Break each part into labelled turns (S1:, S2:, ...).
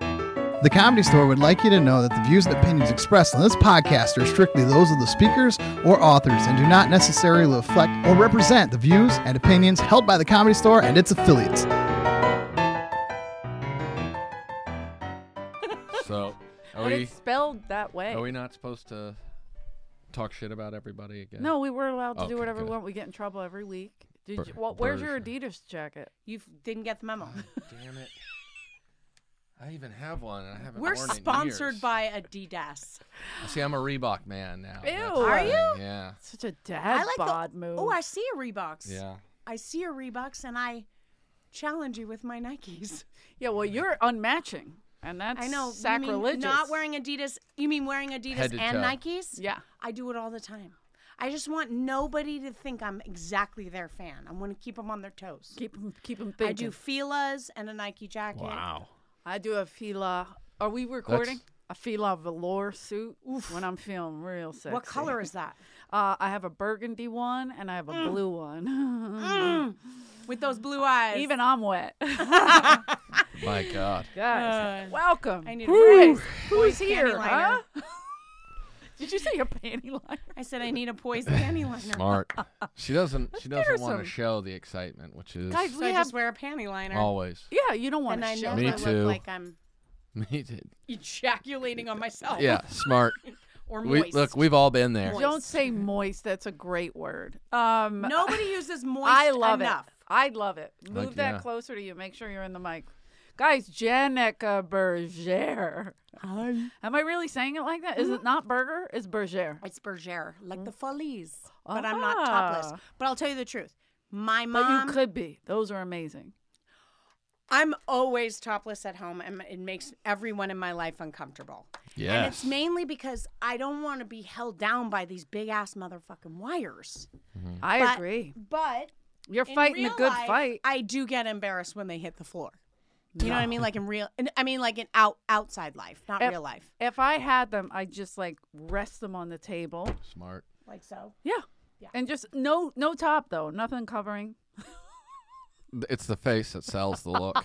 S1: The Comedy Store would like you to know that the views and opinions expressed on this podcast are strictly those of the speakers or authors and do not necessarily reflect or represent the views and opinions held by the Comedy Store and its affiliates.
S2: So, are
S3: and
S2: we
S3: it's spelled that way.
S2: are we not supposed to talk shit about everybody again?
S3: No, we were allowed to
S2: Okay,
S3: do whatever
S2: good.
S3: we want. We get in trouble every week. Did
S2: Bur-
S3: you, well, where's your
S2: Burger.
S3: Adidas jacket?
S4: You f- didn't get the memo.
S2: Damn it! I even have one, and I haven't.
S4: We're
S2: worn it in
S4: sponsored
S2: years.
S4: by Adidas.
S2: See, I'm a Reebok man now.
S3: Ew.
S2: That's-
S3: Are
S4: you?
S2: Yeah.
S3: Such a
S4: I
S3: dad
S4: like
S3: bod
S4: the,
S3: move.
S4: Oh, I see a Reeboks.
S2: Yeah.
S4: I see a Reeboks and I challenge you with my Nikes.
S3: yeah, well, you're unmatching, and that's
S4: I know.
S3: sacrilegious.
S4: You mean not wearing Adidas. You mean wearing
S2: Head
S4: Adidas
S2: to
S4: and
S2: toe.
S4: Nikes?
S3: Yeah.
S4: I do it all the time. I just want nobody to think I'm exactly their fan. I want to keep them on their toes.
S3: Keep them, keep them
S4: I
S3: thinking.
S4: do Fila's and a Nike jacket.
S3: I do a fila. Are we recording? A fila velour suit when I'm feeling real sexy.
S4: What color Mm. is that?
S3: Uh, I have a burgundy one and I have a blue one.
S4: With those blue eyes.
S3: Even I'm wet.
S2: My God.
S3: Guys,
S4: Uh,
S3: welcome.
S4: I need a
S3: Woo!
S4: raise.
S3: Who's
S4: Boy,
S3: here,
S4: panty
S3: huh?
S4: liner.
S3: Did you say your panty liner?
S4: I said I need a poised panty liner.
S2: Smart. She doesn't. she
S3: get her
S2: doesn't want
S3: some.
S2: to show the excitement, which is
S3: Guys,
S4: So
S3: we
S4: I
S3: have.
S4: just wear a panty liner.
S2: always.
S3: Yeah, you don't want
S4: and
S3: to
S4: I
S3: show.
S4: never
S2: Me
S4: look
S2: too.
S4: like I'm
S2: Me too.
S4: ejaculating on myself.
S2: Yeah. Smart.
S4: Or moist.
S2: we, look, we've all been there.
S4: Moist.
S3: Don't say moist. That's a great word. Um,
S4: Nobody uses moist
S3: I love
S4: enough.
S3: it. I love it. Move
S2: Like,
S3: that
S2: yeah.
S3: closer to you. Make sure you're in the mic. Guys, Janica Berger. Am I really saying it like that? Is
S4: Mm-hmm.
S3: it not burger? It's Berger.
S4: It's Berger, like the Folies. But I'm not
S3: Ah.
S4: topless. But I'll tell you the truth. My
S3: But
S4: mom,
S3: you could be. Those are amazing.
S4: I'm always topless at home, and it makes everyone in my life uncomfortable. And
S2: Yes.
S4: it's mainly because I don't want to be held down by these big ass motherfucking wires.
S3: I
S4: But-
S3: agree.
S4: But
S3: You're
S4: in
S3: fighting a
S4: real
S3: good
S4: life,
S3: fight.
S4: I do get embarrassed when they hit the floor. You know what I mean? Like in real, in- I mean like in out outside life, not
S3: If-
S4: real life.
S3: If I had them, I'd just like rest them on the table.
S2: Smart.
S4: Like so.
S3: Yeah. And just no no top though. Nothing covering.
S2: It's the face that sells the look.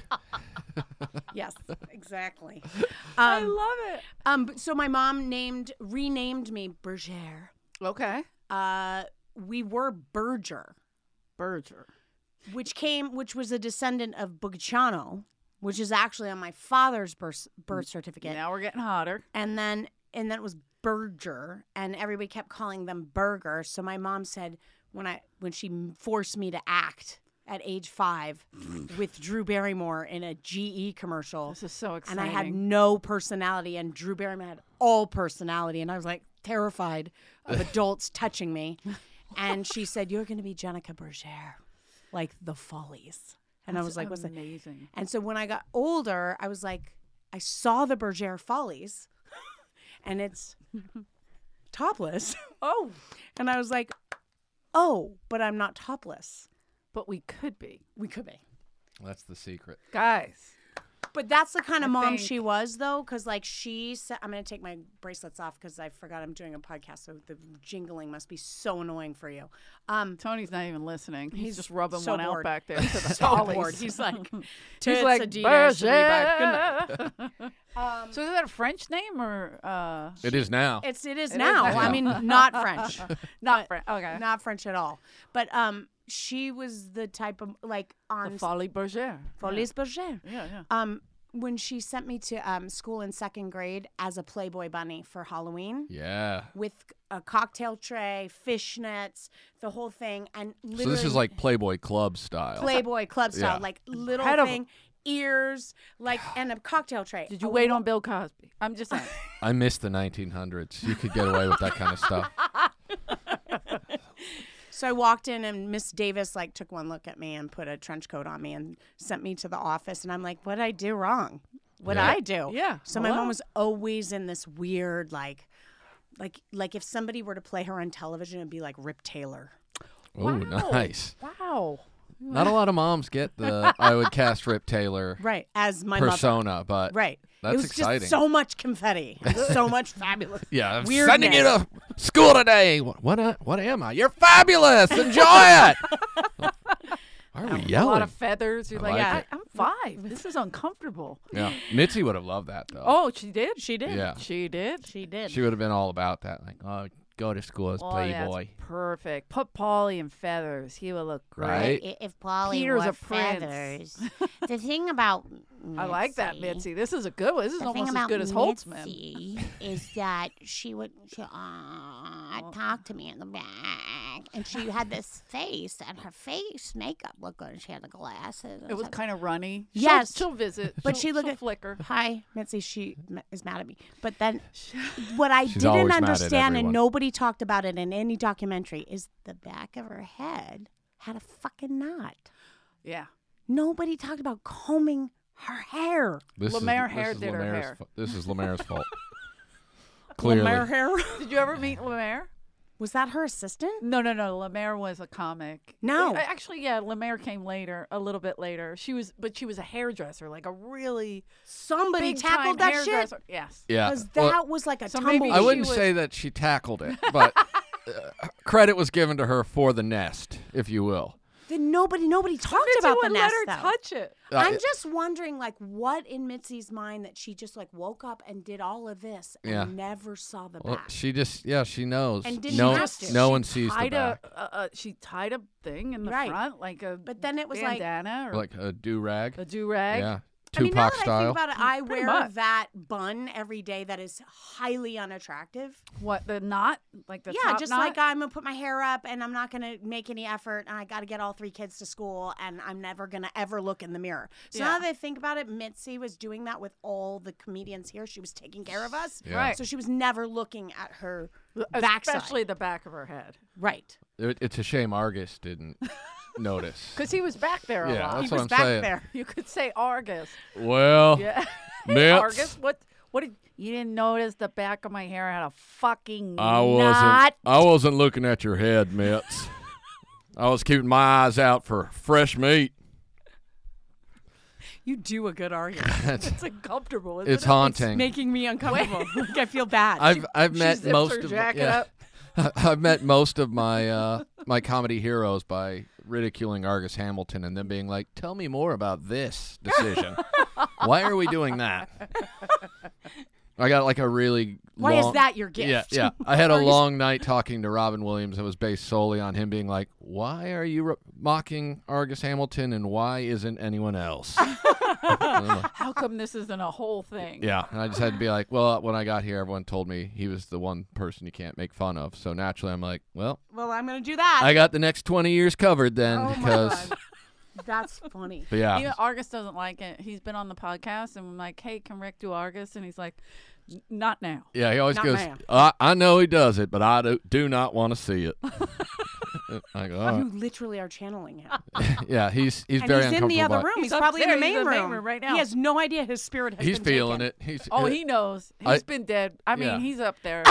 S4: Yes, exactly.
S3: I
S4: Um,
S3: love it.
S4: um, but- so my mom named renamed me Berger.
S3: Okay.
S4: Uh, we were Berger,
S3: Berger.
S4: which came, which was a descendant of Bugichano, which is actually on my father's birth,
S3: Mm,
S4: birth certificate.
S3: Now we're getting hotter.
S4: And then, and then it was Berger, and everybody kept calling them Burger. So my mom said when I when she m- forced me to act at age five with Drew Barrymore in a GE commercial,
S3: This is so
S4: and
S3: exciting.
S4: I had no personality, and Drew Barrymore had all personality, and I was like terrified of adults touching me. And she said, "You're going to be Jenica Berger, like the Follies." And I was like, "What's that?"
S3: amazing.
S4: And so when I got older, I was like, I saw the Bergère Follies, and it's topless,
S3: Oh,
S4: and I was like, oh, but I'm not topless.
S3: but we could be.
S4: We could be.
S2: That's the secret.
S3: Guys.
S4: But that's the kind of
S3: I
S4: mom
S3: think-
S4: she was, though, because like she said, I'm gonna take my bracelets off because I forgot I'm doing a podcast, so the jingling must be so annoying for you. Um,
S3: Tony's not even listening. He's,
S4: He's
S3: just rubbing
S4: so
S3: one out
S4: bored.
S3: back there. To the
S4: so
S3: Ollies.
S4: bored. He's like,
S3: He's
S4: "Tits,
S3: like,
S4: Adidas, Reebok, good night."
S3: "Berger."
S4: Um,
S3: so is that a French name or uh,
S2: It is now.
S4: it's it is
S3: It is
S4: now.
S3: now.
S4: I mean, not French.
S3: not French? oh, Okay.
S4: not French at all. But um, she was the type of like on
S3: the Folly Berger.
S4: Folies Bergère.
S3: Yeah, yeah.
S4: Um, when she sent me to um, school in second grade as a Playboy bunny for Halloween
S2: yeah.
S4: with a cocktail tray, fishnets, the whole thing, and
S2: So
S4: literally
S2: this is like Playboy Club style.
S4: Playboy club style,
S2: Yeah.
S4: like little
S3: Incredible.
S4: thing, ears, like and a cocktail tray.
S3: Did you
S4: A
S3: wait
S4: lo-
S3: on Bill Cosby? I'm just saying.
S2: I miss the 1900s. You could get away with that kind of stuff.
S4: So I walked in and Miss Davis like took one look at me and put a trench coat on me and sent me to the office and I'm like, what would I do wrong? What would
S2: Yeah.
S4: I do?
S3: Yeah.
S4: So my mom was always in this weird like, like like if somebody were to play her on television, it'd be like Rip Taylor.
S2: Oh, nice.
S3: wow.
S2: Not a lot of moms get the I would cast Rip Taylor
S4: Right. As my mother.
S2: persona, but
S4: Right.
S2: That's
S4: it was
S2: exciting.
S4: Just so much confetti. so much fabulous.
S2: Yeah, I'm
S4: weirdness.
S2: sending you to school today. What what, a- what am I? You're fabulous. Enjoy it. Why are we
S3: A lot
S2: yelling?
S3: of feathers. You're
S2: I
S3: like,
S2: like
S3: yeah,
S2: it.
S3: I, am five. This is uncomfortable.
S2: Yeah. Mitzi would have loved that though.
S3: Oh, she did.
S4: She did.
S2: Yeah.
S3: She did.
S4: She did.
S2: She would have been all about that. Like, oh, go to school as
S3: Oh, that's
S2: playboy.
S3: perfect. Put Polly in feathers. He will look great.
S2: Right?
S5: I- If Polly
S3: Peter's
S5: wore
S3: a prince.
S5: feathers. the thing about
S3: I like that, Mitzi. This is a good one. This is
S5: The thing
S3: almost as
S5: about
S3: good as Holtzman.
S5: Mitzi is that she would she, uh, talk to me in the back, and she had this face, and her face makeup looked good. and She had the glasses. and
S3: It was
S5: stuff.
S3: kind of runny. She'll-
S4: Yes.
S3: she'll, visit,
S4: But
S3: she'll,
S4: she look
S3: she'll
S4: at-
S3: flicker.
S4: Hi, Mitzi. She m- is mad at me. But then, what I
S2: She's always
S4: didn't
S2: mad at
S4: understand, and
S2: everyone.
S4: nobody talked about it in any documentary, is the back of her head had a fucking knot.
S3: Yeah,
S4: Nobody talked about combing her hair.
S2: This
S3: Lemaire
S2: is,
S3: Hare
S2: this is
S3: did her
S2: Lemaire's
S3: hair.
S2: fa- this is Lemaire's fault. Clearly.
S4: Lemaire hair.
S3: Did you ever meet Lemaire?
S4: Was that her assistant?
S3: No, no, no. Lemaire was a comic.
S4: No.
S3: A- actually, yeah. Lemaire came later, a little bit later. She was, but she was a hairdresser, like a really
S4: Somebody
S3: big
S4: tackled that shit.
S3: hairdresser. Yes.
S2: Yeah.
S4: Because
S2: Well,
S4: that was like a
S3: So maybe
S4: tumble.
S2: I
S3: she
S2: wouldn't
S3: was-
S2: say that she tackled it, but uh, credit was given to her for the nest, if you will.
S4: Then nobody, nobody talked
S3: Mitzi
S4: about the
S3: wouldn't
S4: nest
S3: let her
S4: though.
S3: touch it.
S2: Uh,
S4: I'm just wondering, like, what in Mitzi's mind that she just like woke up and did all of this and
S2: Yeah.
S4: never saw the
S2: well,
S4: back.
S2: she just yeah she knows.
S4: Ah. And didn't
S2: no,
S4: have to.
S2: no
S4: She
S2: one sees the
S3: Tied a,
S2: back.
S3: uh, uh, she tied a thing in the
S4: Right.
S3: front, like a
S4: But then it was like-
S3: bandana or
S2: like a do rag.
S3: a do rag.
S2: Yeah,
S4: I mean, now
S2: Tupac
S4: that
S2: style.
S4: I think about it, I wear
S3: much.
S4: that bun every day that is highly unattractive.
S3: What the knot? Like the
S4: yeah,
S3: top
S4: just
S3: knot?
S4: like I'm gonna put my hair up and I'm not gonna make any effort and I gotta get all three kids to school and I'm never gonna ever look in the mirror. So
S3: Yeah.
S4: now that I think about it, Mitzi was doing that with all the comedians here. She was taking care of us.
S2: yeah.
S3: Right.
S4: So she was never looking at her backside.
S3: especially the back of her head,
S4: Right.
S2: It- it's a shame Argus didn't notice.
S3: because he was back there a
S2: Yeah,
S3: lot.
S2: That's
S4: he
S2: what
S4: was
S2: I'm
S4: back
S2: saying.
S4: there.
S3: You could say Argus.
S2: Well,
S3: Yeah. Hey,
S2: Mitz.
S3: Argus, what? What did you didn't notice? The back of my hair had a fucking
S2: I wasn't.
S3: knot.
S2: I wasn't looking at your head, Mitz. I was keeping my eyes out for fresh meat.
S4: You do a good argument.
S3: It's uncomfortable. Isn't
S2: It's
S3: it?
S2: haunting.
S4: Making me uncomfortable. like I feel bad.
S2: I've I've
S3: she
S2: met
S3: zips
S2: most
S3: her
S2: of
S3: jacket
S2: yeah.
S3: up.
S2: I've met most of my uh, my comedy heroes by ridiculing Argus Hamilton and then being like, "Tell me more about this decision. Why are we doing that?" I got like a really
S4: Why is
S2: long-
S4: that your gift?
S2: Yeah, yeah. I had a long night talking to Robin Williams that was based solely on him being like, "Why are you ro- mocking Argus Hamilton and why isn't anyone else?" And I'm like,
S3: How come this isn't a whole thing?
S2: yeah, and I just had to be like, well, when I got here, everyone told me he was the one person you can't make fun of. So naturally, I'm like, well,
S4: Well, I'm gonna do that.
S2: I got the next 20 years covered then
S4: Oh my
S2: because,
S4: God. That's funny.
S2: but yeah,
S3: You know, Argus doesn't like it. He's been on the podcast, and I'm like, "Hey, can Rick do Argus?" And he's like, "N- "Not now."
S2: yeah, he always
S4: Not
S2: goes,
S4: ma'am.
S2: I, I know he does it, but I do, do not want to see it. I go, "All
S4: You literally are channeling him.
S2: right." yeah, Uh, he's he's
S4: and
S2: very
S4: he's in
S2: uncomfortable.
S4: the other
S2: by-
S4: room.
S3: He's
S4: He's, probably in the,
S3: upstairs.
S4: main,
S3: He's in the main
S4: room.
S3: room right now.
S4: He has no idea his spirit has
S2: He's
S4: been
S2: feeling
S4: taken.
S2: it. He's
S3: Oh,
S2: uh,
S3: he knows.
S2: I-
S3: He's been dead. I mean,
S2: Yeah.
S3: he's up there.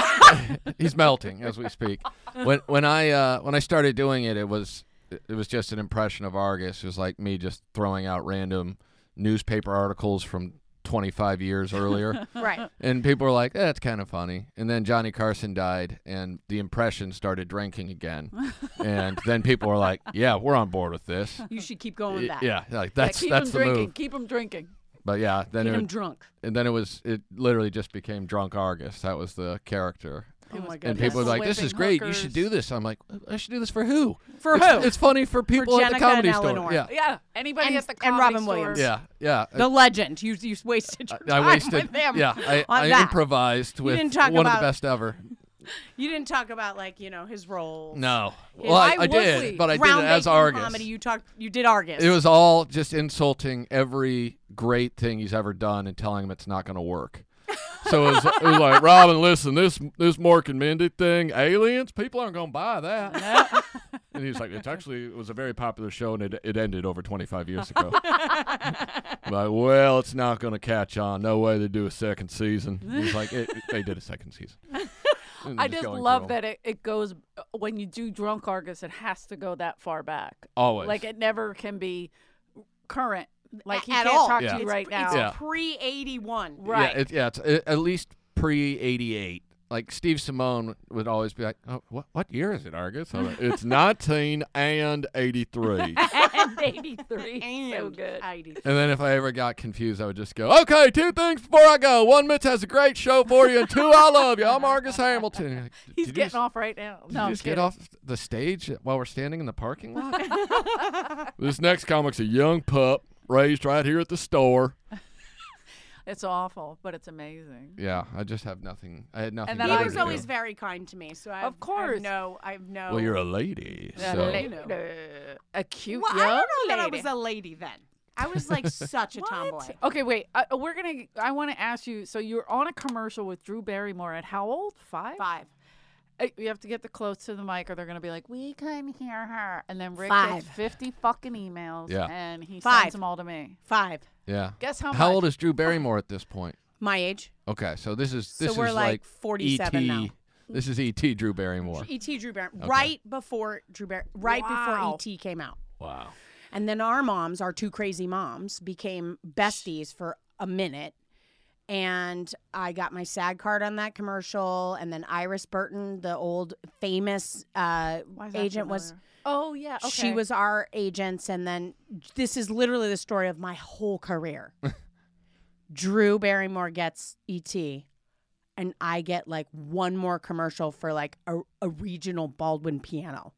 S2: he's melting as we speak. When when I uh, when I started doing it, it was it was just an impression of Argus. It was like me just throwing out random newspaper articles from 25 years earlier,
S4: Right.
S2: and people were like, eh, "That's kind of funny." And then Johnny Carson died, and the impression started drinking again, and then people were like, "Yeah, we're on board with this."
S4: You should keep going with
S2: Y-
S4: that.
S2: Yeah, like that's
S3: keep
S2: that's
S3: him
S2: the
S3: drinking.
S2: move.
S3: Keep him drinking.
S2: But yeah, then
S4: Get
S2: it,
S4: him
S2: would-
S4: drunk.
S2: and then it was it literally just became drunk Argus. That was the character.
S4: Oh my
S2: And
S4: goodness.
S2: people are
S3: Yes.
S2: like, "This is
S3: Whipping
S2: great. You should do
S3: hookers.
S2: this." I'm like, "I should do this for who?
S4: For
S2: it's,
S4: who?
S2: It's funny for people at
S4: Jenica
S2: the comedy
S4: and
S2: store.
S4: Eleanor.
S2: Yeah,
S3: Yeah. Anybody
S4: And-
S3: at the
S4: and
S3: comedy
S4: Robin
S3: store.
S4: Williams.
S2: yeah, yeah.
S4: the legend. You you wasted your
S2: I
S4: time
S2: wasted.
S4: with him.
S2: Yeah, I,
S4: on
S2: I
S4: that.
S2: improvised with
S4: didn't talk
S2: one of
S4: about-
S2: the best ever.
S4: You didn't talk about like you know his role.
S2: No,
S4: Yeah.
S2: well, I,
S4: Why
S2: I
S4: would
S2: did,
S3: we?
S2: but I did it
S4: Round
S2: as
S4: making
S2: Argus.
S4: comedy. You talked. You did Argus.
S2: It was all just insulting every great thing he's ever done and telling him it's not going to work. So it was, it was like, Robin, listen, this this Mork and Mindy thing, aliens, people aren't going to buy that. and he's like, it's actually it was a very popular show and it, it ended over 25 years ago. like, well, it's not going to catch on. No way they do a second season. And He's like, it, it- they did a second season. And
S3: I
S2: just
S3: just
S2: going
S3: love
S2: through 'em.
S3: that it, it goes when you do drunk Argus, it has to go that far back.
S2: Always.
S3: Like it never can be current. Like he
S4: at
S3: can't
S4: all.
S3: talk
S2: Yeah.
S3: to you right now.
S4: It's
S2: Yeah.
S4: pre eighty one.
S3: Right.
S2: Yeah, it, yeah it's a- at least pre 88. Like Steve Simone would always be like, oh, what, what year is it, Argus? I'm like, it's 19 and 83.
S3: and 83. so good.
S2: And then if I ever got confused, I would just go, okay, two things before I go. One, Mitch has a great show for you, and two, I love you. I'm Marcus Hamilton. You're like, "Did
S3: He's
S2: you
S3: getting
S2: just-
S3: off right now.
S2: Did
S3: No,
S2: you
S3: I'm
S2: just get off the stage while we're standing in the parking lot? this next comic's a young pup raised right here at the store.
S3: kidding. It's awful, but it's amazing.
S2: Yeah, I just have nothing. I had nothing.
S3: then
S2: better to
S3: I
S4: He was
S2: do.
S4: always very kind to me, so I
S3: Of course.
S4: no, I have no.
S2: Well, you're a lady, so
S3: Lady. A cute
S4: Well,
S3: young
S4: I don't know that I
S3: lady.
S4: was a lady then. I was like such a tomboy.
S3: What? Okay, wait. Uh, we're gonna. I want to ask you. So you're on a commercial with Drew Barrymore at how old? Five.
S4: Five.
S3: Uh, You have to get the close to the mic, or they're gonna be like, "We couldn't hear her." And then Rick
S4: Five.
S3: gets fifty fucking emails,
S2: Yeah.
S3: and he
S4: Five.
S3: sends them all to me.
S4: Five.
S2: yeah.
S3: Guess how
S2: How
S3: much?
S2: old is Drew Barrymore at this point?
S4: My age.
S2: Okay, so this is
S4: So
S2: this
S4: we're
S2: is
S4: like
S2: like
S4: 47
S2: ET.
S4: now. E
S2: This is ET Drew Barrymore.
S4: E.T. Drew Barry. Right before Drew Barry. Right
S3: Wow.
S4: before E.T. came out.
S2: Wow.
S4: And then our moms, our two crazy moms, became besties for a minute. And I got my SAG card on that commercial. And then Iris Burton, the old famous uh,
S3: Why is that
S4: agent, was
S3: familiar? Oh yeah. Okay.
S4: she was our agents. And then this is literally the story of my whole career. Drew Barrymore gets ET, and I get like one more commercial for like a, a regional Baldwin piano.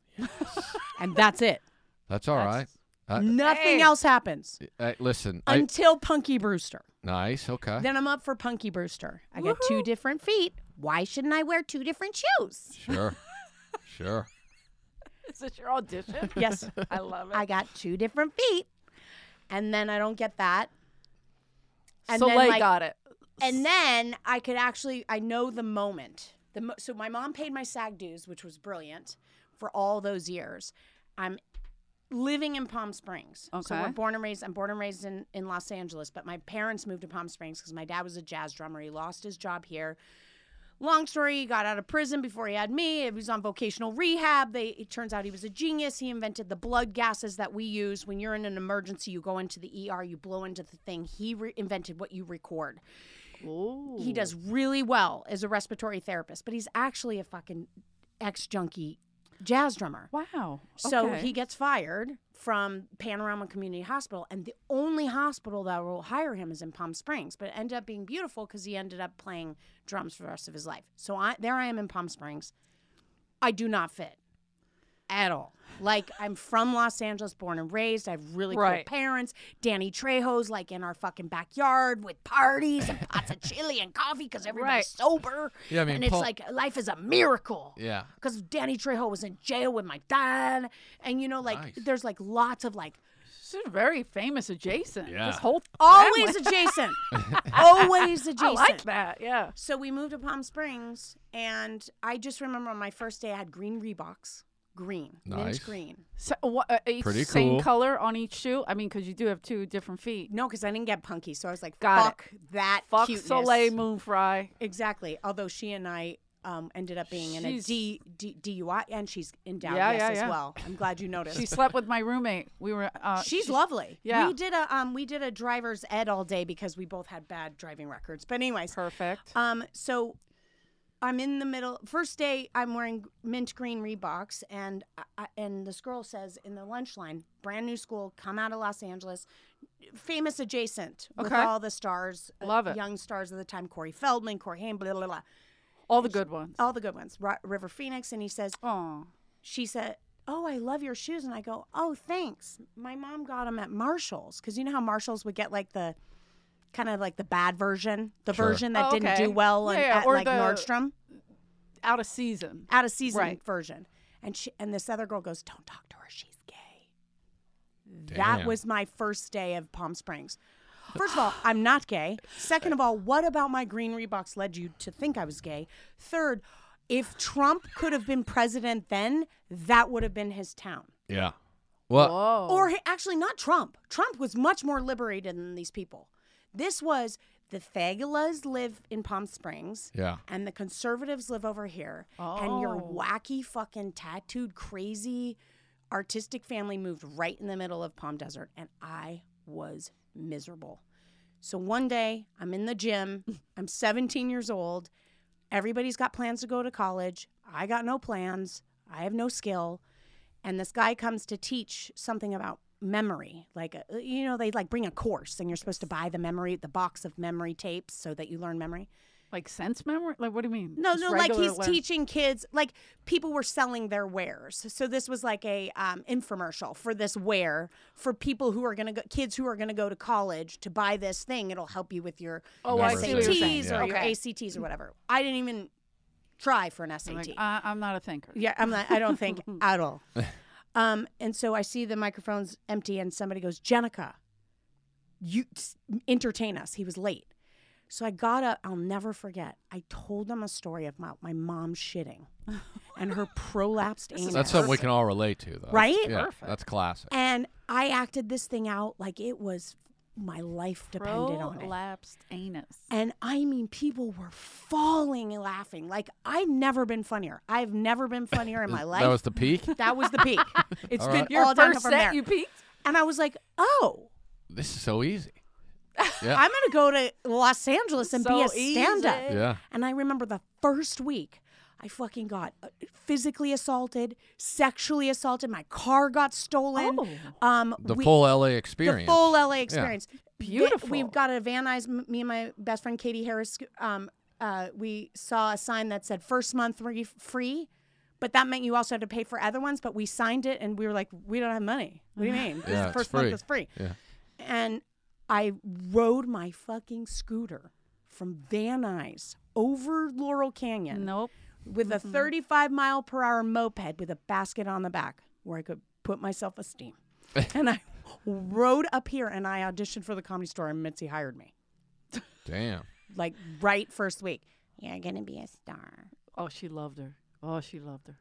S4: and that's it.
S2: That's all right. Uh,
S4: Nothing
S3: Hey.
S4: else happens
S2: uh, listen, I-
S4: until Punky Brewster.
S2: nice. Okay.
S4: Then I'm up for Punky Brewster. I got two different feet. Why shouldn't I wear two different shoes?
S2: Sure. sure.
S3: Is this your audition?
S4: Yes,
S3: I love it.
S4: I got two different feet. And then I don't get that. And
S3: so
S4: then,
S3: Lay
S4: like-
S3: got it.
S4: And then I could actually, I know the moment. The mo- so my mom paid my SAG dues, which was brilliant for all those years. I'm living in Palm Springs. So we're
S3: Okay.
S4: born and raised. I'm born and raised in, in Los Angeles, but my parents moved to Palm Springs because my dad was a jazz drummer. He lost his job here. Long story, he got out of prison before he had me. He was on vocational rehab. They, it turns out he was a genius. He invented the blood gases that we use. When you're in an emergency, you go into the ER, you blow into the thing. He re- invented what you record
S3: Ooh.
S4: he does really well as a respiratory therapist, but he's actually a fucking ex junkie jazz drummer.
S3: Wow.
S4: So
S3: okay.
S4: he gets fired from Panorama Community Hospital, and the only hospital that will hire him is in Palm Springs. But it ended up being beautiful because he ended up playing drums for the rest of his life. So I, there I am in Palm Springs. I do not fit at all. Like I'm from Los Angeles, born and raised. I have really
S3: Right.
S4: cool parents. Danny Trejo's like in our fucking backyard with parties and pots of chili and coffee because everybody's
S3: Right.
S4: sober.
S2: Yeah, I mean,
S4: and it's
S2: Paul-
S4: like life is a miracle
S2: Yeah.
S4: because Danny Trejo was in jail with my dad, and you know, like
S2: Nice.
S4: there's like lots of like
S3: She's very famous adjacent.
S2: Yeah.
S3: This whole
S4: always
S3: family.
S4: adjacent, always adjacent.
S3: I like that. Yeah.
S4: So we moved to Palm Springs, and I just remember on my first day I had green Reeboks, green,
S2: Nice.
S4: mint green.
S3: So, what, uh, each
S2: Pretty
S3: same
S2: cool.
S3: color on each shoe? I mean, because you do have two different feet.
S4: No, because I didn't get punky, so I was like,
S3: Got it.
S4: fuck that
S3: Fuck
S4: cuteness.
S3: Soleil Moon Fry.
S4: Exactly. Although she and I. Um, ended up being in a
S3: She's-
S4: D, D, DUI, and she's endowed
S3: Yeah,
S4: yes,
S3: yeah,
S4: as
S3: yeah.
S4: well. I'm glad you noticed.
S3: She slept with my roommate. We were. Uh,
S4: She's
S3: she-
S4: lovely.
S3: yeah.
S4: We did a um we did a driver's ed all day because we both had bad driving records. But anyways,
S3: perfect.
S4: um so I'm in the middle. First day I'm wearing mint green Reeboks and I- I, and this girl says in the lunch line, brand new school, come out of Los Angeles, famous adjacent with
S3: Okay.
S4: all the stars, uh,
S3: Love it.
S4: young stars of the time, Corey Feldman, Corey Haim, blah blah blah,
S3: All the
S4: uh,
S3: good ones.
S4: all the good ones, Ri- River Phoenix, and he says,
S3: Oh,
S4: she said, "Oh, I love your shoes." And I go, "Oh, thanks. My mom got them at Marshalls because you know how Marshalls would get like the kind of like the bad version, the
S2: Sure.
S4: version that
S3: Oh,
S4: didn't
S3: okay.
S4: do well on,
S3: Yeah, yeah,
S4: at
S3: or
S4: like
S3: the-
S4: Nordstrom,
S3: out of season.
S4: out of season
S3: Right.
S4: version." And she and this other girl goes, "Don't talk to her. She's gay." That
S2: Damn.
S4: was my first day of Palm Springs. First of all, I'm not gay. Second of all, what about my green Reeboks led you to think I was gay? Third, if Trump could have been president then, that would have been his town.
S2: Yeah. Well,
S3: Whoa.
S4: Or he- actually, not Trump. Trump was much more liberated than these people. This was the Fagulas live in Palm Springs.
S2: Yeah.
S4: And the conservatives live over here. And your
S3: Oh.
S4: wacky, fucking tattooed, crazy, artistic family moved right in the middle of Palm Desert. And I was miserable. So one day, I'm in the gym. I'm 17 years old. Everybody's got plans to go to college. I got no plans. I have no skill. And this guy comes to teach something about memory like uh, you know they like bring a course and you're supposed to buy the memory the box of memory tapes so that you learn memory
S3: Like sense memory? Like what do you mean?
S4: no
S3: Just
S4: no like
S3: regular
S4: he's
S3: wear-
S4: teaching kids like people were selling their wares so this was like a um, infomercial for this wear for people who are gonna go kids who are gonna go to college to buy this thing it'll help you with your
S3: Oh, I
S2: Never
S3: see what you're
S2: said.
S3: saying.
S4: SATs or your
S3: Okay. Oh
S4: ACTs or whatever I didn't even try for an
S3: I'm
S4: SAT
S3: like, I, I'm not a thinker.
S4: yeah, I'm not, I don't think at all. Um, and so I see the microphone's empty, and somebody goes, "Jenica, you s- entertain us." He was late, so I got up. I'll never forget. I told him a story about my mom shitting and her prolapsed anus.
S2: That's something we can all relate to, though.
S4: Right?
S2: Yeah,
S3: Perfect.
S2: that's classic.
S4: And I acted this thing out like it was my life depended on it.
S3: Prolapsed anus.
S4: And I mean, people were falling and laughing. Like I've never been funnier. I've never been funnier in my life.
S2: That was the peak.
S4: That was the peak. It's
S2: All
S4: been
S2: right.
S4: all
S3: Your
S4: downhill
S3: first
S4: from
S3: set,
S4: there.
S3: you peaked.
S4: and I was like, oh,
S2: this is so easy. Yeah.
S4: I'm gonna go to Los Angeles and be
S3: So
S4: a stand-up.
S3: easy.
S2: yeah.
S4: And I remember the first week, I fucking got uh, physically assaulted, sexually assaulted. My car got stolen. Um,
S2: The
S4: we-
S2: full LA experience.
S4: The full LA experience. Ve-
S3: Beautiful.
S4: We've got a Van Nuys. m- Me and my best friend Katie Harris. Um, uh, we saw a sign that said first month re- free, but that meant you also had to pay for other ones. But we signed it, and we were like, we don't have money. What do you mean?
S2: Yeah,
S4: this
S2: it's
S4: first
S2: free.
S4: month is free.
S2: Yeah.
S4: And I rode my fucking scooter from Van Nuys over Laurel Canyon
S3: Nope.
S4: with
S2: Mm-hmm.
S4: a 35 mile per hour moped with a basket on the back where I could put myself esteem. and I rode up here and I auditioned for the comedy store and Mitzi hired me.
S2: Damn.
S4: Like right first week.
S5: You're gonna be a star.
S3: Oh, she loved her. Oh, she loved her.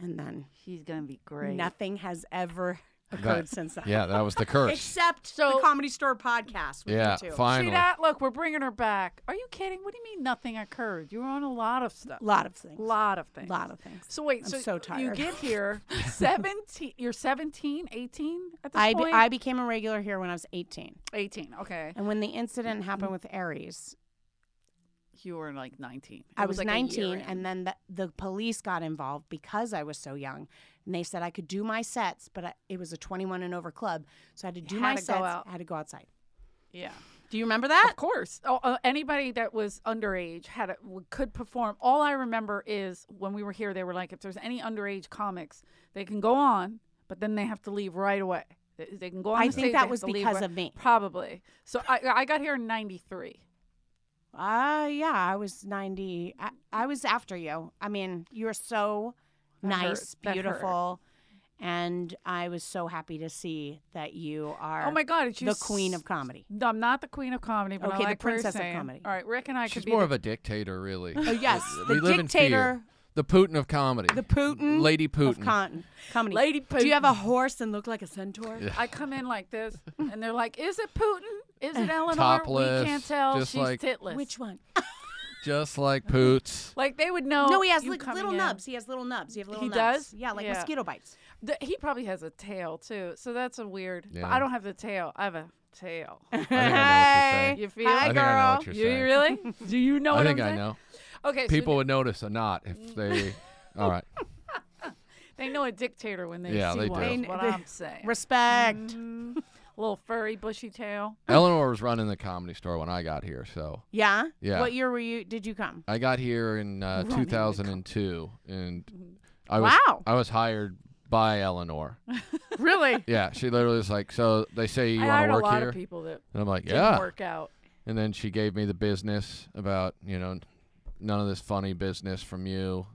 S4: And then
S3: She's gonna be great.
S4: nothing has ever occurred
S2: That-
S4: since that.
S2: Yeah, that was the curse.
S4: Except
S3: So-
S4: the comedy store podcast with
S2: yeah,
S4: you two.
S3: See
S2: finally.
S3: that? Look, we're bringing her back. Are you kidding? What do you mean nothing occurred? You were on a lot of stuff.
S4: lot of things.
S3: lot of things.
S4: lot of things.
S3: So wait,
S4: I'm
S3: so,
S4: so
S3: you
S4: tired.
S3: get here 17 you're 17, 18 at this
S4: I, be-
S3: point?
S4: I became a regular here when I was 18.
S3: 18. Okay.
S4: And when the incident happened with Aries,
S3: You were like 19. It
S4: I was,
S3: like a year
S4: 19,
S3: in.
S4: and then the, the police got involved because I was so young, and they said I could do my sets, but I, it was a 21 and over club, so I had to do
S3: had
S4: my
S3: to go
S4: sets.
S3: out.
S4: I had to go outside.
S3: yeah.
S4: Do you remember that?
S3: Of course, oh, uh, anybody that was underage had a, w- could perform. All I remember is when we were here, they were like, if there's any underage comics, they can go on, but then they have to leave right away. They, they can go on.
S4: I
S3: the
S4: think
S3: stage,
S4: that
S3: they have
S4: was
S3: to leave
S4: because
S3: right-
S4: of me.
S3: Probably. So I, I got here in '93.
S4: Uh, yeah, I was 90. I, I was after you. I mean, you were so
S3: That
S4: nice,
S3: hurt. That hurt.
S4: beautiful, and I was so happy to see that you are
S3: Oh my God! It's you
S4: the queen
S3: s-
S4: of comedy.
S3: No, I'm not the queen of comedy, but I
S4: Okay, the
S3: like what you're
S4: princess of
S3: saying.
S4: comedy.
S3: All right, Rick and I
S2: She's
S3: could be
S2: more
S3: the-
S2: of a dictator, really.
S4: Oh, yes,
S2: we
S4: the
S2: live in fear.
S4: dictator.
S2: The Putin of comedy.
S4: The Putin
S2: Lady
S4: of
S2: Putin.
S4: con- comedy.
S3: Lady
S4: Do you have a
S3: Putin.
S4: horse and look like a centaur?
S3: I come in like this, and they're like, "Is it Putin? Is it Eleanor?
S2: Topless,
S3: we can't tell.
S2: just
S3: She's
S2: like-
S3: titless.
S4: Which one?
S2: Just like Poots.
S3: Like they would know.
S4: No, he has
S3: you
S4: li-
S3: coming
S4: little
S3: in.
S4: nubs. He has little nubs. You have little
S3: He
S4: nubs.
S3: does?
S4: Yeah, like
S3: Yeah.
S4: mosquito bites.
S3: The, he probably has a tail too, so that's a weird. But
S2: Yeah.
S3: I don't have the tail. I have a tail.
S2: I think I know what you're saying.
S3: You feel?
S2: I
S4: Hi,
S2: think I know what you're
S3: you
S2: saying.
S3: really? Do you know
S2: I
S3: what
S2: think
S3: I'm Mm.
S2: I
S3: saying?
S2: know.
S3: Okay,
S2: People
S3: so
S2: would notice a knot if they. All right.
S3: they know a dictator when they
S2: Yeah,
S3: see
S2: they
S3: one.
S2: do.
S3: is
S4: They-
S3: what
S4: they-
S3: I'm saying.
S4: Respect.
S3: Mhm. Little furry, bushy tail.
S2: Eleanor was running the comedy store when I got here, so
S4: Yeah?
S2: Yeah.
S4: What year were you? Did you come?
S2: I got here in uh, 2002, and
S3: Mm-hmm.
S2: I was
S4: Wow.
S2: I was hired by Eleanor.
S4: really?
S2: Yeah, she literally was like, "So they say you
S3: I
S2: want
S3: hired
S2: to
S3: a
S2: work
S3: lot
S2: here,"
S3: of people that
S2: and I'm like,
S3: didn't
S2: "Yeah."
S3: work out.
S2: And then she gave me the business about you know none of this funny business from you.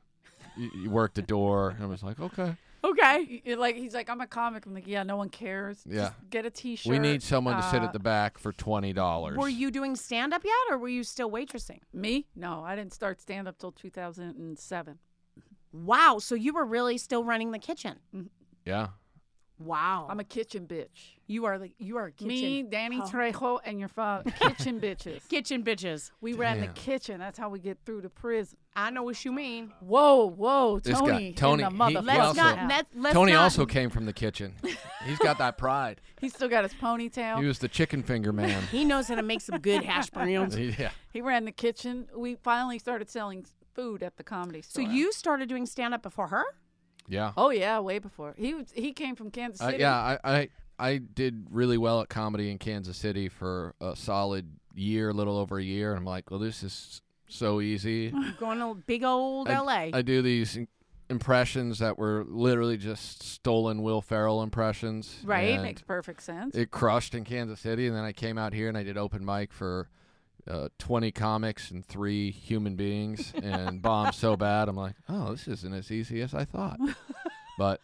S2: You, you work the door, and I was like, "Okay,
S4: Okay.
S3: You're like he's like, I'm a comic. I'm like, yeah, no one cares.
S2: Yeah.
S3: Just get a T-shirt.
S2: we need someone to sit
S3: Uh,
S2: at the back for twenty dollars."
S4: Were you doing stand up yet or were you still waitressing?
S3: Me? No, I didn't start stand up till 2007.
S4: Wow. So you were really still running the kitchen.
S2: Yeah,
S4: Wow.
S3: I'm a kitchen bitch.
S4: you are the you are a kitchen.
S3: Me, Danny
S4: Oh.
S3: Trejo, and your father, kitchen bitches.
S4: Kitchen bitches.
S3: We ran the
S2: Damn.
S3: kitchen. That's how we get through the prison.
S4: I know what you mean.
S3: Whoa, whoa,
S2: This guy-
S3: Tony,
S2: Tony,
S3: in
S2: he-
S3: the
S2: he
S3: motherfucker.
S2: Let's also- not-
S3: now.
S4: let's- let's
S2: Tony
S4: not-
S2: also came from the kitchen. He's got that pride.
S3: He's still got his ponytail.
S2: He
S3: He,
S2: was the chicken finger man.
S4: He knows how to make some good hash browns.
S2: yeah.
S3: ran the kitchen. We finally started selling s- food at the comedy
S4: So
S3: store.
S4: you started doing stand up before her?
S2: Yeah.
S3: Oh yeah, way before he was, he came from Kansas
S2: Uh,
S3: City.
S2: yeah, I, I I did really well at comedy in Kansas City for a solid year, a little over a year. And I'm like, well, this is so easy.
S4: Going to big old LA.
S2: I do these im- impressions that were literally just stolen Will Ferrell impressions.
S3: Right?
S2: and
S3: Makes perfect sense.
S2: it crushed in Kansas City, and then I came out here and I did open mic for uh, 20 comics and three human beings, and bombed so bad. I'm like, oh, this isn't as easy as I thought. but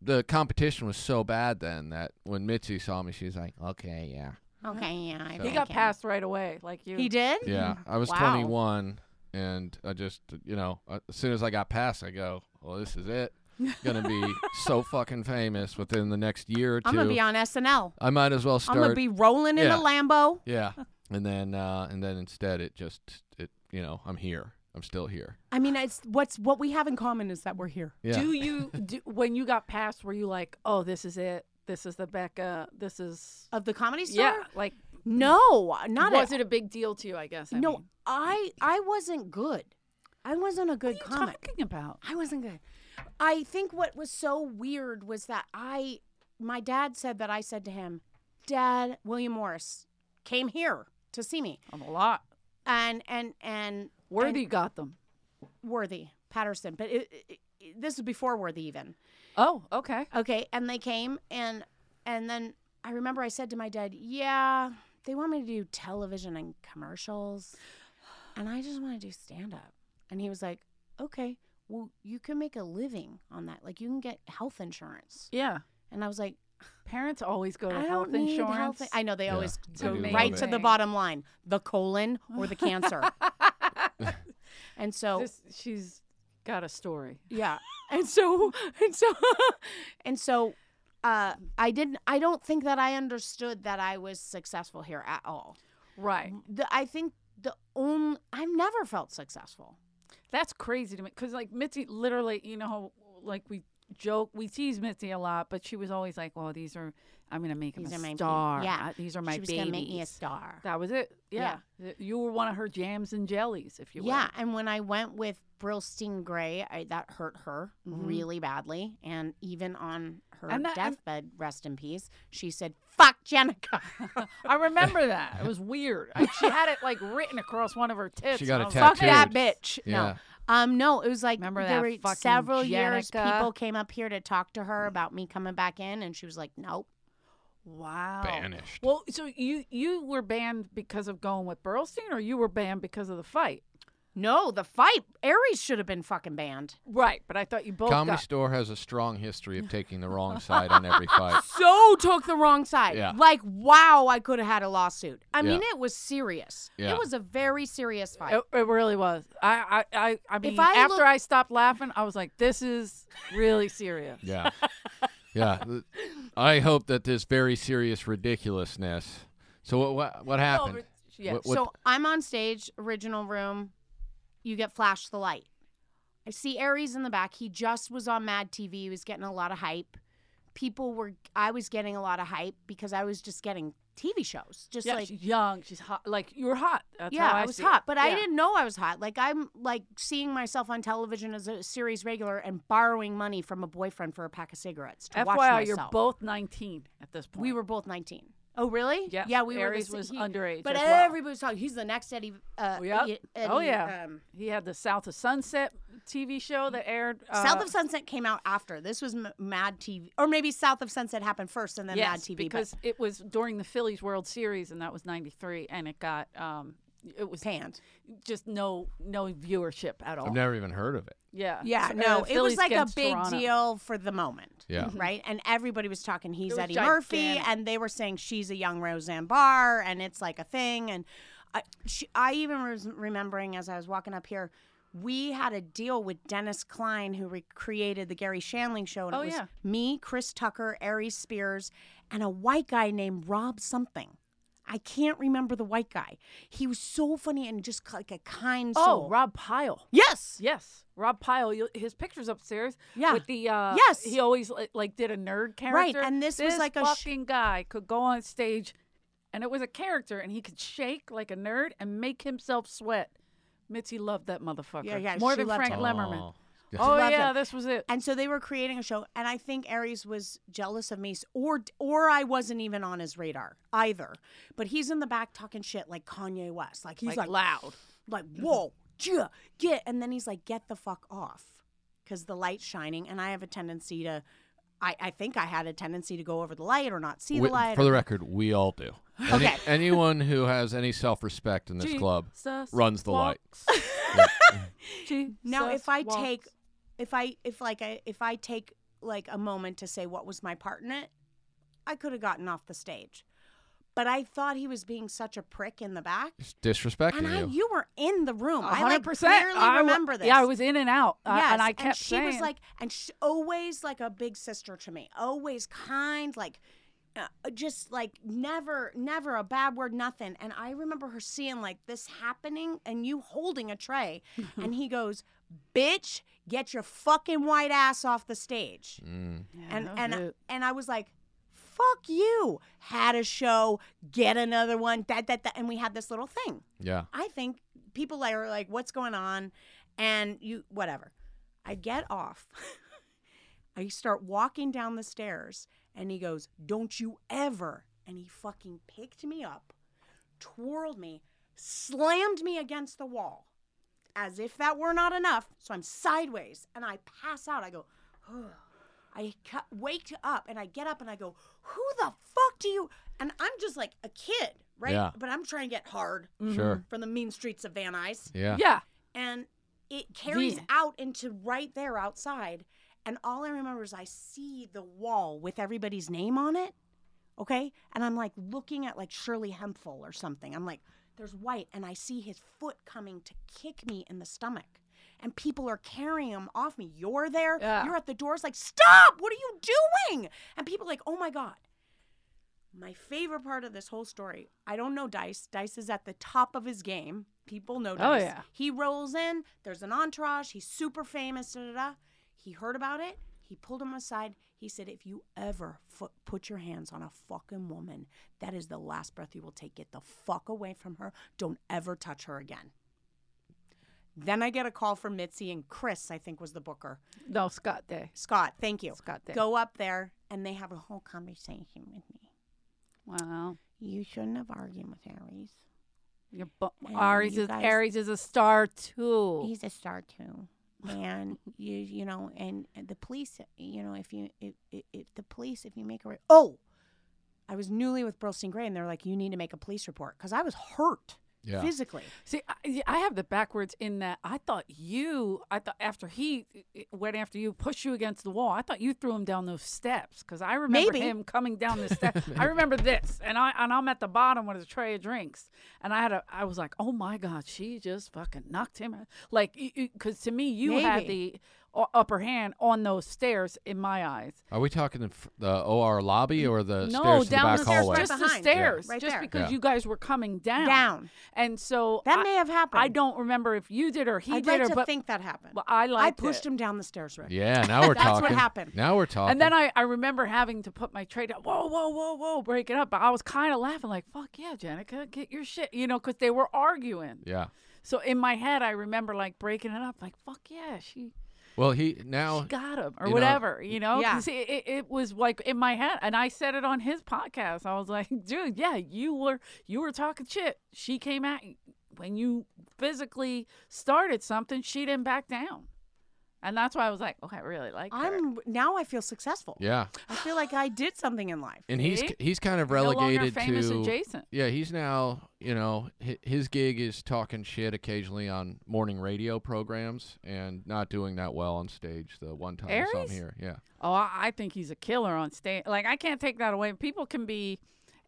S2: the competition was so bad then that when Mitzi saw me, she was like, okay, yeah,
S5: Okay, yeah. I
S2: So-
S3: he
S5: think
S3: got
S5: I-
S3: passed right away, like you.
S4: he did?
S2: yeah. I was
S4: Wow.
S2: 21, and I just, you know, uh, as soon as I got past, I go, well, this is it. Gonna be so fucking famous within the next year or 2
S4: I'm going to be on SNL.
S2: I might as well
S4: I'm
S2: start.
S4: going to be rolling in
S2: Yeah.
S4: a Lambo.
S2: Yeah. And then uh and then instead it just it you know, I'm here. I'm still here.
S4: I mean, it's what's what we have in common is that we're here.
S2: Yeah.
S3: Do you do, when you got passed? Were you like, oh, this is it? This is the Becca. This is
S4: Of the comedy store?
S3: yeah. Like,
S4: No, not
S3: was
S4: at
S3: it a big deal to you? I guess. I
S4: No,
S3: mean.
S4: I I wasn't good. I wasn't a good
S3: What are you
S4: comic.
S3: talking about?
S4: I wasn't good. I think what was so weird was that I, my dad said that I said to him, Dad, William Morris came here to see me,
S3: I'm a lot.
S4: and and and
S3: Worthy got them.
S4: and Worthy Patterson, but it, it, it- this was before Worthy even.
S3: Oh, okay.
S4: Okay, and they came, and and then I remember I said to my dad, Yeah, they want me to do television and commercials, and I just want to do stand up. And he was like, Okay, well, you can make a living on that. Like you can get health insurance.
S3: Yeah.
S4: And I was like,
S3: Parents always go to
S4: I
S3: Oh, health
S4: don't need
S3: insurance.
S4: health. I know they
S2: Yeah,
S4: always
S2: they
S4: go
S2: do love
S4: right
S2: it.
S4: to the bottom line: the colon or the cancer. and so,
S3: This, she's got a story.
S4: yeah, and so, and so, and so, uh, I didn't. I don't think that I understood that I was successful here at all.
S3: Right.
S4: The, I think the only I've never felt successful.
S3: That's crazy to me. Because, like, Mitzi literally, you know, how, like, we joke, we tease Mitzi a lot, but she was always like, well, these are, I'm going to make
S4: These are
S3: them
S4: my
S3: a
S4: ba-
S3: star.
S4: yeah.
S3: Uh, These are my
S4: she was
S3: babies.
S4: gonna make me a star.
S3: That was it. Yeah. Th- You were one of her jams and jellies, if you will.
S4: Yeah, and when I went with Brillstein Gray, I, that hurt her
S3: Mhm.
S4: really badly. And even on her
S3: And that- and-
S4: deathbed, rest in peace, she said, "Fuck Jenica."
S3: I remember that. It was weird. I, she had it, like, written across one of her tits.
S2: She got
S3: and I
S2: a
S3: was like,
S4: Fuck
S2: tattoo.
S4: that bitch.
S2: Yeah.
S4: No, um, no, it was like
S3: Remember
S4: there
S3: that
S4: were
S3: fucking
S4: several years.
S3: Jenica?
S4: People came up here to talk to her about me coming back in, and she was like, "Nope."
S3: Wow.
S2: Banished.
S3: Well, so you you were banned because of going with Burlstein, or you were banned because of the fight?
S4: No, the fight. Aries should have been fucking banned.
S3: Right, but I thought you both
S2: Comedy
S3: got.
S2: Store has a strong history of taking the wrong side on every fight.
S4: So took the wrong side.
S2: Yeah.
S4: Like, wow, I could have had a lawsuit. I mean,
S2: Yeah.
S4: it was serious.
S2: Yeah.
S4: It was a very serious fight.
S3: It, it really was. I I I, I mean,
S4: I
S3: after
S4: look-
S3: I stopped laughing, I was like, "This is really serious."
S2: Yeah. Yeah. Th- I hope that this very serious ridiculousness. So what what, what happened?
S3: but- yeah.
S2: What- what-
S4: So I'm on stage, original room. You get flash the light. I see Aries in the back. He just was on Mad TV. He was getting a lot of hype. People were. I was getting a lot of hype because I was just getting TV shows. Just
S3: yeah,
S4: like
S3: she's young. She's hot. Like you were hot. That's
S4: yeah,
S3: how I,
S4: I was
S3: see
S4: hot,
S3: it.
S4: but I
S3: Yeah.
S4: didn't know I was hot. Like I'm like seeing myself on television as a series regular and borrowing money from a boyfriend for a pack of cigarettes to watch
S3: FYI,
S4: myself.
S3: you're both 19 at this point.
S4: We were both 19. Oh, really?
S3: Yes,
S4: Yeah, we
S3: Aries
S4: were. the
S3: was
S4: sa-
S3: underage
S4: But
S3: as well.
S4: everybody was talking. He's the next Eddie. Uh,
S3: Oh, yep.
S4: Eddie,
S3: Oh,
S4: Eddie,
S3: yeah.
S4: Um,
S3: He had the South of Sunset TV show that aired. Uh,
S4: South of Sunset came out after. This was M- Mad TV, or maybe South of Sunset happened first and then
S3: yes,
S4: Mad TV. but
S3: because it was during the Phillies World Series, and that was '93, and it got um, it was
S4: panned.
S3: just no no viewership at all.
S2: I've never even heard of it.
S3: yeah,
S4: Yeah,
S3: F- uh,
S4: no, it was
S3: Phillies
S4: like a
S3: against
S4: big
S3: Toronto. Mm-hmm.
S4: deal for the moment.
S2: Yeah. Mhm.
S4: Right, and everybody was talking. He's
S3: was
S4: Eddie Murphy,
S3: gigantic.
S4: and they were saying she's a young Roseanne Barr, and it's like a thing. And I, she, I even was remembering as I was walking up here, we had a deal with Dennis Klein, who recreated the Gary Shanling show, and
S3: Oh,
S4: it was
S3: yeah.
S4: me, Chris Tucker, Aries Spears, and a white guy named Rob something. I can't remember the white guy. He was so funny and just like a kind soul.
S3: Oh, Rob Pyle.
S4: Yes.
S3: Yes, Rob Pyle. you his picture's upstairs.
S4: Yeah.
S3: With the uh,
S4: Yes.
S3: he always like, like did a nerd character.
S4: and this was like a sh-
S3: fucking guy could go on stage, and it was a character, and he could shake like a nerd and make himself sweat. Mitzi loved that motherfucker.
S4: Yeah, yeah,
S3: more
S4: she
S3: than
S4: loved
S3: Frank
S4: him.
S3: Lemmerman.
S2: Oh.
S3: Oh
S4: Loved
S3: yeah,
S4: him.
S3: this was it.
S4: And so they were creating a show, and I think Aries was jealous of me, s- or or I wasn't even on his radar either. But he's in the back talking shit like Kanye West, like he's like,
S3: loud.
S4: like whoa, yeah, get, and then he's like, get the fuck off, because the light's shining, and I have a tendency to, I I think I had a tendency to go over the light or not see
S2: We-
S4: the light.
S2: for
S4: or-
S2: the record, we all do. Any,
S4: Okay.
S2: anyone who has any self-respect in this club
S3: Jesus
S2: runs the light.
S3: walks. Jesus
S4: now if I
S3: walks.
S4: take, if I if like I if I take like a moment to say what was my part in it, I could have gotten off the stage. But I thought he was being such a prick in the back.
S2: It's disrespecting
S4: And I,
S2: you.
S4: you were in the room. oh, I like
S3: 100%.
S4: clearly
S3: I wa-
S4: remember this.
S3: Yeah, I was in and out, uh,
S4: Yes,
S3: and I kept
S4: she
S3: saying,
S4: was like, and she, always like a big sister to me. Always kind, like, uh, just like never, never a bad word, nothing. And I remember her seeing like this happening, and you holding a tray, and he goes, "Bitch, get your fucking white ass off the stage."
S2: Mm.
S3: Yeah,
S4: and
S3: that was
S4: and
S3: it.
S4: and I was like, "Fuck you!" Had a show, get another one, that that that, and we had this little thing.
S2: Yeah.
S4: I think people are like, what's going on? And you, whatever. I get off. I start walking down the stairs and he goes, don't you ever. And he fucking picked me up, twirled me, slammed me against the wall as if that were not enough. So I'm sideways and I pass out. I go, "Ugh." I ca- wake up and I get up and I go, who the fuck do you? And I'm just like a kid, right?
S2: Yeah.
S4: But I'm trying to get hard
S3: Mm-hmm.
S2: Sure.
S4: from the mean streets of Van Nuys.
S2: Yeah.
S3: yeah,
S4: And it carries
S3: Van.
S4: out into right there outside. And all I remember is I see the wall with everybody's name on it. Okay. And I'm like looking at like Shirley Hemphill or something. I'm like, there's white. And I see his foot coming to kick me in the stomach. And people are carrying him off me. You're there.
S3: Yeah.
S4: You're at the doors like, stop. What are you doing? And people like, oh my God. My favorite part of this whole story, I don't know Dice. Dice is at the top of his game. People know Dice.
S3: Oh, yeah.
S4: He rolls in, there's an entourage, he's super famous, da da da. He heard about it, he pulled him aside. He said, If you ever fu- put your hands on a fucking woman, that is the last breath you will take. Get the fuck away from her. Don't ever touch her again. Then I get a call from Mitzi and Chris, I think was the booker.
S3: no Scott Day.
S4: Scott, thank you.
S3: Scott Day.
S4: Go up there, and they have a whole conversation with me.
S3: Wow,
S5: You shouldn't have argued with Aries.
S3: your bu-
S5: And
S3: Aries
S5: you
S3: is
S5: guys-
S3: Aries is a star too.
S5: He's a star too. And you, you know, and the police, you know, if you, if, if, if the police, if you make a, re-
S4: Oh, I was newly with Burlstein Gray, and they're like, "You need to make a police report," because I was hurt
S2: Yeah.
S4: physically.
S3: See, I, I have the backwards in that I thought you, I thought after he went after you, pushed you against the wall, I thought you threw him down those steps because I remember
S4: Maybe.
S3: him coming down the steps. I remember this, and I and I'm at the bottom with a tray of drinks, and I had a, I was like, oh my god, she just fucking knocked him, out. like, because to me you had the u- upper hand on those stairs in my eyes.
S2: Are we talking the, f- the OR lobby or the
S3: No,
S2: stairs to the
S3: down
S2: back
S3: the stairs,
S2: hallway?
S3: just the
S4: Behind.
S2: Yeah.
S3: stairs,
S4: Right
S3: just
S4: there.
S3: because
S2: Yeah.
S3: you guys were coming down,
S4: Down.
S3: and so
S4: That
S3: I-
S4: may have happened.
S3: I don't remember if you did or he
S4: I'd
S3: did
S4: like
S3: or
S4: to
S3: but
S4: think that happened.
S3: but I
S4: I
S3: liked
S4: pushed
S3: it.
S4: him down the stairs, Rick.
S2: Yeah, now we're
S4: That's
S2: talking.
S4: what happened.
S2: Now we're talking.
S3: And then I, I remember having to put my tray down. Whoa, whoa, whoa, whoa, break it up. But I was kind of laughing, like, fuck yeah, Janica, get your shit, you know, because they were arguing.
S2: yeah.
S3: So in my head, I remember like breaking it up, like, fuck yeah, she,
S2: Well, he
S3: she
S2: now
S3: got him
S2: you
S3: or
S2: know,
S3: whatever, you know?
S4: yeah.
S3: 'Cause It, it, it was like in my head. And I said it on his podcast. I was like, dude, yeah, you were, you were talking shit. She came at you. When you physically started something, she didn't back down. And that's why I was like, okay, I really like her.
S4: I'm now. I feel successful.
S2: Yeah.
S4: I feel like I did something in life.
S2: And he's
S3: See?
S2: he's kind of
S3: No longer
S2: relegated
S3: famous
S2: to
S3: adjacent.
S2: Yeah, he's now, you know, hi- his gig is talking shit occasionally on morning radio programs and not doing that well on stage the one time I saw him
S3: Aries?
S2: here. Yeah.
S3: Oh, I, I think he's a killer on stage. Like I can't take that away. People can be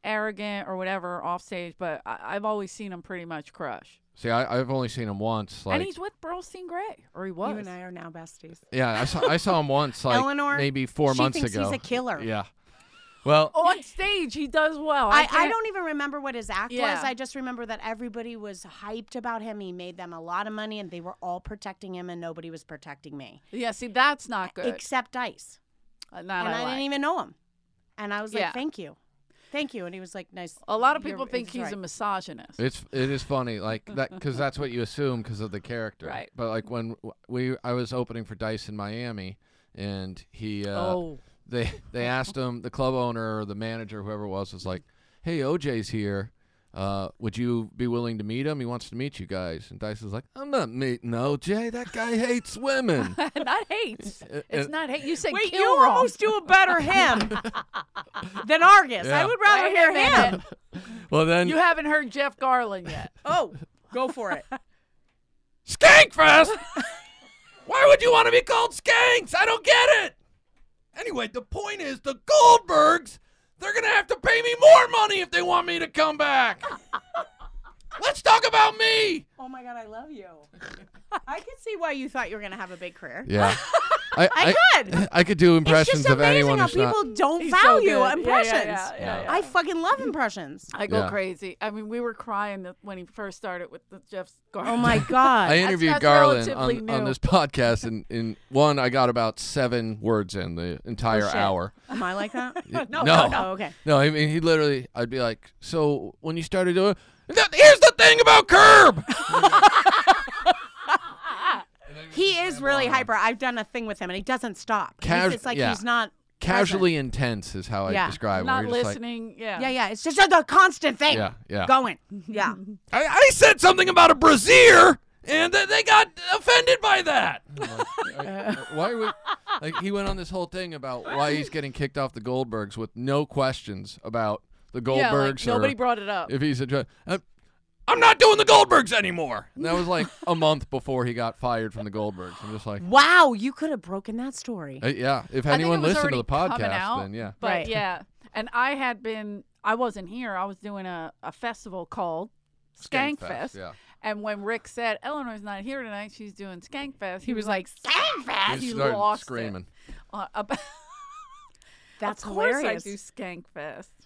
S3: arrogant or whatever off stage, but I, I've always seen him pretty much crush.
S2: See, I, I've only seen him once. Like,
S3: and he's with Burlstein Gray, or he was.
S4: You and I are now besties.
S2: yeah, I saw, I saw him once, like
S4: Eleanor,
S2: maybe four
S4: she
S2: months
S4: thinks
S2: ago.
S4: he's a killer.
S2: Yeah. Well,
S3: on stage, he does well.
S4: I, I
S3: can't-
S4: don't even remember what his act
S3: Yeah.
S4: was. I just remember that everybody was hyped about him. He made them a lot of money, and they were all protecting him, and nobody was protecting me
S3: Yeah, see, that's not good.
S4: except Dice.
S3: Uh, that
S4: and I,
S3: I like.
S4: didn't even know him. And I was like,
S3: Yeah.
S4: "Thank you." thank you. And he was like, nice.
S3: A lot of
S4: you're-
S3: people think
S4: it's
S3: he's a
S4: right.
S3: misogynist.
S2: It's it is funny like that because that's what you assume because of the character.
S3: Right.
S2: But like when w- we I was opening for Dice in Miami, and he uh,
S3: oh,
S2: they they asked him the club owner or the manager whoever it was was like, hey OJ's here. Uh, would you be willing to meet him? He wants to meet you guys. And Dice is like, I'm not meeting OJ. That guy hates women.
S3: not hate. It's
S2: uh,
S3: not hate. You said
S4: Wait,
S3: kill
S4: you
S3: wrong.
S4: almost do a better him than Argus.
S2: Yeah.
S4: I would rather
S3: Wait a
S4: hear
S3: minute.
S4: him.
S2: well then,
S3: You haven't heard Jeff Garland yet.
S4: Oh, go for it.
S2: Skankfest. Why would you want to be called skanks? I don't get it. Anyway, the point is the Goldbergs, they're going to have to pay me more money if they want me to come back. Let's talk about me.
S4: Oh my God, I love you. I can see why you thought you were going to have a big career.
S2: Yeah. I,
S4: I could.
S2: I could do
S4: It's
S2: impressions
S4: just
S2: of
S4: amazing
S2: anyone
S4: how
S2: who's not.
S4: people don't
S3: He's so
S4: value
S3: good. Yeah, yeah,
S4: impressions.
S3: yeah, yeah,
S4: I
S3: yeah.
S4: fucking love impressions.
S3: I go
S2: Yeah.
S3: crazy. I mean, we were crying the- when he first started with the Jeff Garland.
S4: Oh my God.
S2: I interviewed
S3: that's
S2: Garland on,
S3: relatively
S2: on
S3: new.
S2: this podcast, and in one, I got about seven words in the entire
S4: Oh, shit.
S2: hour.
S4: Am I like that?
S2: No, no. no.
S4: Oh, okay.
S2: No, I mean he literally. I'd be like, so when you started doing, "Th- here's the thing about Curb.
S4: He is really hyper. I've done a thing with him, and he doesn't stop. He's
S2: Cas-
S4: just like
S2: yeah.
S4: he's not.
S2: Casually intense is how I
S4: Yeah.
S2: describe. it, where
S3: Not
S2: you're just like,
S3: listening. yeah.
S4: Yeah, yeah. It's just a, a constant thing.
S2: Yeah, yeah.
S4: Going. Yeah.
S2: I, I said something about a brassiere, and th- they got offended by that. why are we? Like he went on this whole thing about why he's getting kicked off the Goldbergs with no questions about the Goldbergs.
S3: Yeah, like,
S2: or-
S3: nobody brought it up.
S2: if he's a judge. I'm, I'm not doing the Goldbergs anymore. And that was like a month before he got fired from the Goldbergs. I'm just like,
S4: Wow, you could have broken that story.
S2: uh, yeah. If
S3: I think
S2: anyone
S3: it was
S2: listened to
S3: already
S2: the
S3: coming
S2: podcast,
S3: out,
S2: then yeah.
S3: But
S4: Right.
S3: yeah, and I had been. I wasn't here. I was doing a, a festival called Skankfest.
S2: Yeah.
S3: And when Rick said Eleanor's not here tonight, she's doing Skankfest. He, was like,
S5: Skankfest?
S2: He
S3: He
S2: started
S3: lost it.
S2: screaming.
S3: uh, ab-
S4: That's
S3: of course
S4: hilarious.
S3: I do Skankfest.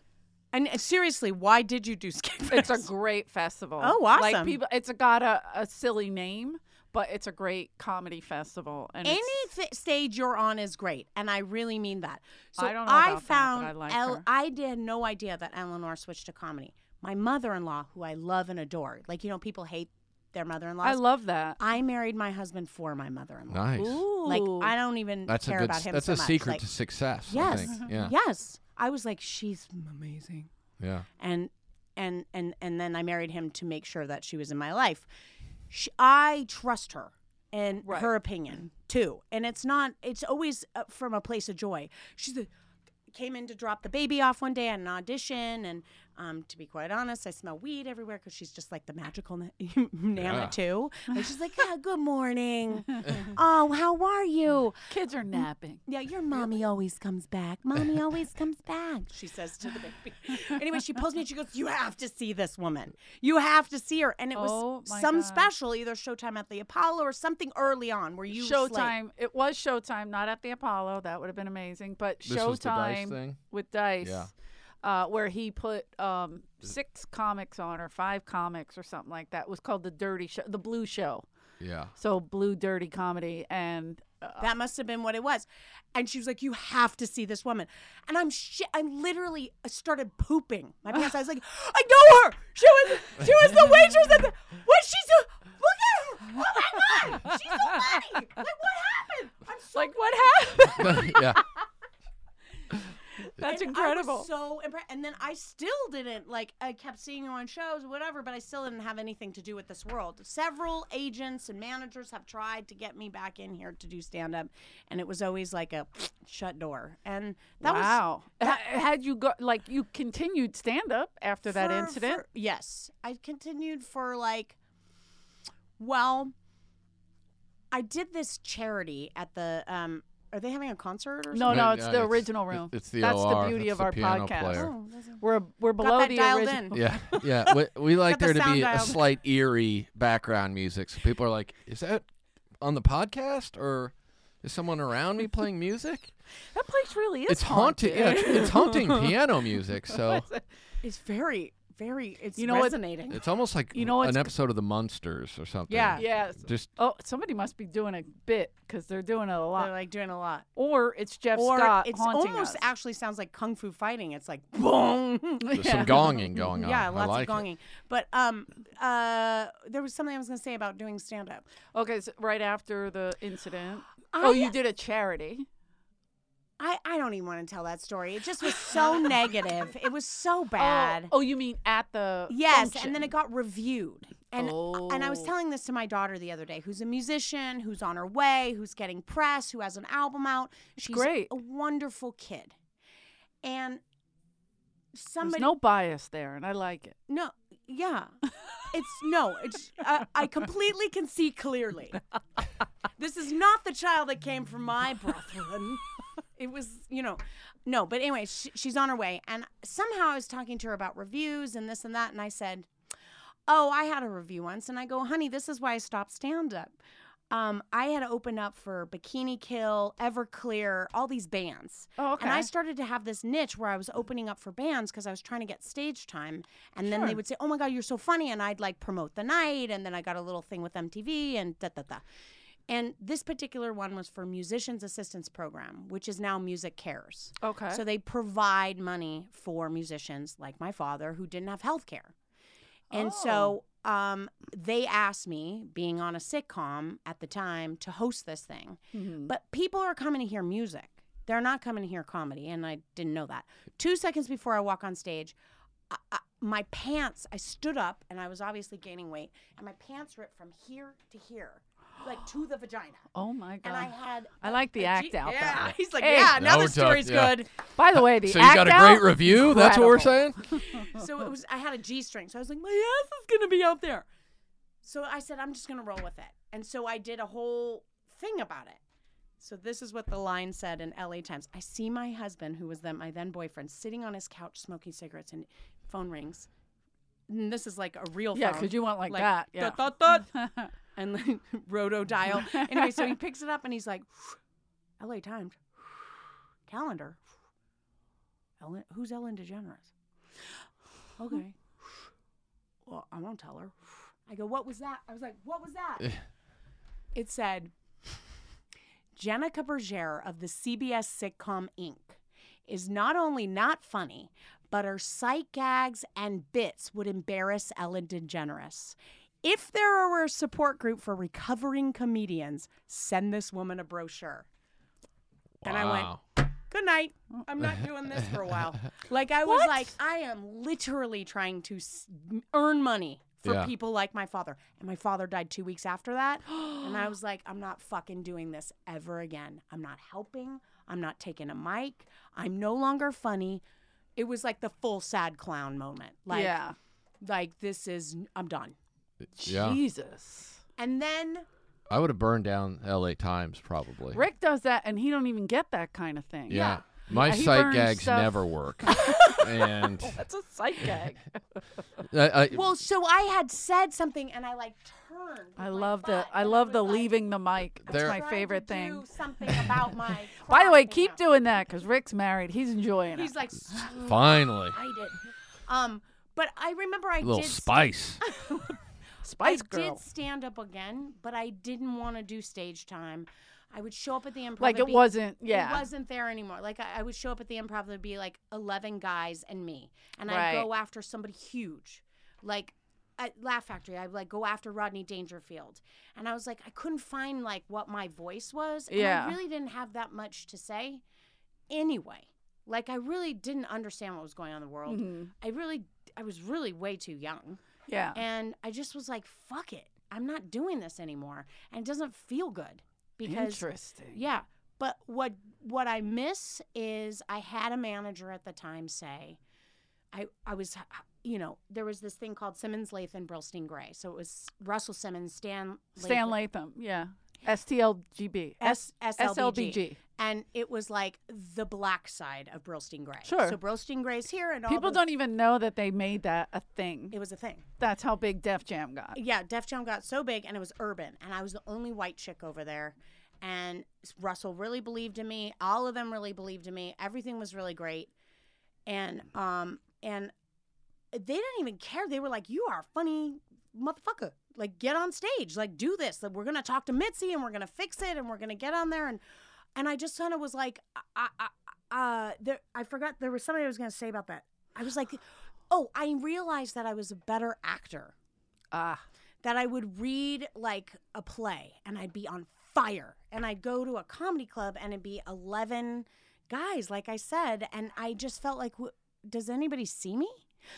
S4: And uh, seriously, why did you do Skankfest?
S3: It's a great festival.
S4: Oh,
S3: Like
S4: awesome.
S3: people, it's got a, a silly name, but it's a great comedy festival. And
S4: any
S3: it's-
S4: th- stage you're on is great, and I really mean that. So
S3: I don't know about that, but
S4: found
S3: I like her.
S4: I had no idea that Eleanor switched to comedy. My mother-in-law, who I love and adore, like you know, people hate their mother-in-laws.
S3: I love that.
S4: I married my husband for my mother-in-law.
S2: Nice.
S3: Ooh.
S4: Like I don't even
S2: That's a
S4: care
S2: good.
S4: about
S2: s-
S4: him.
S2: That's
S4: so
S2: a
S4: much.
S2: secret
S4: Like,
S2: to success. I
S4: yes,
S2: think. Yeah.
S4: yes. I was like, she's amazing,
S2: Yeah.
S4: and and and and then I married him to make sure that she was in my life. She, I trust her and
S3: Right.
S4: her opinion too, and it's not. It's always uh, from a place of joy. She's the came in to drop the baby off one day at an audition and um, to be quite honest i smell weed everywhere because she's just like the magical na- nana
S2: Yeah.
S4: too like she's like ah, good morning oh how are you
S3: Kids are napping.
S4: yeah your mommy
S5: Mommy always comes back. Mommy always comes back.
S4: she says to the baby. anyway, she pulls me and she goes, You have to see this woman. You have to see her. And it was
S3: Oh, my
S4: some
S3: God.
S4: special, either Showtime at the Apollo or something early on where you slay.
S3: Showtime. It was Showtime, not at the Apollo. That would have been amazing. But
S2: This
S3: Showtime
S2: was the Dice thing?
S3: with Dice,
S2: Yeah.
S3: uh, where he put um, six comics on or five comics or something like that. It was called the Dirty Show, the Blue Show.
S2: Yeah.
S3: So blue dirty comedy, and uh,
S4: That must have been what it was. And she was like, You have to see this woman. And I'm shit. I literally started pooping my pants. I was like, I know her. She was she was the waitress at the what she's do- look at her. Oh my god. She's so funny. Like what happened? I'm so
S3: like what happened?
S2: yeah.
S3: That's
S4: And I
S3: incredible.
S4: was so impressed. And then I still didn't like. I kept seeing her on shows, whatever, but I still didn't have anything to do with this world. Several agents and managers have tried to get me back in here to do stand up, and it was always like a shut door. And that was
S3: wow. Ha- Had you go like you continued stand up after that
S4: for-
S3: incident?
S4: for- yes, I continued for like. Well, I did this charity at the. Um, are they having a concert or
S3: no,
S4: something?
S3: no,
S2: Yeah,
S3: it's the
S2: it's-
S3: original room.
S2: it's the
S3: That's
S2: OR,
S3: the beauty
S2: it's
S3: of
S2: the
S3: our
S2: piano
S3: podcast.
S2: player.
S4: Oh, that's-
S3: We're we're below
S4: that
S3: the
S4: dialed
S3: original.
S4: in.
S2: Yeah, yeah. We, we like
S4: Got the
S2: there to
S4: sound
S2: be a
S4: dialed.
S2: slight eerie background music, so people are like, "Is that on the podcast or is someone around me playing music?"
S3: That place really is
S2: it's haunting. Yeah, it's, it's haunting piano music. So
S4: It's very very it's
S3: You know what-
S4: resonating.
S2: It's almost like
S3: You know
S2: an
S3: what's-
S2: episode of the Munsters or something.
S4: Yeah.
S3: Yes.
S2: Just
S3: Oh, somebody must be doing a bit because they're doing it a lot.
S4: They're like doing a lot.
S3: or it's Jeff
S4: or
S3: Scott
S4: it's
S3: haunting
S4: almost
S3: us.
S4: actually sounds like kung fu fighting. It's like boom.
S2: there's some gonging going on.
S4: yeah,
S2: I
S4: lots
S2: like
S4: of gonging. But um uh there was something I was gonna say about doing stand up.
S3: okay, so right after the incident. oh, you did a charity.
S4: I, I don't even want to tell that story. It just was so negative. It was so bad.
S3: Oh, oh, you mean at the
S4: Yes, and
S3: function.
S4: then it got reviewed. And and I was
S3: Oh.
S4: telling this to my daughter the other day, who's a musician, who's on her way, who's getting press, who has an album out. She's
S3: great.
S4: a wonderful kid. And
S3: There's
S4: somebody
S3: no bias there, and I like it.
S4: no, yeah. It's no, it's uh, I completely can see clearly. this is not the child that came from my brethren. It was, you know, no, but anyway, she, she's on her way. And somehow I was talking to her about reviews and this and that. And I said, Oh, I had a review once. And I go, Honey, this is why I stopped stand up. Um, I had opened up for Bikini Kill, Everclear, all these bands.
S3: Oh, okay.
S4: And I started to have this niche where I was opening up for bands because I was trying to get stage time. And then they would say, Oh my God, you're so funny. And I'd like promote the night. And then I got a little thing with MTV and da da da. And this particular one was for Musicians Assistance Program, which is now Music Cares.
S3: Okay.
S4: So they provide money for musicians like my father who didn't have health care. And so
S3: Oh.
S4: um, they asked me, being on a sitcom at the time, to host this thing.
S3: Mm-hmm.
S4: But people are coming to hear music. They're not coming to hear comedy. And I didn't know that. Two seconds before I walk on stage, I, I, my pants, I stood up and I was obviously gaining weight, and my pants ripped from here to here, like to the vagina.
S3: oh my god.
S4: And I had.
S3: I like the
S4: a
S3: act
S4: G-
S3: out.
S4: Yeah,
S3: though.
S4: he's like,
S3: Hey,
S4: yeah, now
S2: No
S4: the story's
S2: duck, yeah.
S4: good.
S3: By the way, the
S2: So you got
S3: act
S2: a great
S3: out-
S2: review? That's what we're saying?
S4: so it was I had a G string, so I was like, my ass is gonna be out there. So I said, I'm just gonna roll with it. And so I did a whole thing about it. So this is what the line said in LA Times. I see my husband, who was then my then boyfriend, sitting on his couch smoking cigarettes and phone rings. And this is like a real
S3: Yeah,
S4: phone.
S3: because you want like, that. Yeah.
S4: Dot, dot, dot. and like, roto dial. Anyway, so he picks it up and he's like, LA Times, calendar. Ellen, who's Ellen DeGeneres? Okay. well, I won't tell her. I go, what was that? I was like, what was that? it said, Jenica Berger of the CBS sitcom Inc. is not only not funny, but her sight gags and bits would embarrass Ellen DeGeneres. If there were a support group for recovering comedians, send this woman a brochure. And I went,
S2: Wow.
S4: Good night.
S3: Mm.
S4: I'm not doing this for a while. Like I was like, I am literally trying to s- earn money for
S2: Yeah.
S4: people like my father. And my father died two weeks after that. and I was like, I'm not fucking doing this ever again. I'm not helping. I'm not taking a mic. I'm no longer funny. It was like the full sad clown moment. Like,
S3: yeah.
S4: like this is, I'm done.
S2: Yeah.
S3: Jesus.
S4: And then
S2: I would have burned down LA Times probably.
S3: Rick does that, and he don't even get that kind of thing.
S2: Yeah. My
S3: Uh, he
S2: sight
S3: burns
S2: gags
S3: stuff.
S2: never work. and uh,
S3: That's a psych gag.
S2: I, I,
S4: Well, so I had said something, and I like turned.
S3: I
S4: with my
S3: love the
S4: butt,
S3: I
S4: and
S3: love
S4: was
S3: the
S4: like,
S3: leaving the mic. That's
S2: There-
S3: my
S4: trying to
S3: favorite
S4: do
S3: thing.
S4: Something about my.
S3: By the way,
S4: crotch
S3: keep
S4: now.
S3: doing that because Rick's married. He's enjoying
S4: He's
S3: it.
S4: like,
S2: finally,
S4: I did. Um, but I remember I
S2: a little
S4: did.
S2: spice.
S3: Spice
S4: I
S3: Girl.
S4: did stand up again, but I didn't want to do stage time. I would show up at the improv.
S3: Like
S4: it'd
S3: it
S4: be-
S3: wasn't.
S4: It
S3: Yeah.
S4: wasn't there anymore. Like I, I would show up at the improv, there'd be like eleven guys and me, and
S3: Right.
S4: I'd go after somebody huge, like at Laugh Factory. I'd like go after Rodney Dangerfield, and I was like, I couldn't find like what my voice was, and
S3: Yeah.
S4: I really didn't have that much to say, anyway. Like I really didn't understand what was going on in the world. I really, I was really way too young.
S3: Mm-hmm. Yeah.
S4: And I just was like, fuck it. I'm not doing this anymore. And it doesn't feel good because
S3: Interesting.
S4: yeah. But what what I miss is I had a manager at the time say, I I was you know there was this thing called Simmons Latham Brillstein Gray. So it was Russell Simmons, Stan
S3: Stan Latham. Yeah. STLGB.
S4: S- SLBG.
S3: SLBG.
S4: and it was like the black side of Brillstein Gray.
S3: Sure.
S4: So Brillstein Gray's here, and all
S3: People
S4: those-
S3: don't even know that they made that a thing.
S4: It was a thing.
S3: That's how big Def Jam got.
S4: yeah, Def Jam got so big, and it was urban, and I was the only white chick over there. And Russell really believed in me. All of them really believed in me. Everything was really great, and um, and they didn't even care. They were like, "You are a funny, motherfucker! Like, get on stage! Like, do this! Like, we're gonna talk to Mitzi and we're gonna fix it and we're gonna get on there and." And I just kind of was like, I, I, I- uh, there, I forgot there was something I was gonna say about that. I was like, "Oh, I realized that I was a better actor."
S3: Ah,
S4: that I would read like a play and I'd be on fire. And I'd go to a comedy club and it'd be 11 guys, like I said. And I just felt like, w- does anybody see me?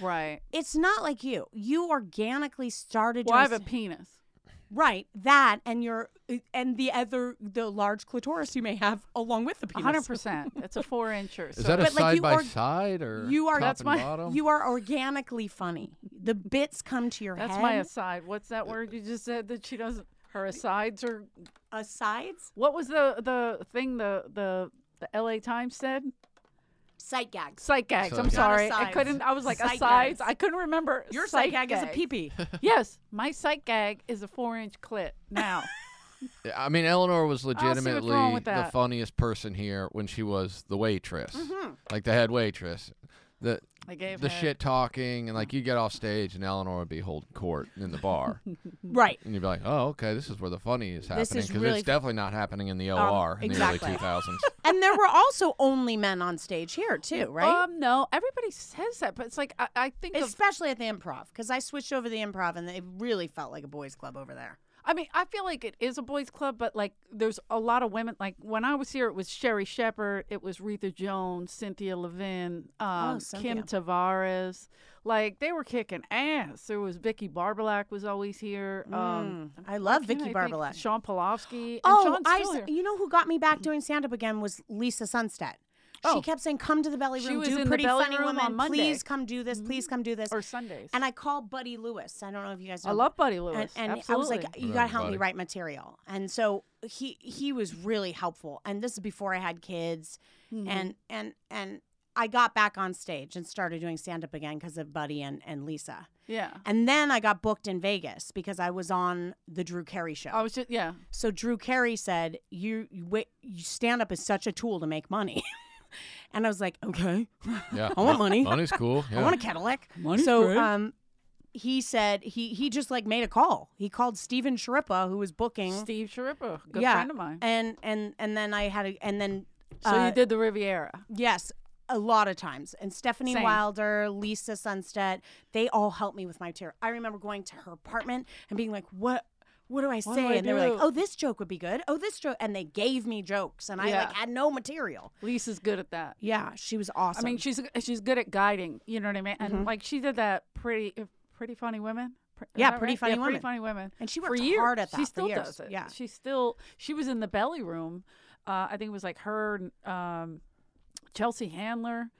S3: right.
S4: It's not like you. You organically started
S3: Well, I have a
S4: yours-
S3: penis.
S4: right that and your uh, and the other the large clitoris you may have along with the
S3: A
S4: penis.
S3: hundred percent. It's a four incher.
S2: Is that a
S4: But, like,
S2: side
S4: you
S2: by
S4: are-
S2: side or
S4: you are-
S2: top
S4: That's
S2: and
S3: my-
S2: bottom?
S4: You are organically funny. The bits come to your
S3: that's
S4: head.
S3: my aside. What's that word you just said that she doesn't? Her asides are.
S4: asides.
S3: What was the the thing the the the L.A. Times said?
S4: Sight gags.
S3: Psych gags. I'm
S2: Psych gags.
S3: sorry, I
S4: asides.
S3: couldn't. I was like
S4: Sight
S3: asides.
S4: gags.
S3: I couldn't remember.
S4: Your sight gag is a
S3: gags.
S4: peepee.
S3: Yes, my sight gag is a four inch clit now.
S2: Yeah, I mean, Eleanor was
S3: what's wrong
S2: legitimately
S3: with
S2: the
S3: that.
S2: funniest person here when she was the waitress, like the head waitress. The
S3: I gave
S2: the
S3: her-
S2: shit talking and like you get off stage and Eleanor would be holding court in the bar and
S4: right.
S2: you'd be like, oh okay, this is where the funny is happening
S4: is
S2: because
S4: really-
S2: it's definitely not happening in the OR in
S4: exactly.
S2: the early 2000s.
S4: and there were also only men on stage here too, right?
S3: Um, no, everybody says that, but it's like I, I think of
S4: Especially at the improv, because I switched over to the improv, and it really felt like a boys' club over there.
S3: I mean, I feel like it is a boys' club, but like there's a lot of women. Like when I was here, it was Sherry Shepard, it was Retha Jones, Cynthia Levin, um, Kim
S4: Oh, Cynthia.
S3: Tavares. Like they were kicking ass. There was Vicky Barbalak was always here. Um,
S4: I love Mm. Vicky Barbalek.
S3: Sean Polofsky. And
S4: oh,
S3: Sean's
S4: I.
S3: still
S4: s-
S3: here.
S4: You know who got me back doing stand up again was Lisa Sunstead. She
S3: Oh.
S4: kept saying, "Come to the belly
S3: She
S4: room,
S3: was
S4: do
S3: in the
S4: pretty
S3: Belly
S4: funny
S3: Room
S4: woman.
S3: on Monday. Mm-hmm.
S4: Please come do this. Please come do this."
S3: or Sundays.
S4: and I called Buddy Lewis. I don't know if you guys. Know
S3: I love Buddy Lewis.
S4: And, and I was
S3: Absolutely.
S4: like, you
S2: Love
S4: gotta help me
S2: Buddy.
S4: write material. And so he he was really helpful. And this is before I had kids.
S3: Mm-hmm.
S4: And and and I got back on stage and started doing stand up again because of Buddy and, and Lisa.
S3: yeah.
S4: And then I got booked in Vegas because I was on the Drew Carey show.
S3: I was just yeah.
S4: So Drew Carey said, "You, you, wait, you stand up is such a tool to make money." and I was like, "Okay,
S2: Yeah,
S4: I want money.
S2: Money's cool. Yeah.
S4: I want a Cadillac. so um he said he he just like made a call. He called Steven Sharippa, who was booking.
S3: Steve Sharippa, good
S4: yeah,
S3: friend of mine.
S4: And and and then I had a and then
S3: So
S4: uh,
S3: you did the Riviera.
S4: yes, a lot of times. And Stephanie
S3: Same.
S4: Wilder, Lisa Sunstead, they all helped me with my tear. I remember going to her apartment and being like, "What what do I say?"
S3: do I
S4: and they were like,
S3: do?
S4: "Oh, this joke would be good. Oh, this joke." And they gave me jokes and I like
S3: Yeah.
S4: had no material.
S3: Lisa's good at that.
S4: Yeah, she was awesome. Mm-hmm.
S3: I mean, she's she's good at guiding. You know what I mean? And like she did that pretty uh, pretty funny women. Pr- is
S4: Yeah,
S3: that
S4: Pretty
S3: right?
S4: Funny
S3: yeah,
S4: Women.
S3: Pretty funny women.
S4: And she
S3: For
S4: worked
S3: years.
S4: hard at that
S3: She
S4: for
S3: still
S4: years.
S3: does it.
S4: Yeah.
S3: she still she was in the belly room. Uh, I think it was like her, um, Chelsea Handler.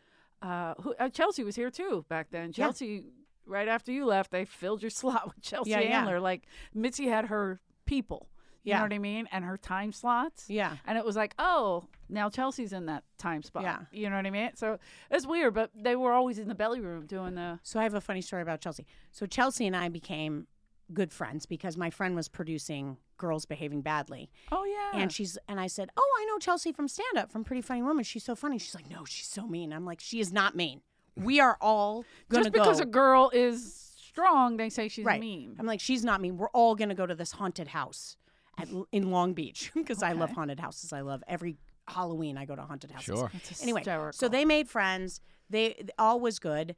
S3: Uh, who uh, Chelsea was here too back then.
S4: Yeah.
S3: Chelsea, right after you left, they filled your slot with Chelsea
S4: Yeah, yeah.
S3: Handler. Like Mitzi had her people. You
S4: Yeah.
S3: know what I mean? And her time slots.
S4: yeah.
S3: And it was like, oh, now Chelsea's in that time spot.
S4: Yeah.
S3: You know what I mean? So it's weird, but they were always in the belly room doing the.
S4: So I have a funny story about Chelsea. So Chelsea and I became good friends because my friend was producing Girls Behaving Badly.
S3: Oh, yeah.
S4: And she's and I said, "Oh, I know Chelsea from stand up from Pretty Funny Woman. She's so funny." She's like, "No, she's so mean." I'm like, "She is not mean. We are all going to
S3: Just
S4: go."
S3: because a girl is strong, they say she's
S4: right.
S3: mean.
S4: I'm like, "She's not mean. We're all going to go to this haunted house at, in Long Beach because I love haunted houses. I love every Halloween I go to haunted houses."
S2: Sure.
S4: Anyway, so
S3: hysterical.
S4: they made friends. They th- all was good,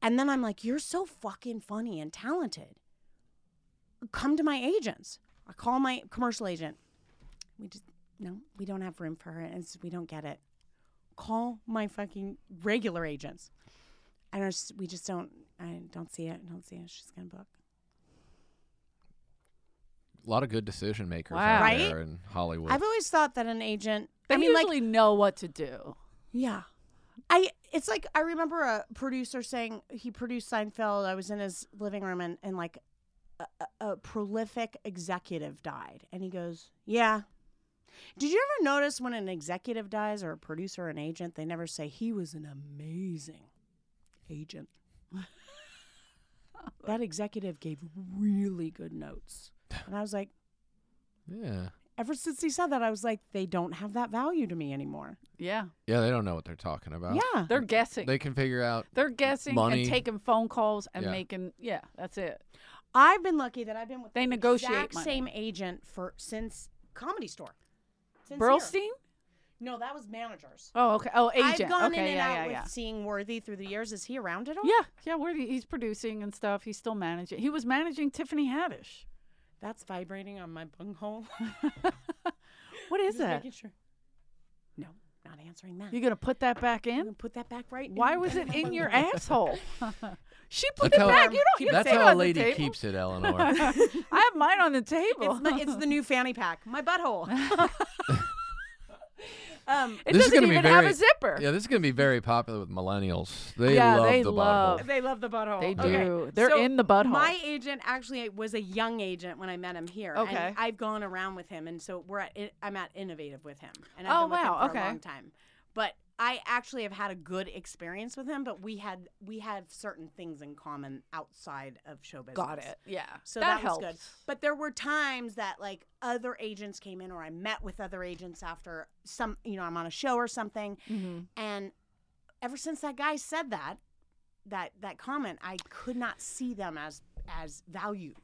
S4: and then I'm like, "You're so fucking funny and talented. Come to my agents." I call my commercial agent. We just no, we don't have room for her, and s- we don't get it. Call my fucking regular agents. And our s- we just don't. I don't see it. I don't see it. She's gonna book.
S2: a lot of good decision makers
S3: Wow.
S2: out
S4: Right?
S2: there in Hollywood.
S4: I've always thought that an agent.
S3: They
S4: I mean, like
S3: usually know what to do.
S4: Yeah. I it's like I remember a producer saying he produced Seinfeld. I was in his living room and, and like a, a, a prolific executive died. And he goes, Yeah. Did you ever notice when an executive dies or a producer or an agent, they never say he was an amazing agent? that executive gave really good notes. And I was like,
S2: yeah.
S4: ever since he said that, I was like, they don't have that value to me anymore.
S3: Yeah.
S2: Yeah, they don't know what they're talking about.
S4: yeah.
S3: They're guessing.
S2: They can figure out.
S3: They're guessing
S2: Money.
S3: and taking phone calls and
S2: Yeah.
S3: making yeah, that's it.
S4: I've been lucky that I've been with
S3: They
S4: the
S3: negotiate
S4: exact
S3: money.
S4: same agent for since Comedy Store. Since here.
S3: Burlstein?
S4: No, that was managers.
S3: Oh, okay. Oh, agent.
S4: I've gone
S3: okay,
S4: in and
S3: yeah,
S4: out
S3: yeah,
S4: with
S3: yeah.
S4: seeing Worthy through the years. Is he around at all?
S3: Yeah, yeah. Where he, he's producing and stuff. He's still managing. He was managing Tiffany Haddish.
S4: That's vibrating on my bunghole.
S3: What is
S4: Just
S3: that?
S4: making sure. No, not answering that.
S3: You gonna put that back
S4: I'm gonna
S3: in?
S4: put that back right.
S3: Why
S4: now.
S3: was it in your
S4: Bunghole.
S3: asshole? she put
S2: That's
S3: it
S2: how-
S3: back. You don't. You
S2: That's
S3: see it
S2: how a
S3: on the
S2: lady
S3: table.
S2: keeps it, Eleanor.
S3: I have mine on the table.
S4: It's, not, it's the new fanny pack. My butthole. um,
S3: it
S2: This is
S3: doesn't
S2: gonna
S3: even
S2: be
S3: have
S2: very-
S3: a zipper.
S2: yeah, this is going to be very popular with millennials. They
S3: Yeah,
S2: love
S3: they
S2: the
S3: love-
S2: butthole.
S4: they love the butthole.
S3: They
S2: Okay.
S3: do. They're
S4: So
S3: in the butthole.
S4: My agent actually was a young agent when I met him here. and
S3: Okay.
S4: I've gone around with him, and so we're at, I'm at Innovative with him, and
S3: Oh,
S4: I've been
S3: wow,
S4: with him for
S3: okay.
S4: a long time. But I actually have had a good experience with him. But we had we have certain things in common outside of show business.
S3: Got it. Yeah.
S4: So
S3: that,
S4: that, was
S3: helps.
S4: good. But there were times that like other agents came in, or I met with other agents after some, you know, I'm on a show or something,
S3: Mhm.
S4: and ever since that guy said that, that that comment, I could not see them as as value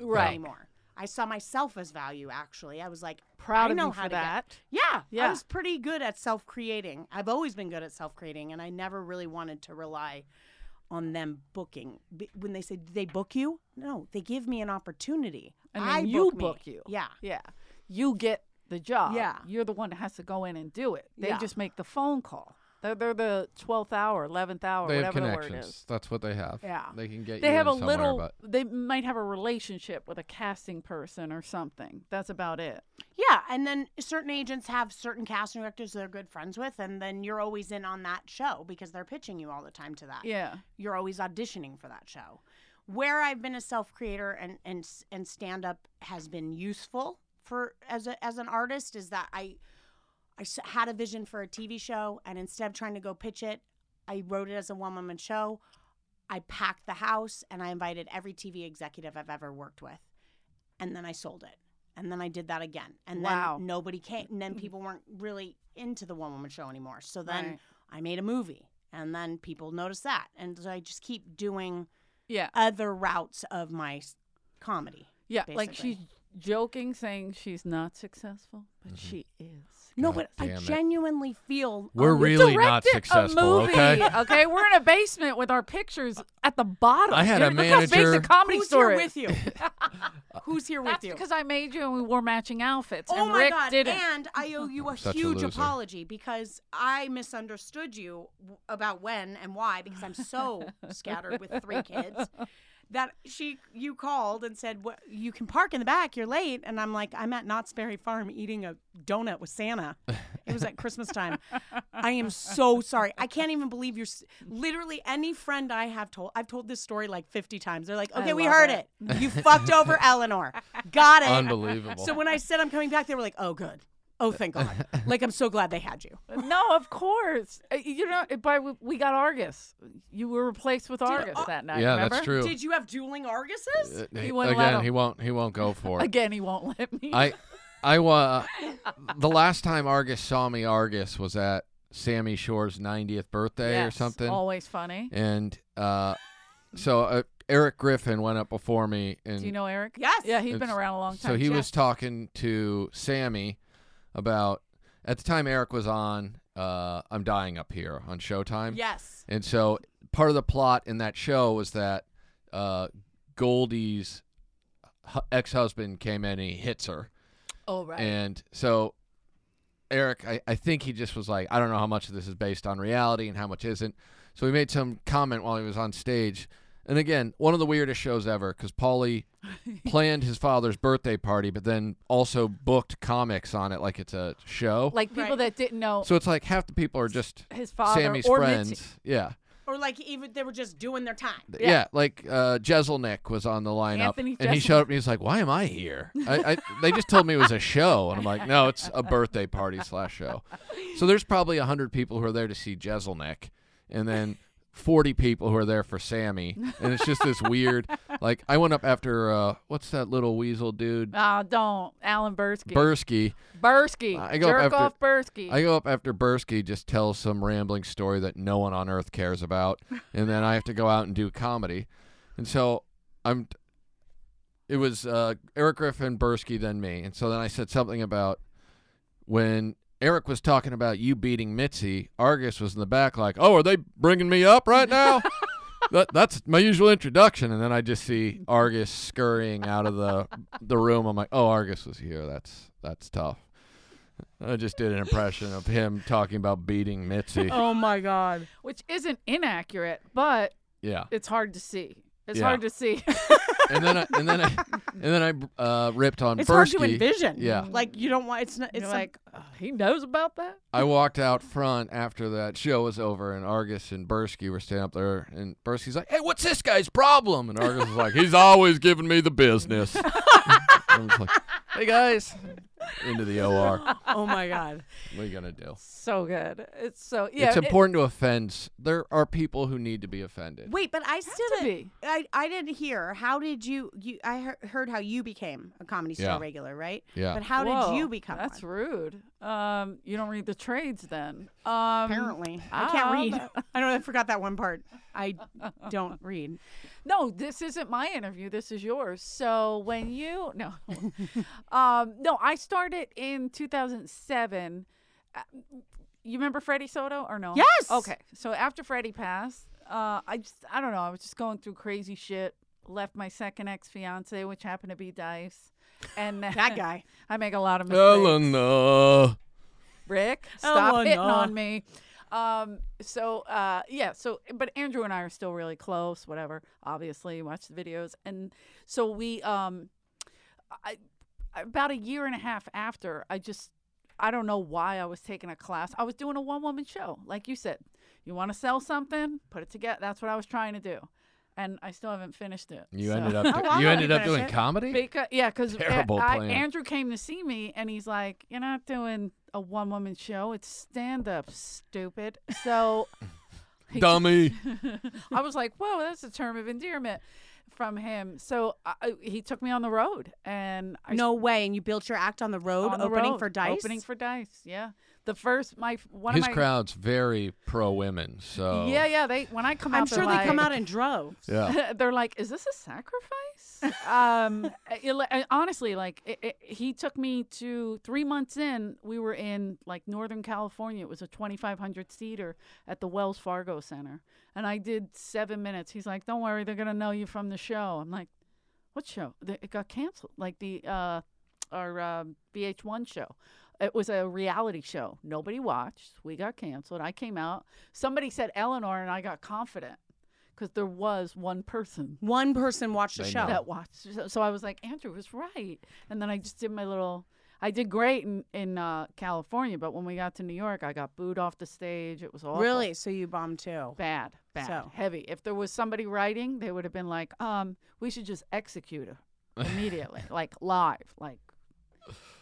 S3: Right.
S4: anymore. I saw myself as value. Actually, I was like
S3: Proud
S4: I
S3: of
S4: know
S3: you
S4: how
S3: for
S4: to get-
S3: that.
S4: yeah,
S3: Yeah.
S4: I was pretty good at self creating. I've always been good at self creating, and I never really wanted to rely on them booking. B- When they say, "Do they book you?" No, they give me an opportunity.
S3: And then
S4: I
S3: you
S4: me.
S3: book you.
S4: Yeah,
S3: Yeah. You get the job.
S4: Yeah.
S3: You're the one that has to go in and do it. They
S4: Yeah.
S3: just make the phone call. They're, they're the 12th hour, 11th hour,
S2: They have
S3: whatever the word is.
S2: connections. That's what they have.
S3: Yeah.
S2: They can get
S3: They
S2: you
S3: have
S2: in
S3: a
S2: somewhere,
S3: little,
S2: but
S3: they might have a relationship with a casting person or something. That's about it.
S4: yeah. And then certain agents have certain casting directors they're good friends with, and then you're always in on that show because they're pitching you all the time to that.
S3: Yeah.
S4: you're always auditioning for that show. Where I've been a self creator and and s- and stand up has been useful for as a as an artist is that I I s- had a vision for a TV show and instead of trying to go pitch it, I wrote it as a one woman show. I packed the house and I invited every TV executive I've ever worked with, and then I sold it. And then I did that again. And
S3: Wow.
S4: then nobody came. And then people weren't really into the one woman show anymore. So then
S3: Right.
S4: I made a movie and then people notice that. And so I just keep doing
S3: Yeah.
S4: other routes of my s- comedy.
S3: Yeah. Like
S4: basically.
S3: she's joking, saying she's not successful, but
S2: Mm-hmm.
S3: she is.
S4: No,
S2: God
S4: but I
S2: damn it.
S4: genuinely feel
S2: We're
S4: um,
S2: really not
S3: Directed
S2: successful,
S3: a movie,
S2: okay?
S3: okay, we're in a basement with our pictures at the bottom.
S2: I had a
S3: You're- Look how
S2: manager-
S3: big the comedy
S4: who's
S3: store
S4: here
S3: is.
S4: with you? who's here with
S3: That's
S4: you?
S3: because I made you and we wore matching outfits.
S4: oh
S3: and
S4: my
S3: Rick
S4: god!
S3: didn't.
S4: And I owe you a
S2: such a
S4: huge
S2: loser.
S4: apology because I misunderstood you w- about when and why because I'm so scattered with three kids. That she you called and said what you can park in the back. You're late, and I'm like I'm at Knott's Berry Farm eating a donut with Santa. It was at Christmas time. I am so sorry. I can't even believe you're s- literally any friend I have told. I've told this story like 50 times. They're like,
S3: I
S4: okay, we
S3: love
S4: heard
S3: it.
S4: it. You fucked over Eleanor. Got it.
S2: unbelievable.
S4: So when I said I'm coming back, they were like, "Oh, good. Oh, thank God. like I'm so glad they had you."
S3: no, of course. Uh, You know, it- by we got Argus. You were replaced with Argus
S4: Ar-
S3: that night.
S2: yeah,
S3: remember?
S2: that's true.
S4: Did you have dueling Arguses?
S2: Uh,
S3: He wouldn't let
S2: again,
S3: him.
S2: he won't. He won't go for it.
S3: Again, he won't let me.
S2: I, I wa- the last time Argus saw me, Argus was at Sammy Shore's 90th birthday or
S3: Yes, Oh.
S2: something,
S3: Always funny.
S2: and uh, so uh, Eric Griffin went up before me, and
S3: Do you know Eric?
S4: Yes.
S3: Yeah, he's been
S2: It's-
S3: around a long time.
S2: so he
S3: Jeff.
S2: was talking to Sammy about at the time Eric was on. Uh, I'm dying up here on Showtime.
S4: Yes.
S2: And so part of the plot in that show was that uh, Goldie's hu- ex-husband came in and he hits her.
S3: Oh right.
S2: And so Eric, I, I think he just was like, I don't know how much of this is based on reality and how much isn't. So he made some comment while he was on stage. And again, one of the weirdest shows ever because Paulie planned his father's birthday party, but then also booked comics on it like it's a show.
S3: like people
S4: Right.
S3: that didn't know
S2: so it's like half the people are just
S3: his father
S2: Sammy's
S3: or
S2: friends.
S3: Mitzi.
S2: Yeah.
S4: Or like even they were just doing their time.
S2: Th-
S3: Yeah.
S2: Yeah. like uh, Jezelnik was on the lineup,
S3: Anthony
S2: and he showed up and he's like, "Why am I here?" I, I, they just told me it was a show, and I'm like, "No, it's a birthday party slash show." So there's probably hundred people who are there to see Jezelnik, and then 40 people who are there for Sammy. And it's just this weird, like, I went up after, uh, what's that little weasel dude?
S3: Oh, don't. Alan Bursky.
S2: Bursky.
S3: Bursky.
S2: I go up
S3: Jerk
S2: after-
S3: off Bursky.
S2: I go up after Bursky just tells some rambling story that no one on earth cares about, and then I have to go out and do comedy, and so I'm. It was uh, Eric Griffin, Bursky, then me, and so then I said something about when Eric was talking about you beating Mitzi. Argus was in the back like, "Oh, are they bringing me up right now?" that, that's my usual introduction, and then I just see Argus scurrying out of the the room. I'm like, "Oh, Argus was here. That's that's tough." I just did an impression of him talking about beating Mitzi.
S6: Oh my god.
S3: which isn't inaccurate, but
S2: Yeah,
S3: it's hard to see. It's
S2: Yeah.
S3: hard to see.
S2: and then I, and then I, and then I uh, ripped on
S6: It's hard to
S2: Bursky.
S6: envision.
S2: Yeah.
S6: Like you don't want it's not it's
S3: You're
S6: some-
S3: like, "Oh, he knows about that.
S2: I walked out front after that show was over, and Argus and Bursky were standing up there, and Bursky's like, "Hey, what's this guy's problem?" And Argus was like, "He's always giving me the business." I was like, "Hey guys, into the OR. What
S6: oh my god.
S2: are you gonna do?"
S3: So good. It's so yeah.
S2: it's
S3: it-
S2: important to offend. There are people who need to be offended.
S4: Wait, but I still
S3: to
S4: didn't-
S3: be.
S4: I, I didn't hear. How did you you I he- heard how you became a comedy store
S2: Yeah.
S4: regular, right?
S2: Yeah.
S4: But how did you
S3: Whoa,
S4: become
S3: That's
S4: one?
S3: rude. Um, you don't read the trades then. Um,
S4: Apparently, I can't
S3: I'll-
S4: read. I don't. I forgot that one part. I don't read.
S3: No, this isn't my interview. This is yours. So when you no, um, no, I started in 2007. Uh, You remember Freddie Soto or no?
S4: Yes!
S3: Okay. So after Freddie passed, uh, I just I don't know. I was just going through crazy shit. Left my second ex fiance, which happened to be Dice, and
S4: That guy.
S3: I make a lot of mistakes.
S2: Eleanor.
S3: Rick, stop hitting
S6: Eleanor.
S3: on me. Um, so uh, yeah, so but Andrew and I are still really close. Whatever, obviously, watch the videos, and so we um, I about a year and a half after, I just I don't know why I was taking a class. I was doing a one woman show, like you said. You want to sell something, put it together. That's what I was trying to do, and I still haven't finished it.
S2: You
S3: so.
S2: ended up.
S4: Oh, wow,
S2: you
S4: I
S2: ended up
S4: finished
S2: doing
S4: it.
S2: comedy.
S3: Because yeah, because
S2: Terrible plan.
S3: Andrew came to see me and he's like, "You're not doing a one woman show. It's stand up, stupid." So he-
S2: Dummy.
S3: I was like, "Whoa, that's a term of endearment." From him, so I, I- he took me on the road, and I
S4: No way. And you built your act on the road,
S3: on the
S4: opening
S3: road,
S4: for Dice.
S3: opening for dice. Yeah, the first my one
S2: His
S3: of my
S2: crowd's very pro women, so
S3: yeah yeah they when I come out
S4: I'm
S3: they're
S4: sure they come
S3: like-
S4: out in droves.
S2: yeah.
S3: they're like, "Is this a sacrifice?" um, it- it- honestly, like it, it, he took me to three months in. We were in like Northern California. It was a 2,500 seater at the Wells Fargo Center, and I did seven minutes. He's like, "Don't worry, they're gonna know you from the show." I'm like, "What show? The, it got canceled. Like the uh, our uh, VH1 show." It was a reality show. Nobody watched. We got canceled. I came out. Somebody said Eleanor, and I got confident because there was one person
S4: One person watched the
S2: They
S4: show.
S2: know.
S3: that watched. So, so I was like, Andrew was right. And then I just did my little. I did great in in uh, California, but when we got to New York, I got booed off the stage. It was awful.
S4: Really? So you bombed too.
S3: bad, bad,
S4: So.
S3: heavy. If there was somebody writing, they would have been like, um, we should just execute her immediately, like live, like.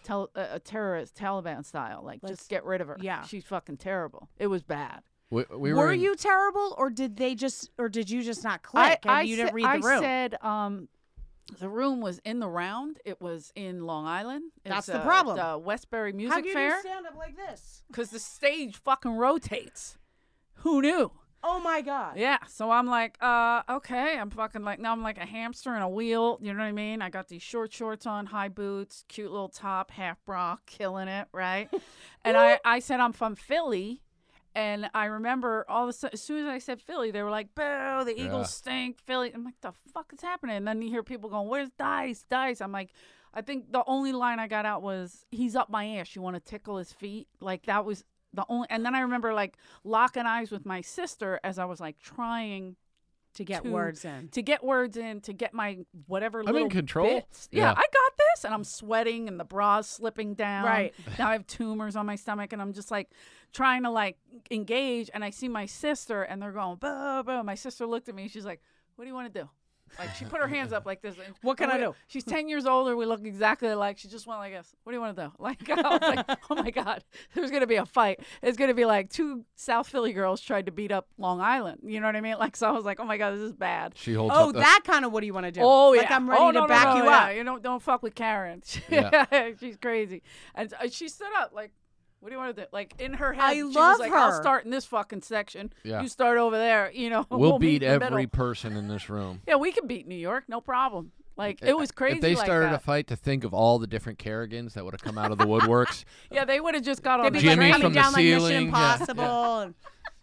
S3: Tel- uh, a terrorist Taliban style, like
S4: Let's-
S3: just get rid of her.
S4: yeah.
S3: she's fucking terrible. It was bad.
S2: We, we
S4: were
S2: in-
S4: you terrible, or did they just, or did you just not click and you
S3: sa-
S4: didn't read the
S3: I
S4: room?
S3: said um, the room was in the round. It was in Long Island. It
S4: That's
S3: was,
S4: the
S3: uh,
S4: problem.
S3: The Westbury
S4: How
S3: Music
S4: do you
S3: Fair
S4: stand up like this?
S3: because the stage fucking rotates. Who knew?
S6: Oh my god.
S3: Yeah. So I'm like, uh, okay. I'm fucking like now I'm like a hamster in a wheel. You know what I mean? I got these short shorts on, high boots, cute little top, half bra, killing it, right? and I I said I'm from Philly. And I remember all of a sudden, as soon as I said Philly, they were like, boo, the
S2: Yeah.
S3: Eagles stink, Philly. I'm like, the fuck is happening? And then you hear people going, where's Dice? Dice. I'm like, I think the only line I got out was, he's up my ass. You want to tickle his feet? Like, that was the only. And then I remember, like, locking eyes with my sister as I was, like, trying
S4: To get
S3: to-
S4: words in.
S3: to get words in, to get my whatever
S2: in
S3: little
S2: control.
S3: bits. Yeah,
S2: Yeah.
S3: I got this, and I'm sweating, and the bra's slipping down.
S4: Right.
S3: now I have tumors on my stomach, and I'm just like trying to like engage. And I see my sister, and they're going boo boo. My sister looked at me, she's like, "What do you want to do?" Like she put her hands up like this. and-
S6: What can
S3: and
S6: I
S3: we-
S6: do?
S3: She's ten years older. We look exactly alike. She just went like this. What do you want to do? Like I was like, oh my god, there's gonna be a fight. It's gonna be like two South Philly girls tried to beat up Long Island. You know what I mean? Like so, I was like, oh my god, this is bad.
S2: She holds
S4: Oh,
S2: up the-
S4: that kind of what do you want to do?
S3: Oh yeah.
S4: Like I'm ready
S3: Oh,
S4: to
S3: no, no,
S4: back
S3: no,
S4: you
S3: yeah.
S4: up.
S3: You don't don't fuck with Karen.
S2: Yeah.
S3: she's crazy. And uh, she stood up like, what do you want to do? Like in her head,
S4: I
S3: she was
S4: love
S3: like, I'll
S4: her.
S3: start in this fucking section.
S2: Yeah.
S3: You start over there. You know,
S2: We'll,
S3: meet
S2: beat
S3: in the
S2: every
S3: middle."
S2: person in this room.
S3: Yeah, we could beat New York, no problem. Like it was crazy.
S2: If they
S3: like
S2: started
S3: that.
S2: a fight, to think of all the different Carrigans that would have come out of the woodworks.
S3: yeah, they would have just got
S4: They'd
S3: on
S4: be
S3: the
S2: Jimmy
S4: like
S3: train.
S4: coming
S2: from the
S4: down like Mission
S2: ceiling, yeah, yeah.
S4: Impossible and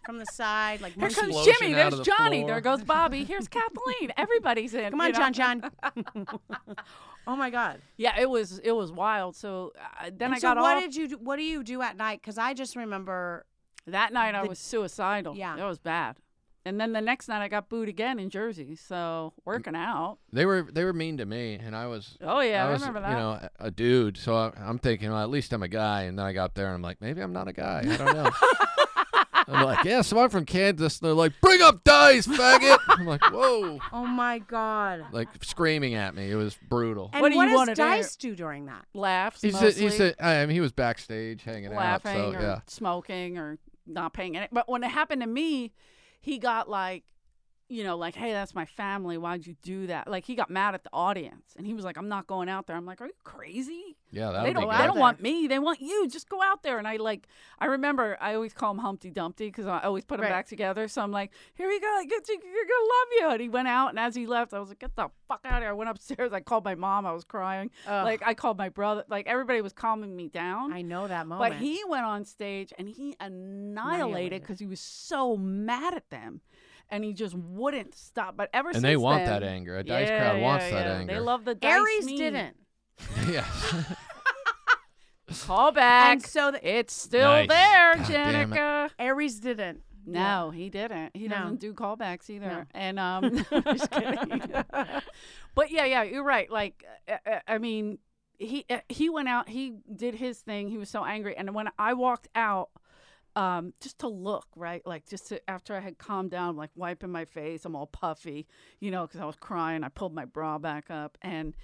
S4: from the side, like
S3: Here
S4: monkey.
S3: comes
S2: explosion
S3: Jimmy.
S2: out
S3: There's
S2: of the
S3: Johnny.
S2: floor.
S3: There goes Bobby. Here's Kathleen. Everybody's in.
S4: Come on,
S3: you know?
S4: John, John.
S6: Oh my god.
S3: Yeah, it was it was wild. So uh, then I
S4: so
S3: got
S4: what
S3: off
S4: did you? Do, what do you do at night? Because I just remember.
S3: that night. I
S4: the-
S3: was suicidal.
S4: Yeah.
S3: that was bad. And then the next night I got booed again in Jersey.
S2: Mm.
S3: So working out.
S2: They were they were mean to me, and I was
S3: Oh yeah, I,
S2: was,
S3: remember that.
S2: You know, a a dude. So I, I'm thinking, well, at least I'm a guy. And then I got up there and I'm like, maybe I'm not a guy. I don't know. I'm like, yeah, so I'm from Kansas. And they're like, bring up dice, faggot. I'm like, whoa.
S6: Oh my god.
S2: Like screaming at me. It was brutal.
S4: And
S3: What
S4: what,
S3: do you
S4: does
S3: want to do?
S4: Dice do during that?
S3: Laughs.
S2: He said,
S3: mostly.
S2: he said, I mean, he was backstage hanging
S3: laughing
S2: out. So,
S3: or
S2: yeah.
S3: smoking or not paying it. But when it happened to me, he got like, you know, like, hey, that's my family. Why'd you do that? Like, he got mad at the audience and he was like, I'm not going out there. I'm like, are you crazy?
S2: Yeah, that
S3: they
S2: would be
S3: don't,
S2: good.
S3: they don't want me. They want you. Just go out there. And I like, I remember I always call him Humpty Dumpty because I always put him
S4: Right.
S3: back together. So I'm like, here you go. Get you, you're going to love you. And he went out. And as he left, I was like, get the fuck out of here. I went upstairs. I called my mom. I was crying.
S4: Ugh.
S3: Like, I called my brother. Like, everybody was calming me down.
S4: I know that moment.
S3: But he went on stage and he annihilated
S4: Annihilated.
S3: because he was so mad at them, and he just wouldn't stop. But ever
S2: And
S3: since
S2: they want
S3: then-
S2: that anger. A dice
S3: Yeah,
S2: crowd wants
S3: yeah,
S2: that
S3: yeah.
S2: anger.
S3: They love the dice
S4: Aries
S3: meme.
S4: didn't.
S2: yes.
S3: call back.
S4: And so the,
S3: it's still
S2: Nice.
S3: there,
S2: God damn it.
S3: Janica.
S4: Aries didn't.
S3: No, he didn't. He
S4: No.
S3: doesn't do callbacks either.
S4: No.
S3: And um, just kidding. but yeah, yeah, you're right. Like, uh, uh, I mean, he uh, he went out. He did his thing. He was so angry. And when I walked out, um, just to look right, like just to, after I had calmed down, I'm, like wiping my face, I'm all puffy, you know, because I was crying. I pulled my bra back up and.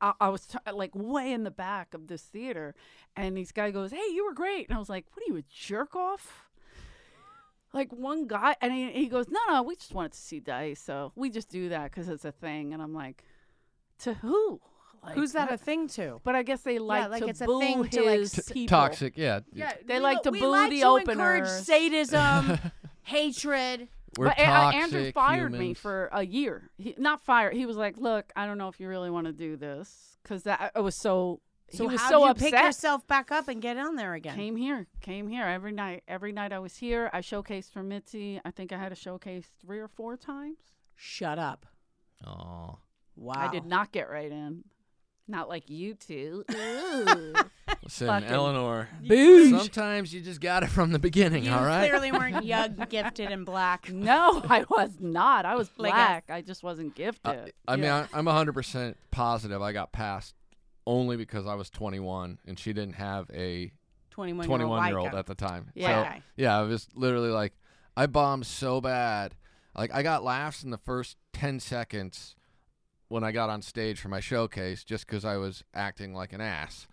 S3: I, I was t- like way in the back of this theater, and this guy goes, "Hey, you were great," and I was like, "What are you a jerk off?" like one guy and he, he goes no no we just wanted to see dice so we just do that because it's a thing and i'm like to who like,
S6: Who's that a thing to?
S3: but i guess they like,
S4: like,
S3: to
S4: it's a
S3: boo
S4: thing
S3: his
S4: to, like,
S2: T-
S3: people
S2: toxic. Yeah.
S4: Yeah,
S3: They
S4: we
S3: like
S4: lo-
S3: to
S4: we
S3: boo
S4: like
S3: the
S4: to encourage
S3: openers.
S4: sadism, hatred.
S2: We're
S3: um, but A- A-
S2: toxic
S3: Andrew fired me
S2: humans.
S3: for a year. He, not fired. He was like, "Look, I don't know if you really want to do this because that I was so."
S4: So
S3: he was
S4: how
S3: so
S4: do you
S3: upset.
S4: pick yourself back up and get on there again?
S3: Came here, came here every night. Every night I was here. I showcased for Mitzi. I think I had a showcase three or four times.
S6: Shut up.
S2: Aw.
S6: Wow.
S3: I did not get right in. Not like you two.
S2: Listen,
S3: Fucking
S2: Eleanor. Sometimes you just got it from the beginning,
S4: You
S2: all right?
S4: clearly weren't young, gifted, and black.
S3: No, I was not. I was
S4: Like a-
S3: black. I just wasn't
S2: Uh,
S3: gifted.
S2: I mean, I, I'm 100% positive I got passed only because I was 21 and she didn't have a
S4: 21
S2: 21 year old
S4: white
S2: at the time.
S3: Yeah.
S2: So,
S4: Okay.
S2: yeah, I was literally like, I bombed so bad. Like, I got laughs in the first 10 seconds when I got on stage for my showcase just because I was acting like an ass.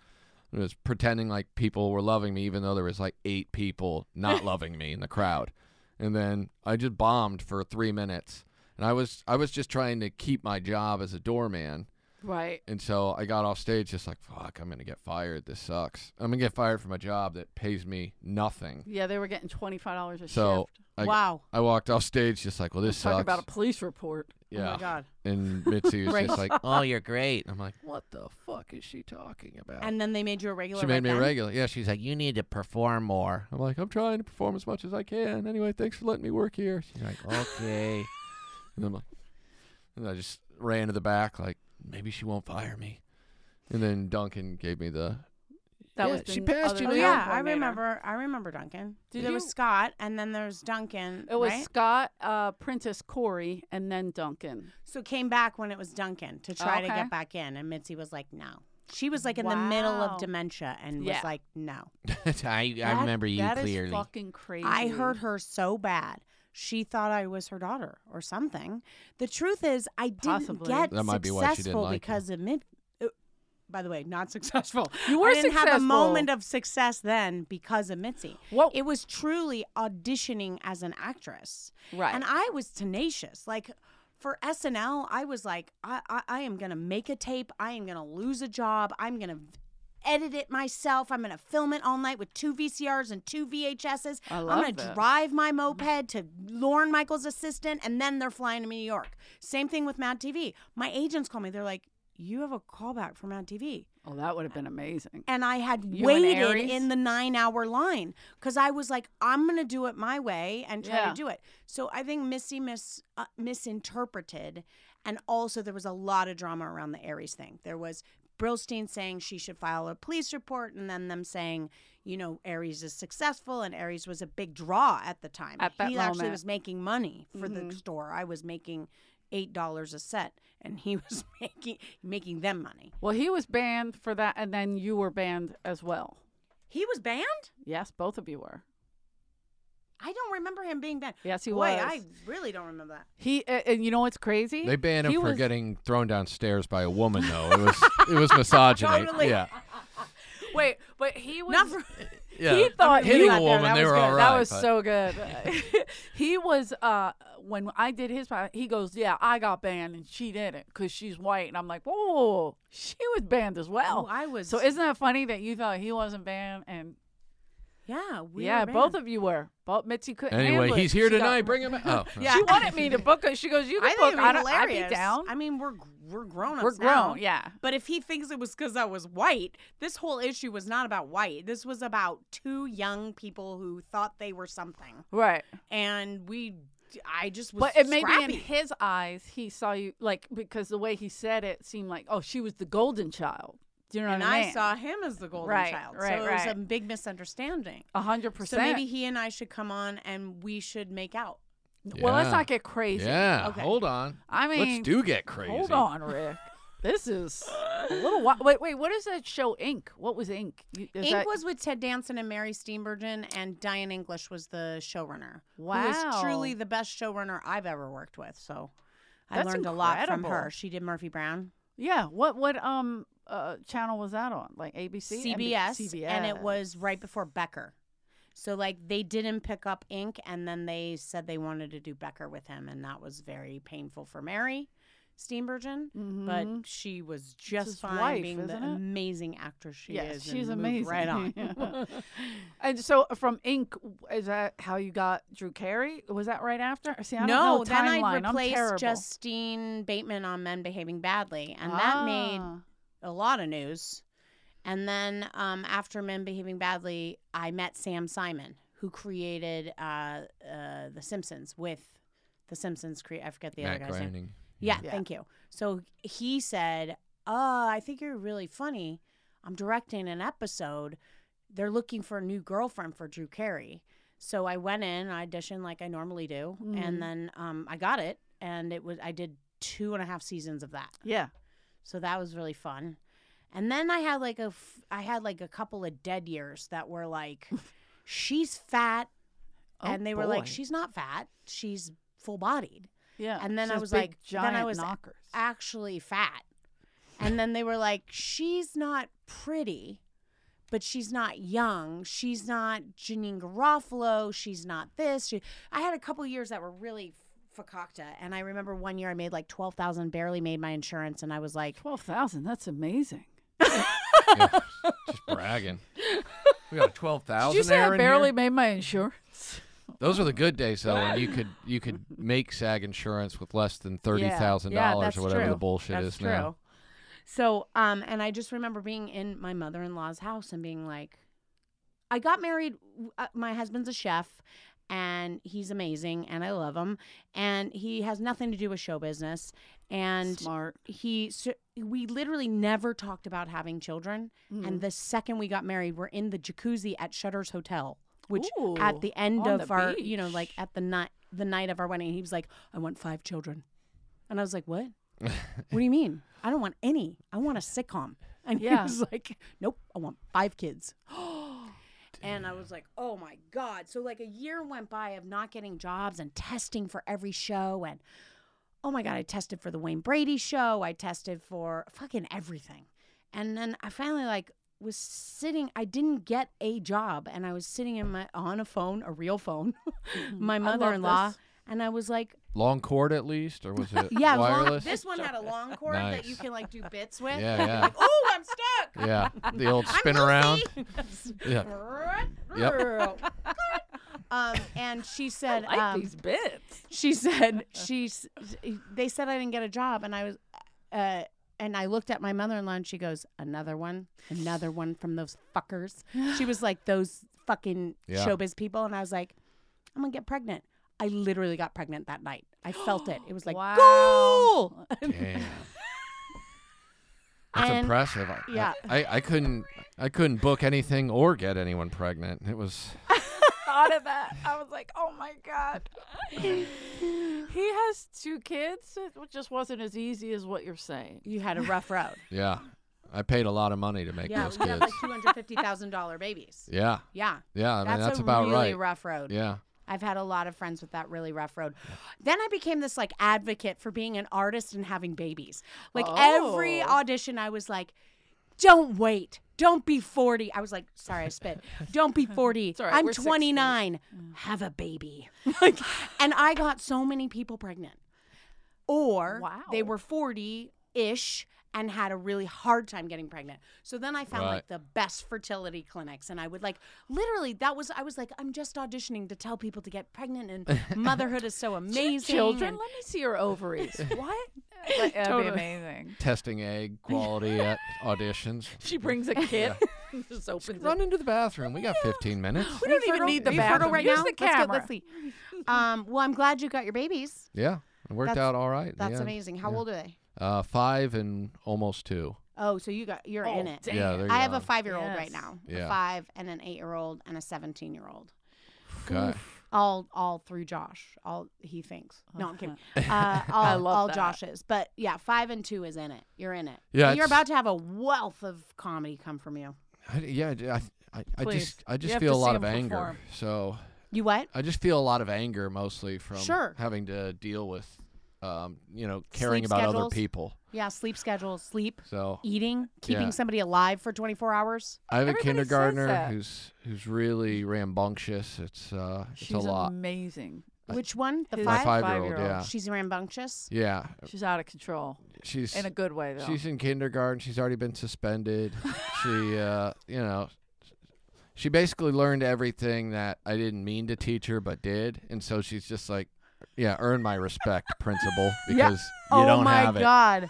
S2: I was pretending like people were loving me, even though there was like eight people not loving me in the crowd. And then I just bombed for three minutes. And I was I was just trying to keep my job as a doorman.
S3: right.
S2: And so I got off stage just like, fuck, I'm going to get fired. This sucks. I'm going to get fired from a job that pays me nothing.
S3: Yeah, they were getting twenty five dollars a
S2: So
S3: shift.
S2: I,
S4: Wow.
S2: I walked off stage just like, well, this
S3: Talk
S2: sucks.
S3: about a police report.
S2: yeah.
S6: Oh my god.
S2: And Mitzi was
S4: Right.
S2: just like, oh, you're great. And I'm like, what the fuck is she talking about?
S4: And then they made you a regular.
S2: she
S4: right
S2: made me a
S4: then?
S2: regular. Yeah, she's like, you need to perform more. I'm like, I'm trying to perform as much as I can. Anyway, thanks for letting me work here. She's like, okay. and I'm like, and I just ran to the back, like, maybe she won't fire me. And then Duncan gave me the
S3: That
S2: Yeah,
S3: was the
S2: she passed
S3: other
S2: you
S4: Oh
S2: the
S3: talent
S4: yeah, I
S3: coordinator.
S4: remember. I remember Duncan.
S3: Did
S4: there was
S3: you-
S4: Scott, and then there's Duncan.
S3: It was
S4: right?
S3: Scott, uh, Prentice, Corey, and then Duncan.
S4: so came back when it was Duncan to try to
S3: Okay.
S4: get back in, and Mitzi was like, "No." She was like in the middle
S3: Wow.
S4: of dementia and
S3: Yeah.
S4: was like, "No."
S2: I,
S3: That- that is fucking crazy.
S4: I hurt her so bad. she thought I was her daughter or something. The truth is, I didn't
S3: Possibly.
S4: get
S2: That might be
S4: successful
S2: why she didn't like you.
S4: because of mid. uh, By the way, not successful.
S3: You were
S4: I didn't have a moment
S3: successful.
S4: of success then because of Mitzi.
S3: What-
S4: It was truly auditioning as an actress.
S3: Right.
S4: And I was tenacious. Like for SNL, I was like, I, I, I am going to make a tape. I am going to lose a job. I'm going to edit it myself. I'm going to film it all night with two VCRs and two VHSs.
S3: I
S4: I'm
S3: love
S4: going to
S3: that.
S4: drive my moped to Lauren Michaels' assistant, and then they're flying to New York. Same thing with Mad TV. My agents call me. They're like, you have a callback for Mad TV
S3: Oh, that would have been amazing.
S4: and I had
S3: You and
S4: waited
S3: Aries?
S4: in the nine hour line because I was like, I'm gonna do it my way and try
S3: Yeah.
S4: to do it. So I think Missy mis uh, misinterpreted, and also there was a lot of drama around the Aries thing. There was Brillstein saying she should file a police report, and then them saying, you know, Aries is successful, and Aries was a big draw at the time.
S3: At that
S4: he actually
S3: moment. Mm-hmm.
S4: was making money for the store. I was making eight dollars a set, and he was making making them money.
S3: Well, he was banned for that, and then you were banned as well.
S4: He was banned.
S3: Yes, both of you were.
S4: I don't remember him being banned.
S3: Yes, he
S4: Boy,
S3: was.
S4: I really don't remember that.
S3: He a- and you know what's crazy?
S2: They banned him
S3: He
S2: for
S3: was-
S2: getting thrown downstairs by a woman, though. It was it was misogyny.
S4: Totally.
S2: Yeah,
S3: Wait, but he was
S4: Not for-
S2: yeah.
S3: He thought
S2: hitting
S3: you
S2: a
S3: got there,
S2: woman,
S3: that
S2: they
S3: was
S2: were
S3: good.
S2: all
S3: That
S2: right,
S3: was
S2: but-
S3: so good. he was uh, when I did his pod- he goes, "Yeah, I got banned and she didn't because she's white." And I'm like, "Whoa, she was banned as well."
S4: Oh, I was-
S3: So isn't that funny that you thought he wasn't banned and
S4: yeah, we
S3: yeah,
S4: were
S3: both
S4: banned.
S3: of you were. Both Mitzi couldn't.
S2: Anyway,
S3: handle it.
S2: he's here
S3: She got-
S2: tonight. Bring him. Out. Oh, no.
S3: She wanted me to book it. She goes, "You can
S4: I think
S3: book.
S4: it'd be
S3: I don't, I'd
S4: hilarious.
S3: be down."
S4: I mean, we're we're grown ups.
S3: We're grown, yeah.
S4: But if he thinks it was because I was white, this whole issue was not about white. This was about two young people who thought they were something,
S3: right.
S4: and we. I just was.
S3: But it may be in
S4: scrappy.
S3: his eyes, he saw you like because the way he said it seemed like, oh, she was the golden child. Do you know
S4: and
S3: what I mean?
S4: I saw him as the golden
S3: Right,
S4: child,
S3: right,
S4: so it was a
S3: right.
S4: big misunderstanding.
S3: a hundred
S4: So
S3: percent.
S4: maybe he and I should come on, and we should make out.
S3: Well, let's
S2: Yeah.
S3: not get crazy.
S2: Yeah,
S4: Okay.
S2: hold on.
S3: I mean,
S2: let's do get crazy.
S3: hold on, Rick. This is a little wi- wait. Wait, what is that show? Ink. What was Ink? You- is
S4: Ink
S3: that-
S4: was with Ted Danson and Mary Steenburgen, and Diane English was the showrunner. Who is
S3: Wow.
S4: truly the best showrunner I've ever worked with. So I
S3: That's
S4: learned a lot from her.
S3: incredible.
S4: She did Murphy Brown,
S3: yeah. What what um uh channel was that on? Like ABC, NBC?
S4: CBS, and it
S3: CBS.
S4: was right before Becker. So like they didn't pick up Ink, and then they said they wanted to do Becker with him, and that was very painful for Mary Steenburgen.
S3: Mm-hmm.
S4: But she was just
S3: his
S4: fine
S3: wife,
S4: being the
S3: isn't it?
S4: amazing actress she
S3: Yes,
S4: is.
S3: she's
S4: and
S3: amazing.
S4: moved Right on.
S3: Yeah. and so uh, from Ink, is that how you got Drew Carey? Was that right after? See, I don't
S4: no,
S3: know
S4: then I
S3: timeline. I'm
S4: replaced
S3: terrible.
S4: Justine Bateman on Men Behaving Badly, and that made
S3: Ah.
S4: a lot of news. And then um, after Men Behaving Badly, I met Sam Simon, who created uh, uh, The Simpsons with The Simpsons. Cre- I forget the
S2: Matt
S4: other guy's name.
S2: Groening.
S4: Yeah,
S3: Yeah.
S4: thank you. So he said, "Oh, I think you're really funny. I'm directing an episode. They're looking for a new girlfriend for Drew Carey." So I went in, I auditioned like I normally do,
S3: Mm-hmm.
S4: and then um, I got it, and it was I did two and a half seasons of that.
S3: Yeah.
S4: So that was really fun. And then I had like a f- I had like a couple of dead years that were like, she's fat,
S3: Oh,
S4: and they were like,
S3: boy.
S4: she's not fat, she's full bodied
S3: Yeah.
S4: and then
S3: She
S4: I
S3: has
S4: was
S3: big,
S4: like,
S3: giant
S4: then I was
S3: knockers.
S4: actually fat, and then they were like, she's not pretty, but she's not young, she's not Janine Garofalo, she's not this. She, I had a couple years that were really fakakta, and I remember one year I made like twelve thousand, barely made my insurance, and I was like,
S3: Twelve thousand. That's amazing.
S2: Yeah, just bragging. We got a twelve
S3: Did
S2: thousand.
S3: you say I barely made my insurance?
S2: Those are the good days though, when you could you could make SAG insurance with less than thirty thousand dollars
S4: that's
S2: or whatever
S4: true.
S2: the bullshit
S4: That's
S2: is now.
S4: true. So, um, and I just remember being in my mother in law's house and being like, I got married. Uh, my husband's a chef and he's amazing and I love him. And he has nothing to do with show business. And
S3: Smart.
S4: he, so we literally never talked about having children.
S3: Hmm.
S4: And the second we got married, we're in the jacuzzi at Shutter's Hotel, which at
S3: Ooh,
S4: the end
S3: on
S4: of
S3: the
S4: our, you know, like
S3: beach.
S4: at the night, the night of our wedding, he was like, I want five children. And I was like, what? what do you mean? I don't want any. I want a sitcom. And he
S3: Yeah.
S4: was like, nope, I want five kids. And I was like, oh my God. So, like, a year went by of not getting jobs and testing for every show. And oh my God, I tested for the Wayne Brady show. I tested for fucking everything. And then I finally, like, was sitting, I didn't get a job. And I was sitting in my, on a phone, a real phone, my mother in law.
S3: Mm-hmm. this.
S4: And I was like,
S2: Long cord at least, or was it
S4: yeah, long,
S2: wireless?
S4: this one had a long cord that you
S2: Nice.
S4: can, like, do bits with.
S2: Yeah,
S4: You're
S2: yeah.
S4: Like, oh, I'm stuck.
S2: yeah, the old spin around. yeah, Yep.
S4: um, and she said,
S3: I like
S4: um,
S3: these bits.
S4: she said she s- they said I didn't get a job and I was uh and I looked at my mother-in-law and she goes, "Another one, another one from those fuckers." She was like those fucking
S2: Yeah.
S4: showbiz people and I was like, "I'm going to get pregnant." I literally got pregnant that night. I felt it. It was like,
S3: Wow.
S4: "Cool."
S2: damn. That's
S4: And-
S2: impressive. I,
S4: yeah.
S2: I, I couldn't I couldn't book anything or get anyone pregnant. It was
S3: thought of that. I was like, oh my God. he has two kids. It just wasn't as easy as what you're saying.
S4: You had a rough road.
S2: yeah. I paid a lot of money to make
S4: yeah,
S2: those
S4: we have like
S2: kids.
S4: $250,000 babies.
S2: Yeah,
S4: Yeah.
S2: yeah. I mean
S4: that's,
S2: that's
S4: a
S2: about
S4: really
S2: right.
S4: rough road.
S2: Yeah.
S4: I've had a lot of friends with that really rough road. Then I became this like advocate for being an artist and having babies. Like every
S3: Oh.
S4: audition, I was like, don't wait. Don't be 40. I was like, sorry, I spit. Don't be 40.
S3: all right,
S4: I'm
S3: we're 60.
S4: 29. Have a baby. Like, and I got so many people pregnant. Or they
S3: Wow.
S4: were 40 ish and had a really hard time getting pregnant. So then I found
S2: Right.
S4: like the best fertility clinics and I would like literally that was I was like I'm just auditioning to tell people to get pregnant and motherhood is so amazing.
S3: Children,
S4: and-
S3: let me see your ovaries. what? That- That'd
S4: Totally.
S3: be amazing.
S2: Testing egg quality at auditions.
S3: She brings a kit. and just opens it.
S2: Run into the bathroom. We got 15 minutes.
S3: We don't even
S4: fertile-
S3: need the
S4: are you fertile
S3: bathroom.
S4: right
S3: Use
S4: now.
S3: the
S4: Let's
S3: camera.
S4: go. Let's see. Um, well, I'm glad you got your babies.
S2: Yeah, it worked
S4: That's-
S2: out all right. in the
S4: That's
S2: end.
S4: amazing. How
S2: Yeah.
S4: old are they?
S2: Uh, five and almost two.
S4: Oh, so you got you're in
S3: Oh,
S4: it.
S3: damn.
S2: Yeah, there you
S4: I have a
S2: go.
S4: five-year-old right
S3: Yes.
S4: now, a
S2: Yeah.
S4: five and an eight-year-old and a seventeen-year-old.
S2: Okay.
S4: all all through Josh. All he thinks. No, I'm kidding. Uh, all
S3: love
S4: all
S3: that.
S4: Josh's, but yeah, five and two is in it. You're in it.
S2: Yeah,
S4: and you're
S2: it's-
S4: about to have a wealth of comedy come from you.
S2: I, yeah, I, I, I
S3: Please.
S2: just I
S3: You
S2: just
S3: have
S2: feel
S3: to
S2: a lot
S3: see
S2: of
S3: 'em
S2: anger.
S3: perform.
S2: So
S4: You what?
S2: I just feel a lot of anger mostly from
S4: Sure.
S2: having to deal with, um, you know, caring
S4: Sleep
S2: about
S4: schedules.
S2: other people.
S4: Yeah, sleep schedule, sleep,
S2: So
S4: eating, keeping
S2: Yeah.
S4: somebody alive for 24 hours.
S2: I have a
S3: Everybody says
S2: kindergartner
S3: that.
S2: who's who's really rambunctious. It's uh, it's
S3: She's
S2: a lot.
S3: amazing.
S4: Which one? The
S3: His
S2: My
S4: five.
S2: five-year-old,
S3: five-year-old.
S2: yeah,
S4: She's rambunctious.
S2: yeah,
S3: She's out of control
S2: she's
S3: in a good way, though.
S2: She's in kindergarten. She's already been suspended. she, uh, you know, she basically learned everything that I didn't mean to teach her, but did, and so she's just like, yeah, earn my respect, principal, because you
S4: oh
S2: don't
S4: my
S2: have it.
S4: god,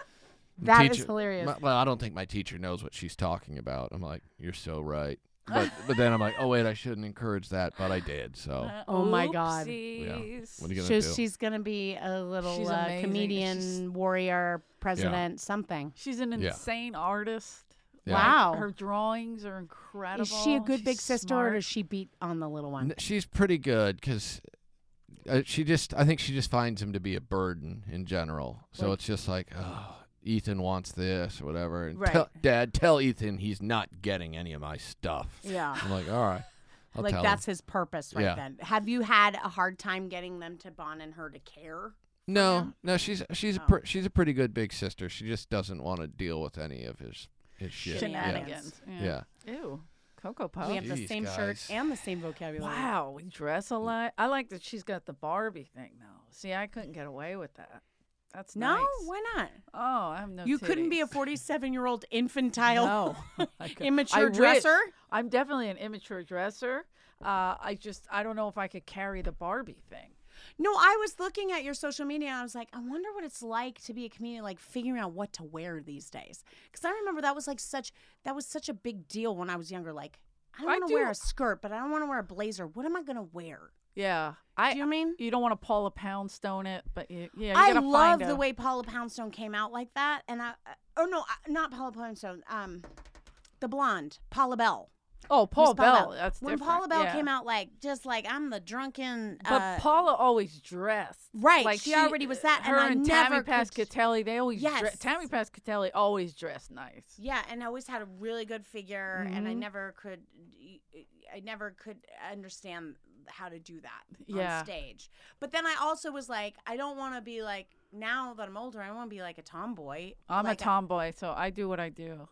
S4: that is
S2: Teacher-
S4: hilarious.
S2: My- well, I don't think my teacher knows what she's talking about. I'm like, you're so right, but but then I'm like, oh wait, I shouldn't encourage that, but I did. So
S3: Uh,
S4: oh my God.
S3: Oopsies.
S2: what are you gonna
S4: She's,
S2: do?
S4: she's gonna be a little
S3: She's
S4: uh,
S3: amazing.
S4: comedian,
S3: She's-
S4: warrior, president, something.
S3: She's an
S2: Yeah.
S3: insane artist.
S2: Yeah.
S4: Wow.
S3: Her drawings are incredible.
S4: Is she a good
S3: She's
S4: big sister, or
S3: smart.
S4: does she beat on the little one?
S2: N- She's pretty good because uh, she just, I think she just finds him to be a burden in general. So it's just like, oh, Ethan wants this or whatever. And
S3: Right.
S2: tell, Dad, tell Ethan he's not getting any of my stuff.
S4: Yeah.
S2: I'm like, all right. I'll
S4: like
S2: tell
S4: that's
S2: him.
S4: his purpose right
S2: Yeah.
S4: then. Have you had a hard time getting them to bond and her to care?
S2: No, no, she's she's
S4: Oh.
S2: a pr- she's a pretty good big sister. She just doesn't want to deal with any of his his shit. Yeah.
S4: Shenanigans.
S3: Shenanigans.
S2: yeah.
S3: Ew. Cocoa Puff.
S4: we have the
S2: Jeez,
S4: same shirt
S2: guys.
S4: and the same vocabulary.
S3: Oh. Wow, we dress alike. I like that she's got the Barbie thing though. See, I couldn't get away with that. That's
S4: No,
S3: nice.
S4: why not?
S3: Oh, I have no.
S4: you couldn't be a
S3: titties.
S4: 47 year old infantile
S3: No, I could- I
S4: immature
S3: wish.
S4: dresser.
S3: I'm definitely an immature dresser. Uh, I just I don't know if I could carry the Barbie thing.
S4: No, I was looking at your social media and I was like, I wonder what it's like to be a comedian, like figuring out what to wear these days. Because I remember that was like such that was such a big deal when I was younger. Like, I don't
S3: I
S4: want to wear
S3: do-
S4: a skirt, but I don't want to wear a blazer. What am I gonna wear?
S3: Yeah, I.
S4: Do you know what I mean?
S3: You don't want to Paula Poundstone it, but you, yeah, you
S4: I
S3: gotta
S4: love
S3: find
S4: the
S3: a-
S4: way Paula Poundstone came out like uh, that, and I. uh, Oh no, I- not Paula Poundstone. Um, the blonde, Paula Bell.
S3: Oh, Paul
S4: Miss Paula.
S3: Bell. That's
S4: when
S3: different.
S4: Paula Bell
S3: yeah.
S4: came out, like just like I'm the drunken.
S3: But
S4: uh,
S3: Paula always dressed
S4: Right, she already was that, and
S3: her
S4: I
S3: and
S4: never
S3: Tammy
S4: could s-
S3: Pascatelli, they always dress
S4: Yes.
S3: Tammy Pascatelli always dressed nice.
S4: Yeah, and I always had a really good figure, and I
S3: Mhm.
S4: never could, I never could understand how to do that
S3: Yeah.
S4: on stage. But then I also was like, I don't want to be like now that I'm older, I want to be like a tomboy.
S3: I'm
S4: like
S3: a tomboy, so I do what I do.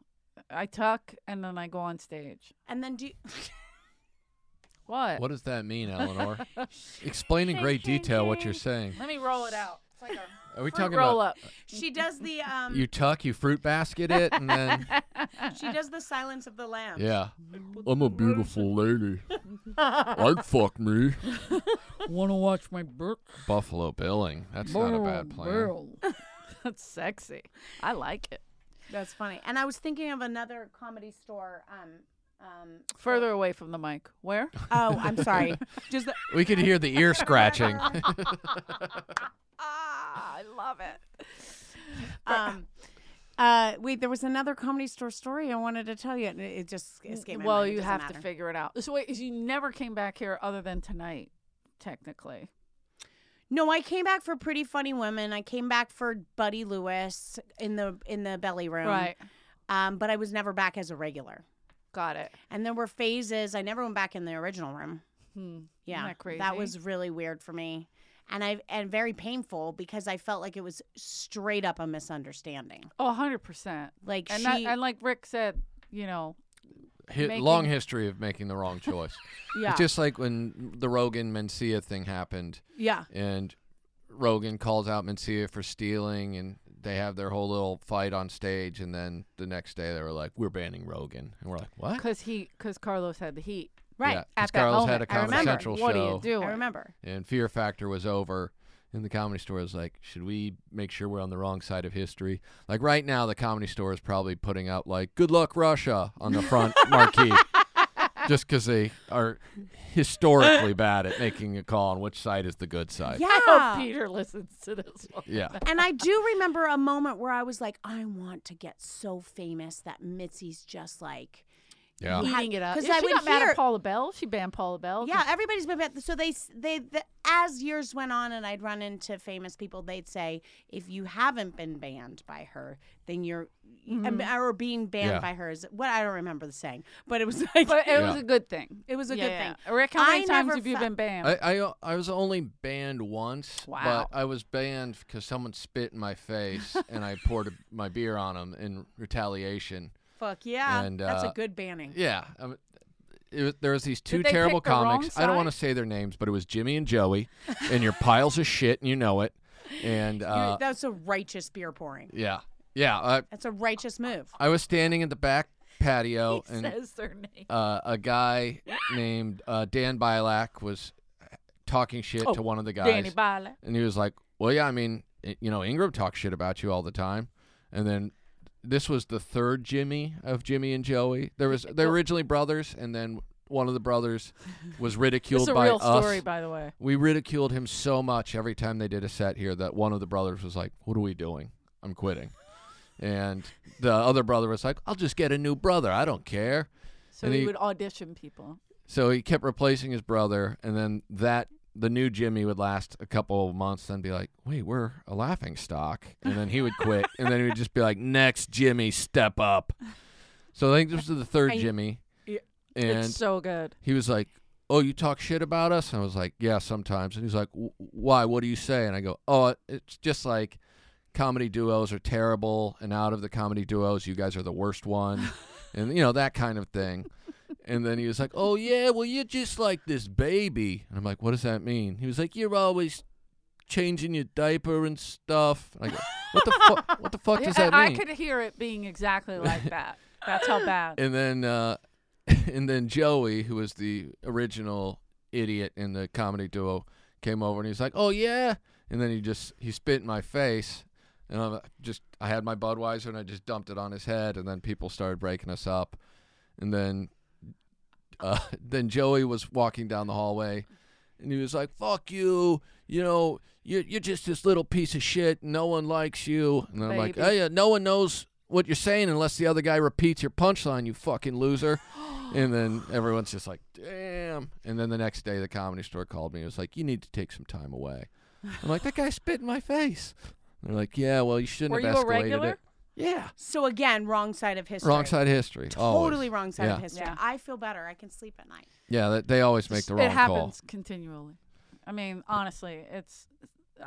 S3: I tuck and then I go on stage.
S4: and then do
S3: What?
S2: What does that mean, Eleanor? Explain in great detail what you're saying.
S3: Let me roll it out. It's like a
S2: Are we
S3: fruit
S2: talking
S3: roll
S2: about
S3: up.
S4: she does the um,
S2: you tuck, you fruit basket it, and then
S4: she does the Silence of the Lambs.
S2: yeah. I'm a beautiful lady. I'd fuck me.
S3: Want to watch my book?
S2: Buffalo Billing. That's not a bad plan.
S3: That's sexy. I like it.
S4: that's funny. And I was thinking of another comedy store. Um, um,
S3: Further away from the mic. Where?
S4: oh, I'm sorry.
S6: Just the,
S2: We could hear the ear scratching.
S3: Ah, I love it.
S4: um, uh, wait, there was another comedy store story I wanted to tell you, and it it just escaped my
S3: well,
S4: mind. It
S3: you
S4: doesn't
S3: have
S4: matter.
S3: to figure it out. So wait, is you never came back here other than tonight, technically.
S4: No, I came back for Pretty Funny Women. I came back for Buddy Lewis in the in the belly room.
S3: Right.
S4: Um, but I was never back as a regular.
S3: Got it.
S4: And there were phases. I never went back in the original room.
S3: Hmm.
S4: Yeah.
S3: that crazy?
S4: was really weird for me. And I and very painful because I felt like it was straight up a misunderstanding.
S3: Oh, 100%.
S4: Like
S3: And,
S4: she
S3: that, and like Rick said, you know,
S2: Hi-
S3: Making-
S2: long history of making the wrong choice.
S3: yeah.
S2: It's just like when the Rogan Mencia thing happened
S3: yeah.
S2: and Rogan calls out Mencia for stealing and they have their whole little fight on stage and then the next day they were like, We're banning Rogan and we're like, What?
S3: Because he, because Carlos had the heat.
S4: right.
S2: Yeah, 'cause
S3: At that
S2: Carlos had
S3: moment,
S2: a
S3: I
S2: Comedy
S4: remember.
S2: Central
S3: what
S2: show
S3: do you do?
S4: I remember.
S2: and Fear Factor was over and the comedy store was like, Should we make sure we're on the wrong side of history? Like right now the comedy store is probably putting up like Good luck Russia on the front marquee. Just because they are historically bad at making a call on which side is the good side.
S4: Yeah.
S3: I hope Peter listens to this one.
S2: Yeah.
S4: and I do remember a moment where I was like, I want to get so famous that Mitzi's just like
S2: Yeah.
S4: Yeah.
S3: Eating it up.
S4: 'Cause
S3: Yeah,
S4: I
S3: she
S4: would
S3: got mad
S4: hear-
S3: at Paula Bell. She banned Paula Bell.
S4: Yeah, everybody's been bad. So they s- they the, as years went on, and I'd run into famous people. They'd say, if you haven't been banned by her, then you're
S3: Mm-hmm.
S4: um, or being banned
S2: Yeah.
S4: by her is what I don't remember the saying, but it was like
S3: But it was
S2: Yeah.
S3: a good thing.
S4: it was a
S3: Yeah,
S4: good
S3: yeah.
S4: thing.
S3: Rick, how many
S4: I
S3: times
S4: never
S3: have you
S4: fe-
S3: been banned?
S2: I, I I was only banned once,
S3: Wow.
S2: but I was banned because someone spit in my face and I poured my beer on them in retaliation.
S4: Fuck yeah,
S2: And,
S4: that's
S2: uh,
S4: a good banning.
S2: Yeah, I mean, it was, there was these two
S3: they pick
S2: terrible
S3: the wrong
S2: comics. I don't want to say their names, but it was Jimmy and Joey, and you're piles of shit, and you know it. And
S4: You-
S2: uh,
S4: that's a righteous beer pouring.
S2: yeah, yeah, I,
S4: That's a righteous move.
S2: I was standing in the back patio,
S3: he
S2: and
S3: says their name.
S2: uh, a guy named uh, Dan Bilak was talking shit
S3: Oh,
S2: to one of the guys.
S3: Danny Byler.
S2: And he was like, "Well, yeah, I mean, i- you know, Ingram talks shit about you all the time." And then this was the third Jimmy of Jimmy and Joey. There was they're originally brothers, and then one of the brothers was
S3: It's
S2: ridiculed
S3: a
S2: by
S3: real
S2: us.
S3: story, by the way.
S2: we ridiculed him so much every time they did a set here that one of the brothers was like, "What are we doing? I'm quitting." And the other brother was like, "I'll just get a new brother. I don't care."
S3: So
S2: And
S3: he,
S2: he-
S3: would audition people.
S2: So he kept replacing his brother, and then that the new Jimmy would last a couple of months, then be like, "Wait, we're a laughing stock," and then he would quit, and then he would just be like, "Next Jimmy, step up." So I think this was the third
S4: I-
S2: Jimmy,
S4: Yeah.
S2: and
S3: it's so good.
S2: he was like, "Oh, you talk shit about us?" And I was like, "Yeah, sometimes." And he's like, "Wh- "Why? What do you say?" And I go, "Oh, it's just like comedy duos are terrible, and out of the comedy duos, you guys are the worst one, and you know that kind of thing." And then he was like, "Oh yeah, well you're just like this baby," and I'm like, "What does that mean?" He was like, "You're always changing your diaper and stuff." And I go, "What the fuck? What the fuck does
S3: Yeah,
S2: that
S3: I
S2: mean?"
S3: could hear it being exactly like that. That's how bad.
S2: and then uh, and then Joey, who was the original idiot in the comedy duo, came over and he's like, "Oh yeah," and then he just he spit in my face, and I just I had my Budweiser and I just dumped it on his head, and then people started breaking us up, and then uh, then Joey was walking down the hallway, and he was like, "Fuck you." You know, you're, you're just this little piece of shit. No one likes you. And I'm like,
S3: Baby.
S2: hey, uh, no one knows what you're saying unless the other guy repeats your punchline, you fucking loser. and then everyone's just like, damn. And then the next day, the comedy store called me and was like, you need to take some time away. I'm like, that guy spit in my face. And they're like, yeah, well, you shouldn't
S3: Were
S2: have
S3: you a
S2: escalated it.
S3: regular?
S2: Yeah.
S4: So again, wrong side of history.
S2: Wrong side of history.
S4: Totally
S2: always.
S4: wrong side
S2: yeah.
S4: of history.
S3: Yeah.
S4: I feel better. I can sleep at night.
S2: Yeah, that, they always make the wrong
S3: it happens
S2: call.
S3: continually. I mean, honestly, it's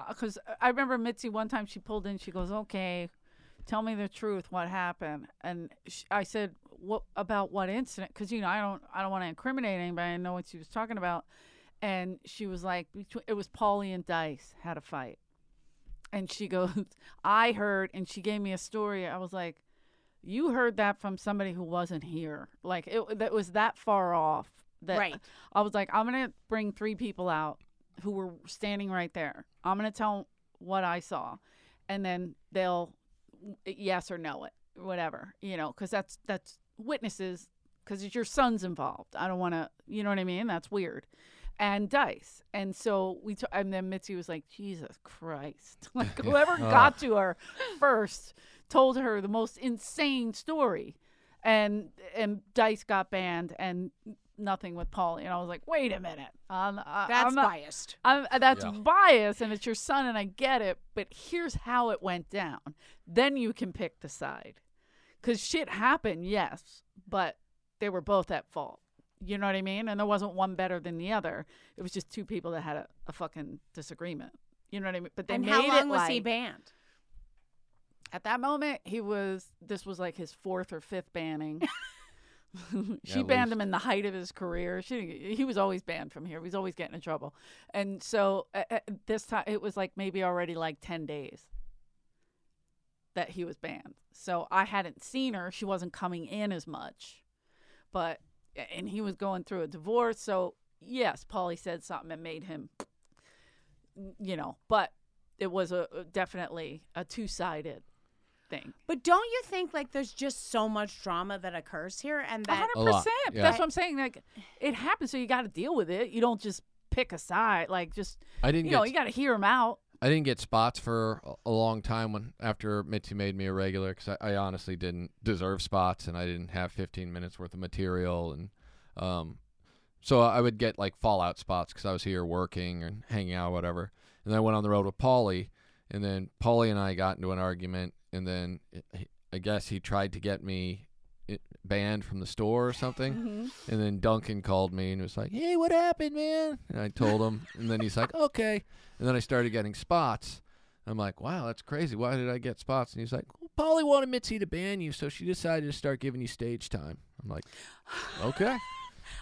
S3: because I remember Mitzi one time she pulled in. She goes, "Okay, tell me the truth. What happened?" And sh I said, "What about what incident?" Because you know, I don't, I don't want to incriminate anybody. I know what she was talking about. And she was like, between, "It was Paulie and Dice had a fight." And she goes, "I heard," and she gave me a story. I was like. You heard that from somebody who wasn't here. Like it, that was that far off. That
S4: Right.
S3: I was like, I'm gonna bring three people out who were standing right there. I'm gonna tell what I saw, and then they'll yes or no it, whatever you know, because that's that's witnesses. Because your son's involved. I don't want to, you know what I mean? That's weird. And dice. And so we, t- and then Mitzi was like, Jesus Christ. Like whoever got to her first told her the most insane story and and Dice got banned and nothing with Paulie. And I was like, wait a minute, I'm, I,
S4: That's
S3: I'm not-
S4: biased.
S3: I'm, uh, that's
S2: Yeah.
S3: bias, and it's your son, and I get it. But here's how it went down. Then you can pick the side, because shit happened, yes, but they were both at fault. You know what I mean? And there wasn't one better than the other. It was just two people that had a, a fucking disagreement. You know what I mean? But they
S4: and
S3: made
S4: how long
S3: it
S4: was he
S3: like-
S4: banned?
S3: at that moment he was this was like his fourth or fifth banning she
S2: at
S3: banned
S2: least.
S3: him in the height of his career she didn't- he was always banned from here he was always getting in trouble and so uh, uh, this time it was like maybe already like 10 days that he was banned so i hadn't seen her she wasn't coming in as much but and he was going through a divorce so yes polly said something that made him you know but it was a definitely a two-sided thing
S4: But don't you think like there's just so much drama that occurs here and
S3: A
S4: that
S3: hundred
S2: A lot,
S3: percent.
S2: yeah.
S3: That's what I'm saying. Like, it happens, so you got to deal with it. You don't just pick a side. Like, just
S2: I didn't
S3: you
S2: get
S3: know, you got to hear them out.
S2: I didn't get spots for a- a long time when after Mitzi made me a regular because I, I honestly didn't deserve spots and I didn't have 15 minutes worth of material and um, so I would get like fallout spots because I was here working and hanging out whatever and then I went on the road with Paulie and then Paulie and I got into an argument and then it, he- I guess he tried to get me it, banned from the store or something and then Duncan called me and was like hey what happened man and I told him and then he's like okay and then I started getting spots. I'm like, wow, that's crazy. Why did I get spots? And he's like, well, Polly wanted Mitzi to ban you, so she decided to start giving you stage time. I'm like, okay.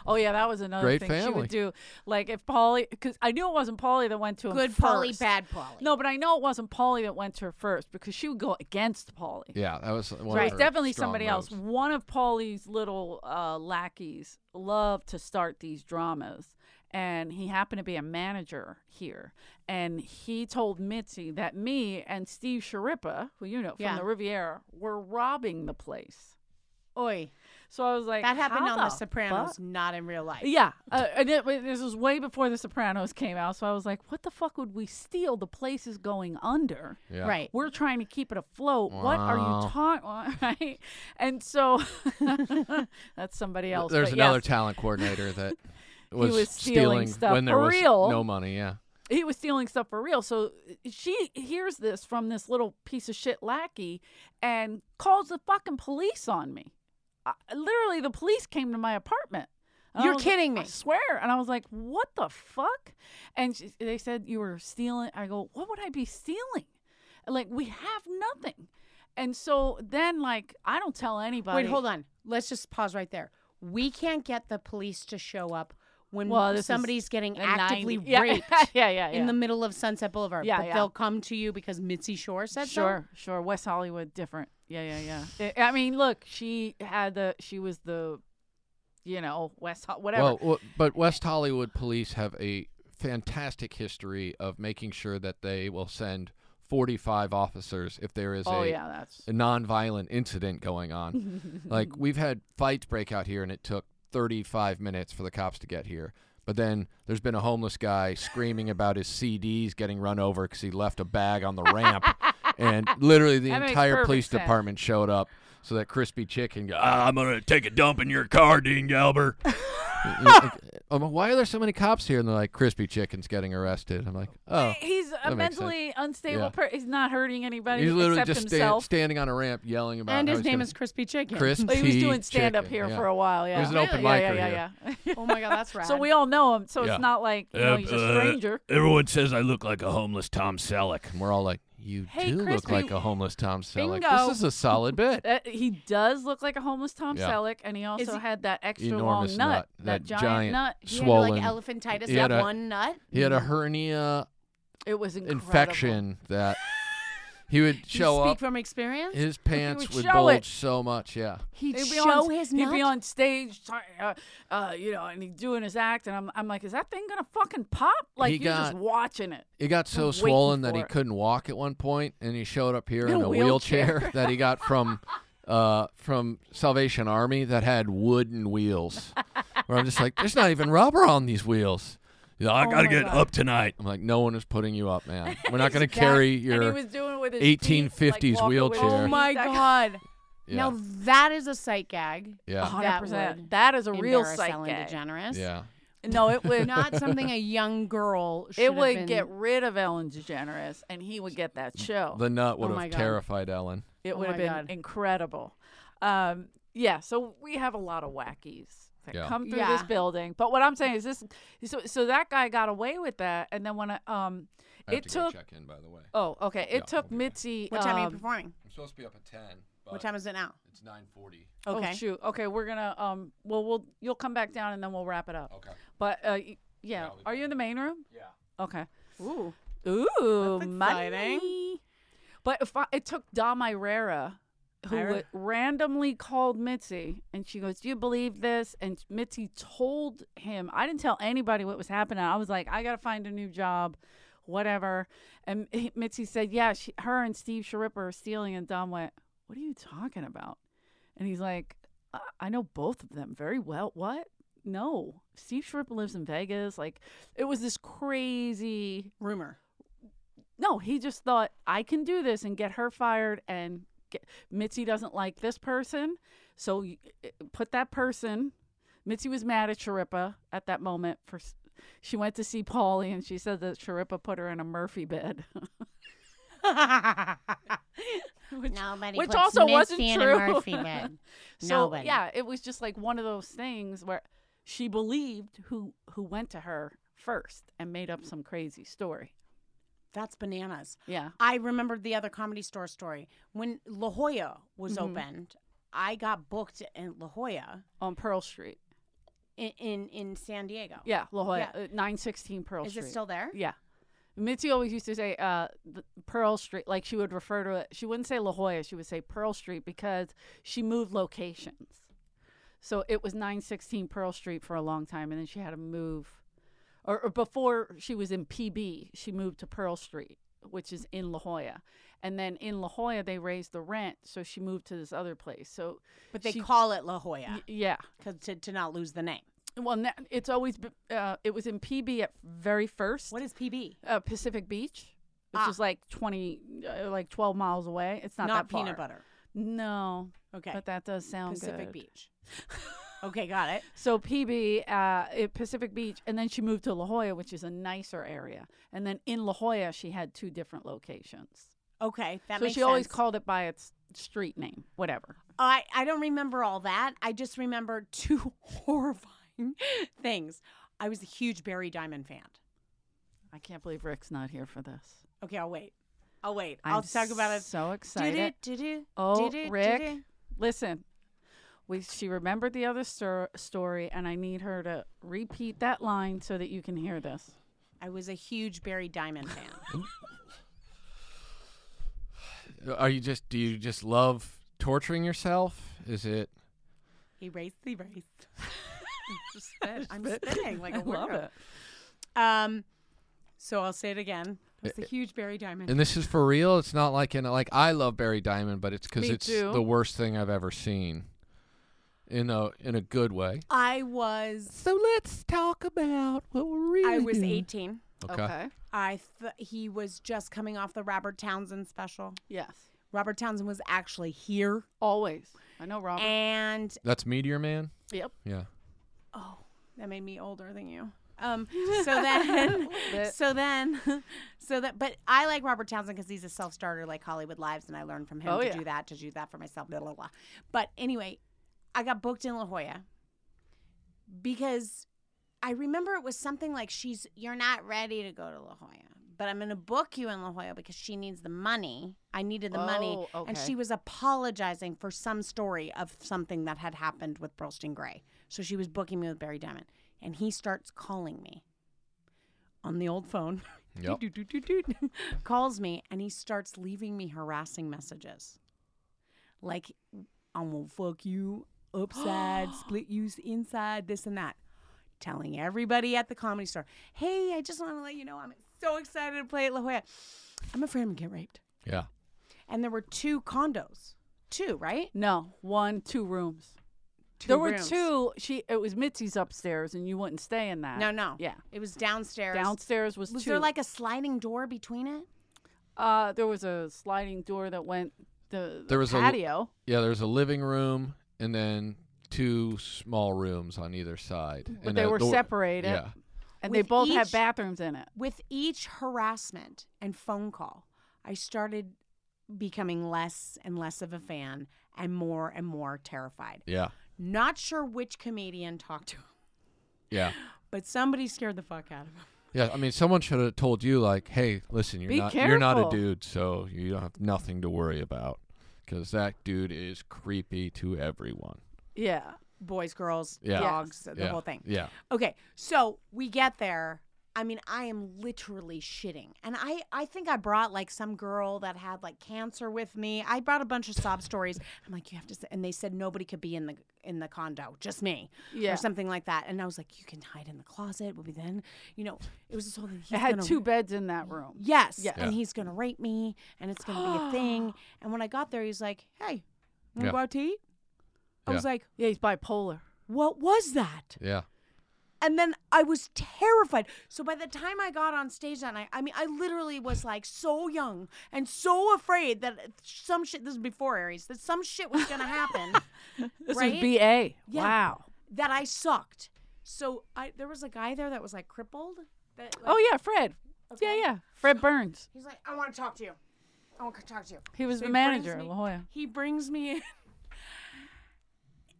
S3: Oh yeah, that was another
S2: Great
S3: thing she
S2: family.
S3: would do. Like if Polly, because I knew it wasn't Polly that went to him.
S4: good Polly,
S3: first.
S4: bad Polly?
S3: No, but I know it wasn't Polly that went to her first because she would go against Polly.
S2: Yeah, that was one
S3: So
S2: of
S3: it was
S2: her
S3: definitely
S2: strong
S3: somebody
S2: moves.
S3: else. One of Paulie's little uh, lackeys loved to start these dramas, and he happened to be a manager here. And he told Mitzi that me and Steve Sharippa, who you know from
S4: Yeah.
S3: the Riviera, were robbing the place.
S4: Oi,
S3: So I was like,
S4: that happened
S3: "How
S4: on The
S3: fuck?"
S4: Sopranos, not in real life.
S3: Yeah, uh, and it, wa- this was way before The Sopranos came out. So I was like, "What the fuck would we steal? The place is going under."
S2: Yeah.
S4: Right.
S3: We're trying to keep it afloat. What are
S2: Wow.
S3: you talking? Right? And so that's somebody else.
S2: There's
S3: but
S2: another
S3: yes,
S2: talent coordinator that was,
S3: was stealing stuff
S2: when there
S3: for
S2: was
S3: real.
S2: no money. Yeah.
S3: he was stealing stuff for real. So uh, she hears this from this little piece of shit lackey and calls the fucking police on me. I, literally, the police came to my apartment. And I
S4: You're
S3: was-
S4: kidding me.
S3: I swear. And I was like, what the fuck? And she, they said, you were stealing. I go, what would I be stealing? Like, we have nothing. And so then, like, I don't tell anybody.
S4: Wait, hold on. Let's just pause right there. We can't get the police to show up when
S3: Well, this is
S4: somebody's getting
S3: The
S4: actively
S3: 90 yeah,
S4: raped
S3: yeah, yeah, yeah.
S4: in the middle of Sunset Boulevard.
S3: Yeah,
S4: but
S3: yeah.
S4: they'll come to you because Mitzi Shore said so?
S3: sure, sure. West Hollywood, different. Yeah, yeah, yeah. I I mean, look, she had the, she was the, you know, West, Ho- whatever.
S2: Well, well, but West Hollywood police have a fantastic history of making sure that they will send 45 officers if there is
S3: oh,
S2: a
S3: yeah, that's.
S2: a nonviolent incident going on.
S3: Mm-hmm.
S2: like we've had fights break out here, and it took 35 minutes for the cops to get here. But then there's been a homeless guy screaming about his CDs getting run over because he left a bag on the ramp, and literally the
S3: That makes
S2: entire
S3: perfect
S2: police
S3: sense.
S2: department showed up so that crispy chicken go, "Ah, I'm gonna take a dump in your car, Dean Galber. I'm like, why are there so many cops here? And they're like, crispy chicken's getting arrested. I'm like, oh,
S3: He's
S2: makes
S3: a
S2: sense.
S3: mentally unstable
S2: Yeah.
S3: person. He's not hurting anybody
S2: he's literally
S3: except
S2: just stand,
S3: himself.
S2: standing on a ramp yelling about.
S6: and
S2: how
S6: his
S2: he's
S6: name
S2: gonna-
S6: is Crispy Chicken.
S2: Crispy.
S3: But he was doing stand up here for a while. Yeah.
S2: was an open
S3: yeah, yeah,
S2: micer
S3: yeah,
S2: here.
S3: yeah.
S6: Oh my God, that's rad.
S3: So we all know him. So
S2: Yeah.
S3: it's not like you know, he's a stranger.
S2: everyone says I look like a homeless Tom Selleck, and we're all like, "You
S3: Hey,
S2: do look
S3: Crispy.
S2: like a homeless Tom Selleck.
S6: Bingo.
S2: This is a solid bit."
S3: That, Uh, he does look like a homeless Tom
S2: Yeah.
S3: Selleck, and he also
S4: he-
S3: had that extra
S2: Enormous
S3: long nut,
S2: nut,
S3: that,
S2: that
S3: giant,
S2: giant
S3: nut.
S4: He had to,
S2: swollen.
S4: like elephantitis.
S2: He had
S4: That
S2: a-
S4: one nut.
S2: He had a hernia
S3: It was incredible.
S2: infection that he would
S6: You
S2: show
S6: speak
S2: up.
S6: from experience.
S2: His pants
S3: would
S2: would
S3: show
S2: bulge
S3: it.
S2: so much. Yeah,
S4: He'd
S3: He'd be
S4: show
S3: on,
S4: his
S3: he'd
S4: nut.
S3: be on stage, try- uh, uh, you know, and he's doing his act, and I'm, I'm like, is that thing gonna fucking pop? Like
S2: He
S3: you're just
S2: got-
S3: watching it.
S2: it got so
S3: waiting
S2: swollen that
S3: for
S2: he
S3: it.
S2: couldn't walk at one point, and he showed up here
S3: In
S2: in,
S3: a
S2: a wheelchair,
S3: wheelchair.
S2: that he got from uh, from Salvation Army that had wooden wheels. Where I'm just like, there's not even rubber on these wheels. He's like, I gotta get up tonight. I'm like, no one is putting you up, man. We're not gonna
S3: That-
S2: carry
S3: and he
S2: your.
S3: was doing it with his
S2: 1850s
S3: feet, like, walking with his
S2: wheelchair.
S6: oh
S3: feet,
S6: my
S3: that-
S6: God.
S2: Yeah,
S6: Now that is a sight gag.
S2: yeah,
S3: 100%.
S6: That would
S3: that is a real
S4: Embarrass
S3: sight
S4: Ellen
S3: gag.
S4: DeGeneres.
S2: yeah.
S3: No, it would
S6: Not something a young girl should
S3: It
S6: have
S3: would
S6: been-
S3: get rid of Ellen DeGeneres, and he would get that show.
S2: The nut would
S6: Oh my
S2: have
S6: God.
S2: terrified Ellen.
S3: it
S6: Oh
S3: would have
S6: my
S3: been
S6: God.
S3: incredible. Um, yeah, so we have a lot of wackies that
S2: Yeah.
S3: come through this
S6: Yeah.
S3: building. But what I'm saying is this: so, so that guy got away with that, and then when I, um,
S2: I have
S3: it
S2: to
S3: took.
S2: go check in, by the way.
S3: Oh, okay. It
S2: Yeah,
S3: took
S2: I'll be back.
S3: Mitzi.
S4: What time are you
S3: um,
S4: performing?
S2: I'm supposed to be up at ten. But
S4: What time is it now?
S2: It's 9:40.
S4: Okay.
S3: Oh shoot. Okay, we're gonna. Um. Well, we'll. You'll come back down, and then we'll wrap it up.
S2: Okay.
S3: But uh, y-
S2: Oh.
S3: yeah.
S2: I'll be
S3: Are you in the main room?
S2: Yeah.
S3: Okay.
S6: Ooh.
S3: Ooh,
S6: That's
S3: money.
S6: exciting.
S3: But if I, it took Dom Irera, who
S6: Ira-
S3: wa- randomly called Mitzi, and she goes, "Do you believe this?" And Mitzi told him, "I didn't tell anybody what was happening. I was like, I gotta find a new job, whatever." And he- Mitzi said, "Yeah, she, her and Steve Sharipper are stealing." And Dom went, "What are you talking about?" And he's like, "I, I know both of them very well. What?" No, Steve Sharipper lives in Vegas. Like, it was this crazy
S4: Rumor.
S3: no, he just thought I can do this and get her fired and get, Mitzi doesn't like this person, so y- uh, put that person. Mitzi was mad at Sharippa at that moment for s- she went to see Paulie and she said that Sharippa put her in a Murphy bed. Which-
S5: Nobody
S3: which
S5: puts
S3: also
S5: Mitzi
S3: wasn't
S5: in
S3: true.
S5: a Murphy bed.
S3: so
S5: Nobody.
S3: yeah, it was just like one of those things where she believed who who went to her first and made up some crazy story.
S4: That's bananas.
S3: Yeah.
S4: I remembered the other comedy store story. When La Jolla was
S3: Mm-hmm.
S4: opened, I got booked in La Jolla
S3: On Pearl Street.
S4: in in, in San Diego.
S3: Yeah, La Jolla,
S4: Yeah.
S3: uh, 916 Pearl
S4: Is
S3: Street.
S4: it still there?
S3: Yeah. Mitzi always used to say uh, th- Pearl Street. Like she would refer to it. She wouldn't say La Jolla. She would say Pearl Street because she moved locations. So it was 916 Pearl Street for a long time. And then she had to move. Or, or before she was in PB, she moved to Pearl Street, which is in La Jolla. And then in La Jolla, they raised the rent. So she moved to this other place. So,
S4: But they
S3: She-
S4: call it La Jolla
S3: y- yeah.
S4: 'cause to, to not lose the name.
S3: Well, na- it's always, b- uh, it was in PB at very first.
S4: What is PB?
S3: uh, Pacific Beach, which
S4: Ah.
S3: is like twenty, uh, like twelve miles away. It's not, that far.
S4: peanut butter.
S3: No,
S4: Okay.
S3: but that does sound
S4: Pacific
S3: good.
S4: Beach. okay, got it.
S3: So PB, uh, it, Pacific Beach, and then she moved to La Jolla, which is a nicer area. And then in La Jolla, she had two different locations.
S4: Okay, that
S3: so
S4: makes
S3: she always
S4: sense.
S3: called it by its street name, whatever.
S4: I, I don't remember all that. I just remember two horrifying things. I was a huge Barry Diamond fan.
S3: I can't believe Rick's not here for this.
S4: Okay, I'll wait. I'll wait.
S3: I'm
S4: I'll talk about it.
S3: So excited.
S4: Did do do
S3: Oh,
S4: do-do,
S3: Rick,
S4: do-do.
S3: listen. We, she remembered the other stor- story, and I need her to repeat that line so that you can hear this.
S4: I was a huge Barry Diamond fan.
S2: Uh, Are you just? Do you just love torturing yourself? Is it?
S4: erase, erase. Just spit. I'm spitting like a
S3: I love
S4: werewolf.
S3: it.
S4: Um, so I'll say it again. I
S3: Eh,
S4: was a huge Barry
S3: Mm-hmm.
S4: Diamond.
S2: And this is for real. It's not like in like I love Barry Diamond, but it's because
S3: Me
S2: it's
S3: too.
S2: the worst thing I've ever seen. In a in a good way.
S4: I was
S2: So let's talk about what we're really.
S4: I was 18.
S2: Okay.
S4: I th- he was just coming off the Robert Townsend special.
S3: Yes.
S4: Robert Townsend was actually here,
S3: Always. I know Robert.
S4: and
S2: That's Meteor Man.
S3: yep.
S2: Yeah.
S4: oh, that made me older than you. Um, so then,
S3: bit.
S4: so then, so that, but I like Robert Townsend because he's a self-starter, like Hollywood Lives, and I learned from him
S3: Oh,
S4: to
S3: yeah.
S4: do that, to do that for myself, blah blah blah. But anyway, I got booked in La Jolla because I remember it was something like she's you're not ready to go to La Jolla, but I'm going to book you in La Jolla because she needs the money. I needed the money,
S3: Oh,
S4: and
S3: okay.
S4: she was apologizing for some story of something that had happened with Burlstein Gray. So she was booking me with Barry Diamond, and he starts calling me on the old phone.
S2: Yep.
S4: Doot, doot, doot, doot, doot. calls me and he starts leaving me harassing messages like i'm gonna fuck you upside split you s- inside this and that telling everybody at the comedy store hey i just want to let you know i'm so excited to play at la jolla i'm afraid i'm gonna get raped
S2: Yeah.
S4: and there were two condos two right
S3: No, one, two rooms.
S4: two
S3: there were
S4: rooms.
S3: two. She it was Mitzi's upstairs, and you wouldn't stay in that.
S4: no no
S3: Yeah.
S4: it was downstairs
S3: Downstairs was,
S4: was
S3: two.
S4: there like a sliding door between it
S3: uh, there was a sliding door that went the, the
S2: There was a l-
S3: patio.
S2: Yeah. There's a living room and then two small rooms on either side.
S3: But
S2: and
S3: they
S2: a
S3: were
S2: door-
S3: separated.
S2: Yeah.
S3: and they
S4: With
S3: both had
S4: each-
S3: bathrooms in it.
S4: With each harassment and phone call, I started becoming less and less of a fan and more and more terrified.
S2: Yeah.
S4: Not sure which comedian talked to him,
S2: Yeah.
S4: but somebody scared the fuck out of him.
S2: Yeah, I mean, someone should have told you, like, "Hey, listen, you're
S3: Be
S2: not you're not a
S3: careful.
S2: dude, so you don't have nothing to worry about, because that dude is creepy to everyone."
S3: Yeah.
S4: Boys, girls,
S2: Yeah.
S4: dogs, the
S2: yeah.
S4: whole thing.
S2: Yeah,
S4: Okay, so we get there. I mean, I am literally shitting. And I, I think I brought like some girl that had like cancer with me. I brought a bunch of sob stories. I'm like, you have to, s-" and they said nobody could be in the in the condo, just me,
S3: Yeah.
S4: or something like that. And I was like, you can hide in the closet. We'll be then, you know, it was this whole thing.
S3: It
S4: He's
S3: had
S4: gonna-
S3: two beds in that room.
S4: Yes,
S3: Yeah.
S2: Yeah.
S4: and he's gonna rape me, and it's gonna be a thing. And when I got there, he's like, hey, wanna
S2: Yeah.
S4: go out to eat? I
S2: Yeah.
S4: was like,
S3: Yeah, he's bipolar.
S4: what was that?
S2: yeah,
S4: and then I was terrified. So by the time I got on stage that night, I mean, I literally was like so young and so afraid that some shit. This is before Aries. That some shit was gonna happen.
S3: This
S4: right?
S3: was BA.
S4: Yeah.
S3: Wow.
S4: that I sucked. So I there was a guy there that was like crippled. That, like,
S3: Oh yeah, Fred. Yeah, yeah. Fred Burns.
S4: He's like, I want to talk to you. I want to talk to you.
S3: He was the
S4: So he brings
S3: manager at
S4: me-
S3: La Jolla.
S4: He brings me in,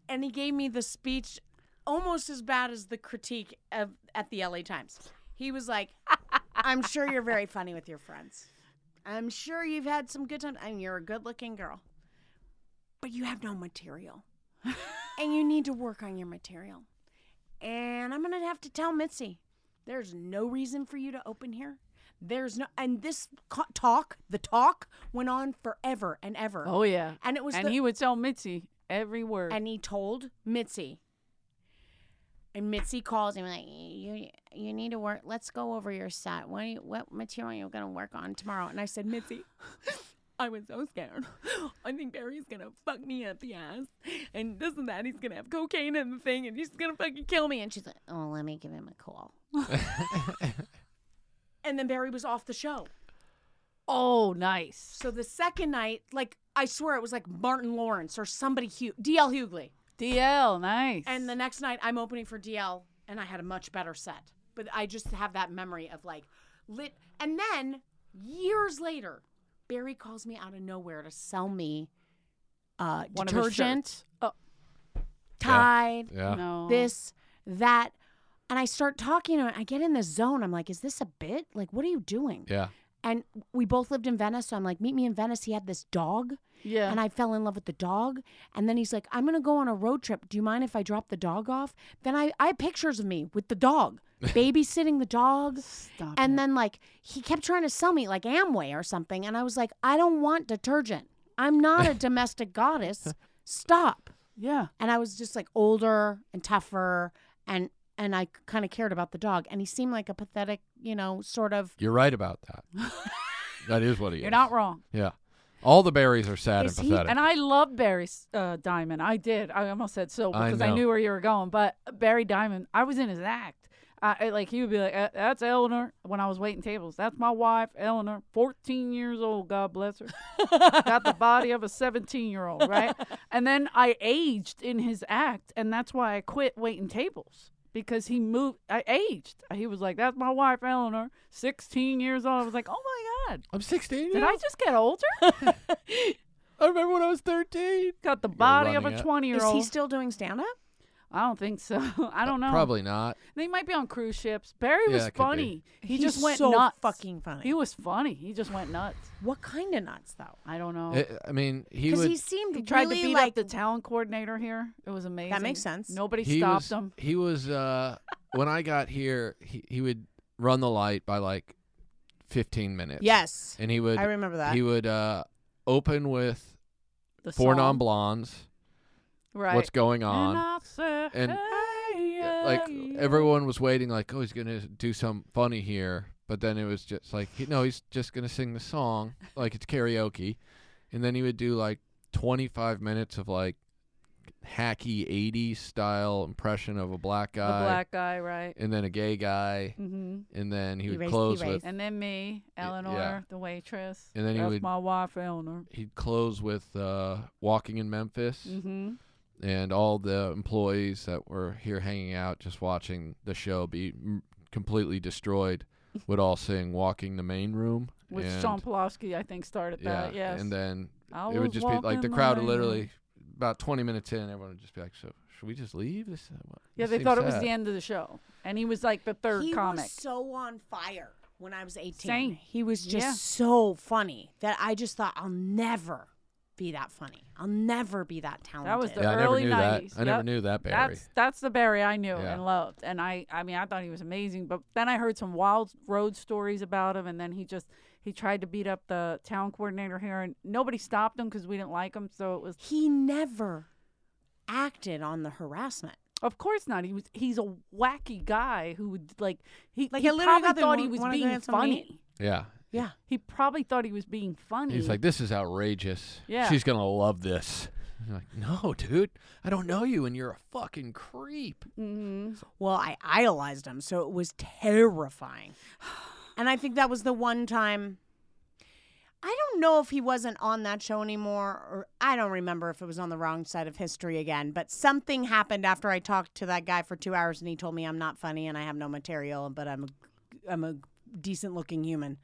S4: and he gave me the speech almost as bad as the critique of at the LA Times. He was like, "I'm sure you're very funny with your friends. I'm sure you've had some good times, and you're a good-looking girl, but you have no material, and you need to work on your material. And I'm gonna have to tell Mitzi, there's no reason for you to open here." There's no, and this co- talk, the talk went on forever and ever.
S3: Oh yeah.
S4: And it was
S3: And
S4: the-
S3: he would tell Mitzi every word.
S4: and he told Mitzi. And Mitzi calls him like,
S5: You you need to work. Let's go over your set. What do you, what material are you gonna work on tomorrow?
S4: and I said, Mitzi, I was so scared. I think Barry's gonna fuck me up the ass, and this and that. He's gonna have cocaine and the thing, and he's gonna fucking kill me. And she's like,
S5: Oh, let me give him a call.
S4: and then Barry was off the show.
S3: oh, nice.
S4: So the second night, like I swear it was like Martin Lawrence or somebody, Hugh, DL Hughley.
S3: DL, nice.
S4: And the next night, I'm opening for DL, and I had a much better set. But I just have that memory of like lit. And then years later, Barry calls me out of nowhere to sell me uh,
S3: One of his
S4: detergent,
S3: shirts. Oh,
S4: Tide,
S2: yeah,
S3: no.
S4: this, that. And I start talking to him. I get in this zone. I'm like, is this a bit? Like, what are you doing?
S2: yeah.
S4: And we both lived in Venice. So I'm like, meet me in Venice. He had this dog.
S3: Yeah.
S4: And I fell in love with the dog. And then he's like, I'm going to go on a road trip. Do you mind if I drop the dog off? Then I, I have pictures of me with the dog, babysitting the dog.
S3: Stop
S4: and
S3: it.
S4: then, like, he kept trying to sell me, like, Amway or something. And I was like, I don't want detergent. I'm not a domestic goddess. Stop.
S3: yeah.
S4: And I was just like older and tougher. And, and I kind of cared about the dog. And he seemed like a pathetic, you know, sort of.
S2: You're right about that. that is what he
S3: You're
S2: is.
S3: not wrong.
S2: Yeah, all the berries are sad
S4: Is
S2: and
S4: he-
S2: pathetic.
S3: And I love Barry uh, Diamond. I did. I almost said so
S2: I
S3: because I,
S2: know.
S3: knew where you were going. But Barry Diamond, I was in his act. I, I- like he would be like, "Uh, "That's Eleanor." When I was waiting tables, that's my wife, Eleanor, 14 years old. God bless her. Got the body of a 17 year old, right? And then I aged in his act, and that's why I quit waiting tables because he moved. I aged. He was like, "That's my wife, Eleanor, 16 years old." I was like, "Oh my god,
S2: I'm 16.
S3: did
S2: now?
S3: I just get older?"
S2: I remember when I was 13.
S3: Got the body of
S2: running
S3: a
S2: it.
S3: 20 year
S4: Is he
S3: old.
S4: still doing stand up?
S3: I don't think so. I don't know.
S2: Uh, Probably not.
S3: They might be on cruise ships. Barry
S2: Yeah,
S3: was
S2: it could be.
S3: funny. He just went
S4: so
S3: nuts.
S4: fucking funny.
S3: He was funny. He just went nuts.
S4: what kind of nuts though?
S3: I don't know.
S2: I- I mean, he
S4: Because
S2: would.
S4: he, seemed
S3: he tried
S4: really
S3: to beat
S4: like
S3: up the talent coordinator here. It was amazing.
S4: makes sense.
S3: Nobody
S2: he
S3: stopped
S2: was,
S3: him.
S2: He was. Uh, when I got here, he, he would run the light by like 15 minutes.
S4: yes.
S2: And he would.
S4: I remember that.
S2: He would uh, open with
S3: The
S2: Four Non
S3: song.
S2: Blondes.
S3: Right.
S2: What's going
S3: And
S2: on?
S3: I said,
S2: And,
S3: "Hey,
S2: Yeah, like
S3: yeah, yeah."
S2: everyone was waiting, like, oh, he's gonna do something funny here. But then it was just like, he- no, he's just gonna sing the song, like it's karaoke, and then he would do like 25 minutes of like hacky 80s style impression of a black
S3: the
S2: guy,
S3: black guy, right?
S2: and then a gay guy,
S3: Mm-hmm.
S2: and then he would
S4: Erase-
S2: close
S4: erase.
S2: with,
S3: And then me,
S2: yeah.
S3: Eleanor, the waitress.
S2: And then he
S3: That's
S2: would-
S3: my wife, Eleanor.
S2: he'd close with uh, "Walking in Memphis,"
S3: Mm-hmm.
S2: and all the employees that were here hanging out, just watching the show be m- completely destroyed, would all sing "Walking the Main Room."
S3: Which
S2: and-
S3: Sean Pulaski, I think, started
S2: yeah,
S3: that. Yes.
S2: and then
S3: I
S2: it would
S3: was
S2: just be like
S3: walking
S2: the crowd would
S3: main room.
S2: literally about 20 minutes in, everyone would just be like, "So should we just leave?" This uh, what-
S3: Yeah,
S2: this
S3: they
S2: seems
S3: thought it was
S2: sad."
S3: the end of the show, and he was like the third
S4: he
S3: comic.
S4: was so on fire when I was 18.
S3: Same.
S4: He was just
S3: Yeah.
S4: so funny that I just thought I'll never be that funny. I'll never be that talented.
S3: was the
S2: Yeah, I never
S3: early
S2: knew that.
S3: 90s.
S2: I never
S3: Yep.
S2: knew that Barry.
S3: That's that's the Barry I knew
S2: Yeah.
S3: and loved, and I I mean I thought he was amazing, but then I heard some wild road stories about him, and then he just he tried to beat up the town coordinator here, and nobody stopped him because we didn't like him, so it was
S4: he never acted on the harassment.
S3: of course not. He was he's a wacky guy who would like he
S4: Like,
S3: he
S4: I literally
S3: probably
S4: got them
S3: thought he
S4: wa-
S3: was
S4: wanted to
S3: being
S4: have some meat.
S3: funny.
S2: yeah.
S4: Yeah.
S3: He probably thought he was being funny.
S2: He's like, "This is outrageous.
S3: Yeah.
S2: she's gonna love this." And you're like, "No, dude, I don't know you, and you're a fucking creep."
S3: hmm
S4: Well, I idolized him, so it was terrifying. And I think that was the one time. I don't know if he wasn't on that show anymore, or I don't remember if it was on the wrong side of history again, but something happened after I talked to that guy for two hours and he told me I'm not funny and I have no material, but I'm a, I'm a decent looking human.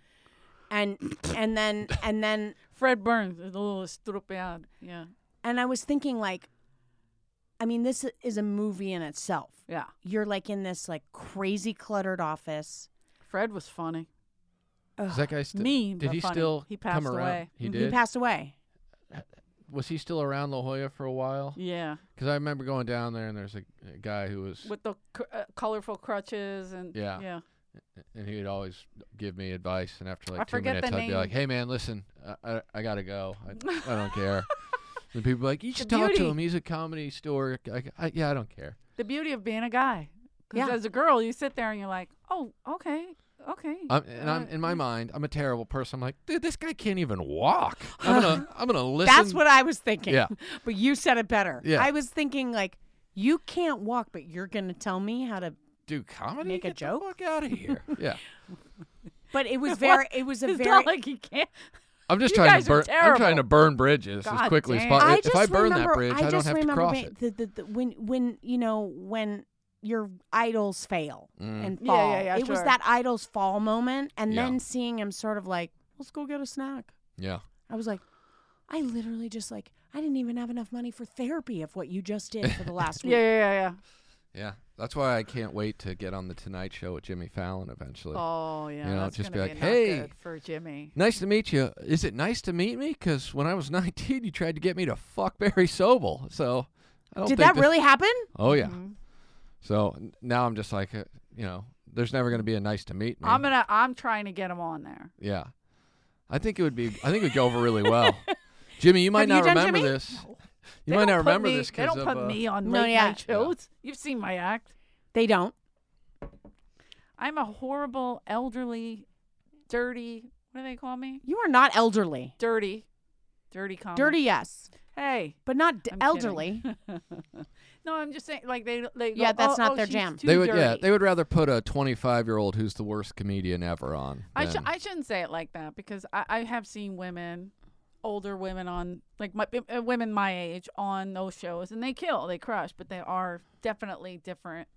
S4: And and then and then
S3: Fred Burns, is a little estropeado. Yeah,
S4: and I was thinking like I mean this is a movie in itself.
S3: yeah.
S4: You're like in this like crazy cluttered office.
S3: Fred was funny.
S2: Is that guy still?
S3: mean,
S2: did
S3: but
S2: he
S3: funny.
S2: still
S3: He
S2: come
S3: passed
S2: around?
S3: away. Mm-hmm.
S2: He
S4: Mm,
S2: did.
S4: passed away.
S2: was he still around La Jolla for a while?
S3: Yeah,
S2: Because I remember going down there and there's a, a guy who was,
S3: with the cr- uh, colorful crutches and
S2: Yeah.
S3: yeah.
S2: and he would always give me advice. And after like
S3: I
S2: two
S3: forget the
S2: minutes, I'd be like,
S3: name.
S2: "Hey man, listen, I I, I gotta go. I, I don't care." And people like, "You should talk to
S3: beauty.
S2: him. He's a comedy store." I, I, yeah, I don't care.
S3: The beauty of being a guy, because
S4: Yeah.
S3: as a girl, you sit there and you're like, oh, okay, okay.
S2: I'm, and
S3: Uh,
S2: I'm in my mind, I'm a terrible person. I'm like, dude, this guy can't even walk. I'm gonna I'm gonna listen.
S4: That's what I was thinking.
S2: Yeah.
S4: But you said it better.
S2: Yeah.
S4: I was thinking like you can't walk, but you're gonna tell me how to
S2: do comedy.
S4: Make a
S2: Get the
S4: joke?
S2: fuck out of here. yeah,
S4: but it was very it was a
S3: it's
S4: very
S3: not like he can't.
S2: I'm just
S3: You
S2: trying
S3: guys
S2: to
S3: are
S2: burn. I'm trying
S3: terrible.
S2: to burn bridges as
S3: God
S2: quickly as
S3: damn.
S2: possible.
S4: I
S2: If
S4: just
S2: I burn
S4: remember,
S2: that bridge, I,
S4: I,
S2: don't
S4: just
S2: have to
S4: remember
S2: cross
S4: ba-
S2: it.
S4: The, the, the, when when you know when your idols fail
S2: Mm.
S4: and
S3: Yeah,
S4: fall.
S3: yeah, yeah,
S4: it was
S3: sure.
S4: that idols fall moment, and
S2: Yeah.
S4: then seeing him sort of like, let's go get a snack.
S2: Yeah.
S4: I was like, I literally just like I didn't even have enough money for therapy of what you just did for the last week.
S3: Yeah, yeah, yeah,
S2: Yeah, that's why I can't wait to get on the Tonight Show with Jimmy Fallon eventually.
S3: yeah. Oh, yeah.
S2: You know,
S3: that's
S2: just be
S3: gonna
S2: like,
S3: not
S2: "Hey."
S3: good for Jimmy.
S2: Nice to meet you. Is it nice to meet me? Because when I was 19, you tried to get me to fuck Barry Sobel. So I don't
S4: Did
S2: think
S4: that
S2: this-
S4: really happen?
S2: Oh yeah.
S3: Mhm.
S2: So n- now I'm just like, uh, you know, there's never gonna be a nice to meet me.
S3: I'm gonna. I'm trying to get him on there.
S2: yeah, I think it would be. I think it would go over really well. Jimmy, you might
S4: Have
S2: not
S4: you done
S2: remember
S4: Jimmy?
S2: this. You
S3: They
S2: might
S3: don't
S2: not
S3: put
S2: remember
S3: me-
S2: this
S3: They
S2: because
S3: don't
S2: of
S3: put
S2: uh,
S3: me on
S4: No,
S3: late
S4: yeah.
S3: night shows. You've seen my act.
S4: They don't.
S3: I'm a horrible, elderly, dirty. What do they call me?
S4: You are not elderly.
S3: Dirty, dirty comic.
S4: Dirty, yes,
S3: Hey,
S4: but not d-
S3: I'm Um, kidding.
S4: elderly.
S3: No, I'm just saying, like they, they go,
S4: Yeah, that's
S3: "Oh,
S4: not
S3: oh,
S4: their
S3: she's
S4: jam."
S3: too
S2: They would, yeah,
S3: dirty."
S2: they would rather put a 25 year old who's the worst comedian ever on.
S3: I, sh-
S2: than-
S3: I shouldn't say it like that because I, I have seen women, older women on like my uh, women my age on those shows, and they kill, they crush, but they are definitely different.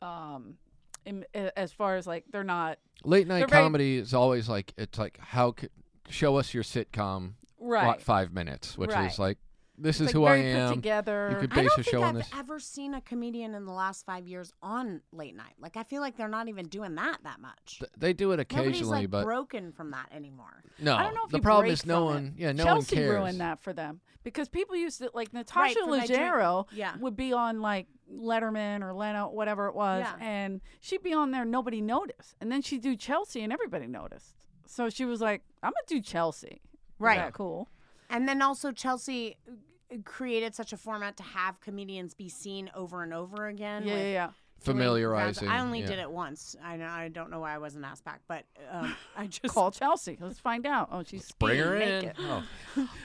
S3: Um, in, a- as far as like they're not
S2: Late night
S3: they're very-
S2: comedy is always like it's like how could show us your sitcom
S3: right.
S2: what, five minutes, which
S3: Right.
S2: is like this is
S3: like
S2: who I
S3: very Put
S2: am.
S3: together.
S2: could
S4: I
S2: base
S4: don't
S2: a
S4: think
S2: show on
S4: I've
S2: this.
S4: ever seen a comedian in the last five years on late night. Like I feel like they're not even doing that that much.
S2: Th- They do it
S4: Nobody's
S2: occasionally,
S4: like
S2: but
S4: broken from that anymore.
S2: no.
S3: I don't know if
S2: the
S3: you
S2: problem
S3: break
S2: is no
S3: from it.
S2: one. Yeah, no
S3: Chelsea
S2: one cares.
S3: ruined that for them because people used to like Natasha
S4: for my dream-
S3: Leggero
S4: yeah.
S3: would be on like Letterman or Leno, whatever it was,
S4: Yeah.
S3: and she'd be on there, nobody noticed, and then she'd do Chelsea, and everybody noticed. So she was like, "I'm gonna do Chelsea."
S4: Right.
S3: Isn't that cool.
S4: And then also Chelsea uh, created such a format to have comedians be seen over and over again.
S3: Yeah,
S4: with
S3: yeah, yeah.
S4: doing rounds.
S2: Familiarizing.
S4: I only
S2: yeah.
S4: did it once. I know. I don't know why I wasn't asked back, but um, I just
S3: Call Chelsea. Let's find out. Oh, she's
S2: Bring
S3: skiing
S2: her in.
S3: naked.
S2: Oh.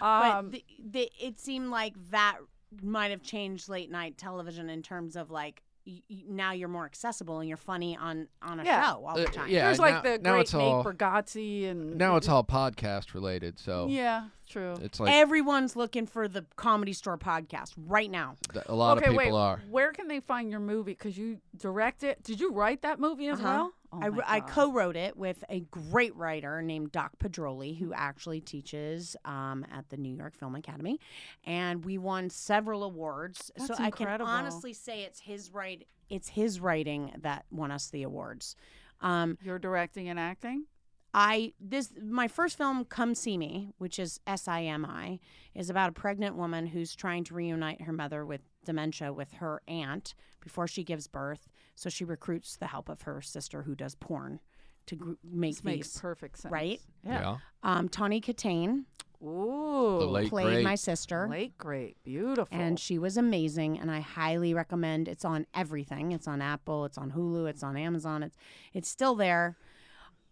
S4: But
S3: Um,
S4: the, the, it seemed like that might have changed late night television in terms of like y- y- now you're more accessible and you're funny on on a
S3: Yeah.
S4: show all the
S2: Uh,
S4: time.
S2: yeah,
S3: there's like
S2: now-
S3: the
S2: now
S3: great
S2: it's all-
S3: Nate Bargatze and
S2: Now it's all podcast related, so
S3: yeah, true.
S2: it's like
S4: Everyone's looking for the comedy store podcast right now.
S2: th- a lot
S3: okay,
S2: of people
S3: wait.
S2: are.
S3: Where can they find your movie? Because you direct it. Did you write that movie as
S4: Uh-huh.
S3: well? Oh
S4: I,
S3: my
S4: I
S3: God.
S4: co-wrote it with a great writer named Doc Pedroli, who actually teaches um, at the New York Film Academy, and we won several awards. so
S3: That's
S4: I
S3: incredible.
S4: can honestly say it's his right. It's his writing that won us the awards. Um,
S3: You're directing and acting.
S4: I this my first film, Come See Me, which is S I M I, is about a pregnant woman who's trying to reunite her mother with dementia with her aunt before she gives birth. So she recruits the help of her sister who does porn to gr- make
S3: This makes
S4: these.
S3: perfect sense.
S4: right?
S3: Yeah.
S4: Um, Tawny Katane
S3: Ooh.
S2: The late
S4: played
S2: great.
S4: my sister.
S3: Late great. Beautiful.
S4: And she was amazing, and I highly recommend. It's on everything. It's on Apple. It's on Hulu. It's on Amazon. It's it's still there.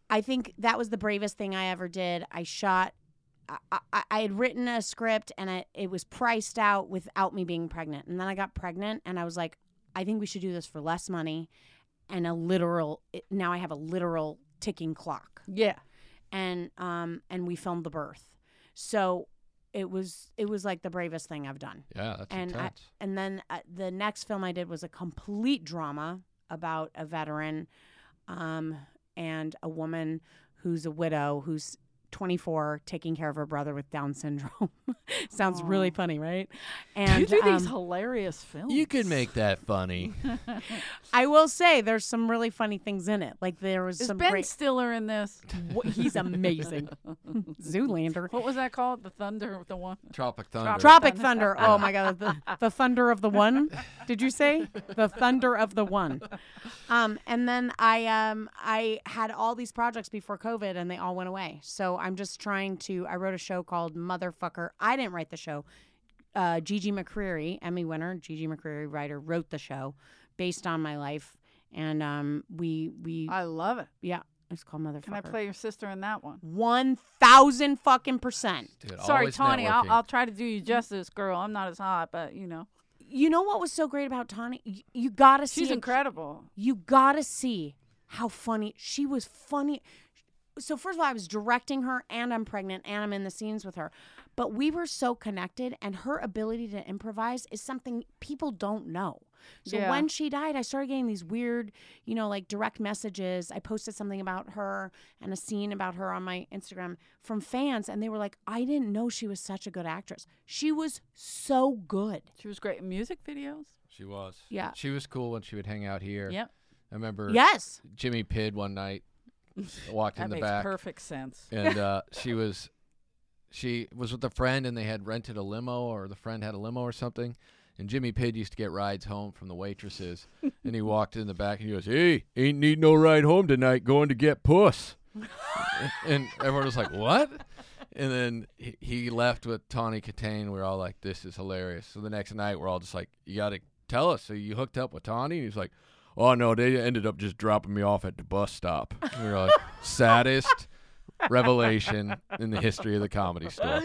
S4: I think that was the bravest thing I ever did. I shot. I, I, I had written a script, and I, it was priced out without me being pregnant. And then I got pregnant, and I was like, I think we should do this for less money, and a literal. It, now I have a literal ticking clock
S3: yeah.
S4: and um and we filmed the birth. So it was it was like the bravest thing I've done.
S2: Yeah, that's
S4: and I-
S2: intense.
S4: And then uh, the next film I did was a complete drama about a veteran um and a woman who's a widow who's 24 taking care of her brother with down syndrome. Sounds really funny, right? And
S3: you do these
S4: um,
S3: hilarious films.
S2: you could make that funny.
S4: I will say there's some really funny things in it. Like there was
S3: Is
S4: some
S3: Ben
S4: great
S3: Stiller in this?
S4: Wha- he's amazing. Zoolander.
S3: What was that called? The Thunder, the one.
S2: Tropic Thunder.
S4: Tropic Thunder. Oh my God, the, the thunder of the one. Did you say the thunder of the one? Um, and then I um I had all these projects before COVID, and they all went away. So I'm just trying to. I wrote a show called Motherfucker. I didn't write the show. Uh, Gigi McCreary, Emmy winner, Gigi McCreary, writer, wrote the show based on my life, and um we we
S3: I love it.
S4: yeah, it's called Motherfucker.
S3: Uh, Can I play your sister in that one?
S4: One thousand fucking percent.
S2: Dude,
S3: Sorry,
S2: always
S3: Tawny. I'll,
S2: networking.
S3: I'll try to do you justice, girl. I'm not as hot, but you know,
S4: You know what was so great about Tawny? You, you gotta see.
S3: she's
S4: it.
S3: incredible.
S4: You gotta see how funny she was. Funny. So first of all, I was directing her, and I'm pregnant, and I'm in the scenes with her. But we were so connected, and her ability to improvise is something people don't know. So
S3: Yeah.
S4: when she died, I started getting these weird, you know, like direct messages. I posted something about her and a scene about her on my Instagram from fans, and they were like, "I didn't know she was such a good actress. She was so good."
S3: She was great in music videos.
S2: She was.
S4: Yeah.
S2: She was cool when she would hang out here.
S3: Yep.
S2: I remember
S4: Yes.
S2: Jimmy Pidd one night walked
S3: That
S2: in the
S3: makes
S2: back
S3: perfect sense.
S2: and uh, she was she was with a friend and they had rented a limo or the friend had a limo or something and Jimmy Pidd used to get rides home from the waitresses and he walked in the back and he goes, "Hey, ain't need no ride home tonight, going to get puss." and everyone was like, "What?" And then he, he left with Tawny Katane. We're all like, "This is hilarious." So the next night, we're all just like, "You got to tell us." So you hooked up with Tawny, and he's like, "Oh no, they ended up just dropping me off at the bus stop." And we were like, "Saddest revelation in the history of the comedy store."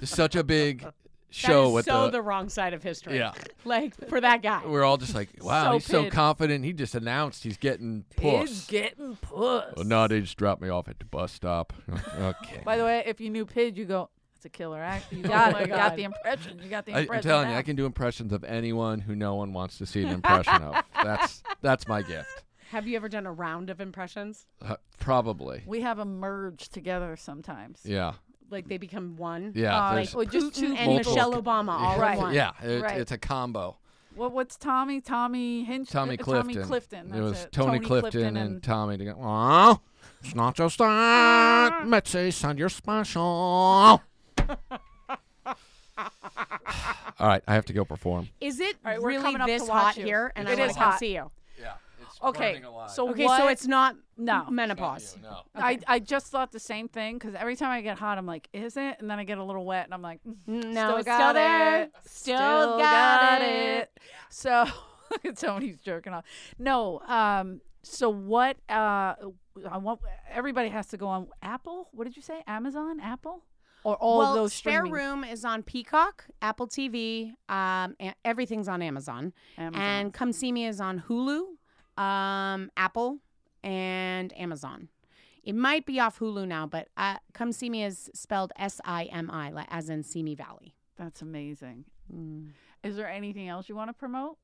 S2: Just such a big show
S6: that is
S2: with
S6: so
S2: the,
S6: the wrong side of history.
S2: Yeah.
S6: Like for that guy.
S2: we're all just like, wow,
S6: So
S2: he's so
S6: pissed.
S2: confident. He just announced he's getting puss.
S3: getting puss.
S2: Well, no, they just dropped me off at the bus stop. okay.
S3: By the way, if you knew Pidge, you go, that's a killer act. You "Oh got
S6: my
S3: it. You got
S6: God.
S3: the impression. You got the
S2: I,
S3: impression.
S2: I'm telling you,
S3: now.
S2: I can do impressions of anyone who no one wants to see an impression of. That's that's my gift.
S6: Have you ever done a round of impressions?
S2: Uh, probably.
S3: We have a merge together sometimes.
S2: Yeah.
S6: Like they become one?
S2: Yeah.
S3: Uh,
S2: there's-
S3: or just two
S6: Putin and
S2: multiple-
S6: Michelle Obama all
S3: Right.
S6: in one.
S2: yeah. It,
S3: Right.
S2: It's a combo.
S3: Well, what's Tommy? Tommy Hinch.
S2: Tommy
S3: uh,
S2: Clifton.
S3: Tommy Clifton. That's
S2: it was
S3: it.
S2: Tony, Clifton, and, Tommy. To go, oh, it's not just that. Mitzi, send your special. All right, I have to go perform.
S6: Is it
S3: All right, we're
S6: really
S3: coming up to
S6: this
S3: watch
S6: hot
S3: you.
S6: here? And I
S3: It is
S6: want to come
S3: hot.
S6: see you.
S2: Yeah, it's
S3: Okay, so
S6: Okay,
S3: what?
S6: so it's not
S3: No.
S6: menopause.
S3: I, I just thought the same thing because every time I get hot, I'm like, is it? And then I get a little wet, and I'm like,
S6: No,
S3: still
S6: it's
S3: got
S6: still there.
S3: it. Still, got, it. So look at Tony's jerking off. No. Um. So what? Uh. I want everybody has to go on Apple. What did you say? Amazon, Apple, or all
S4: well,
S3: of those
S4: Spare
S3: streaming?
S4: Room is on Peacock, Apple TV, um, a- everything's on Amazon.
S3: Amazon.
S4: And Come See Me is on Hulu, um, Apple, and Amazon. It might be off Hulu now, but uh, Come See Me is spelled S I M I, as in Simi Valley.
S3: That's amazing. Is there anything else you want to promote?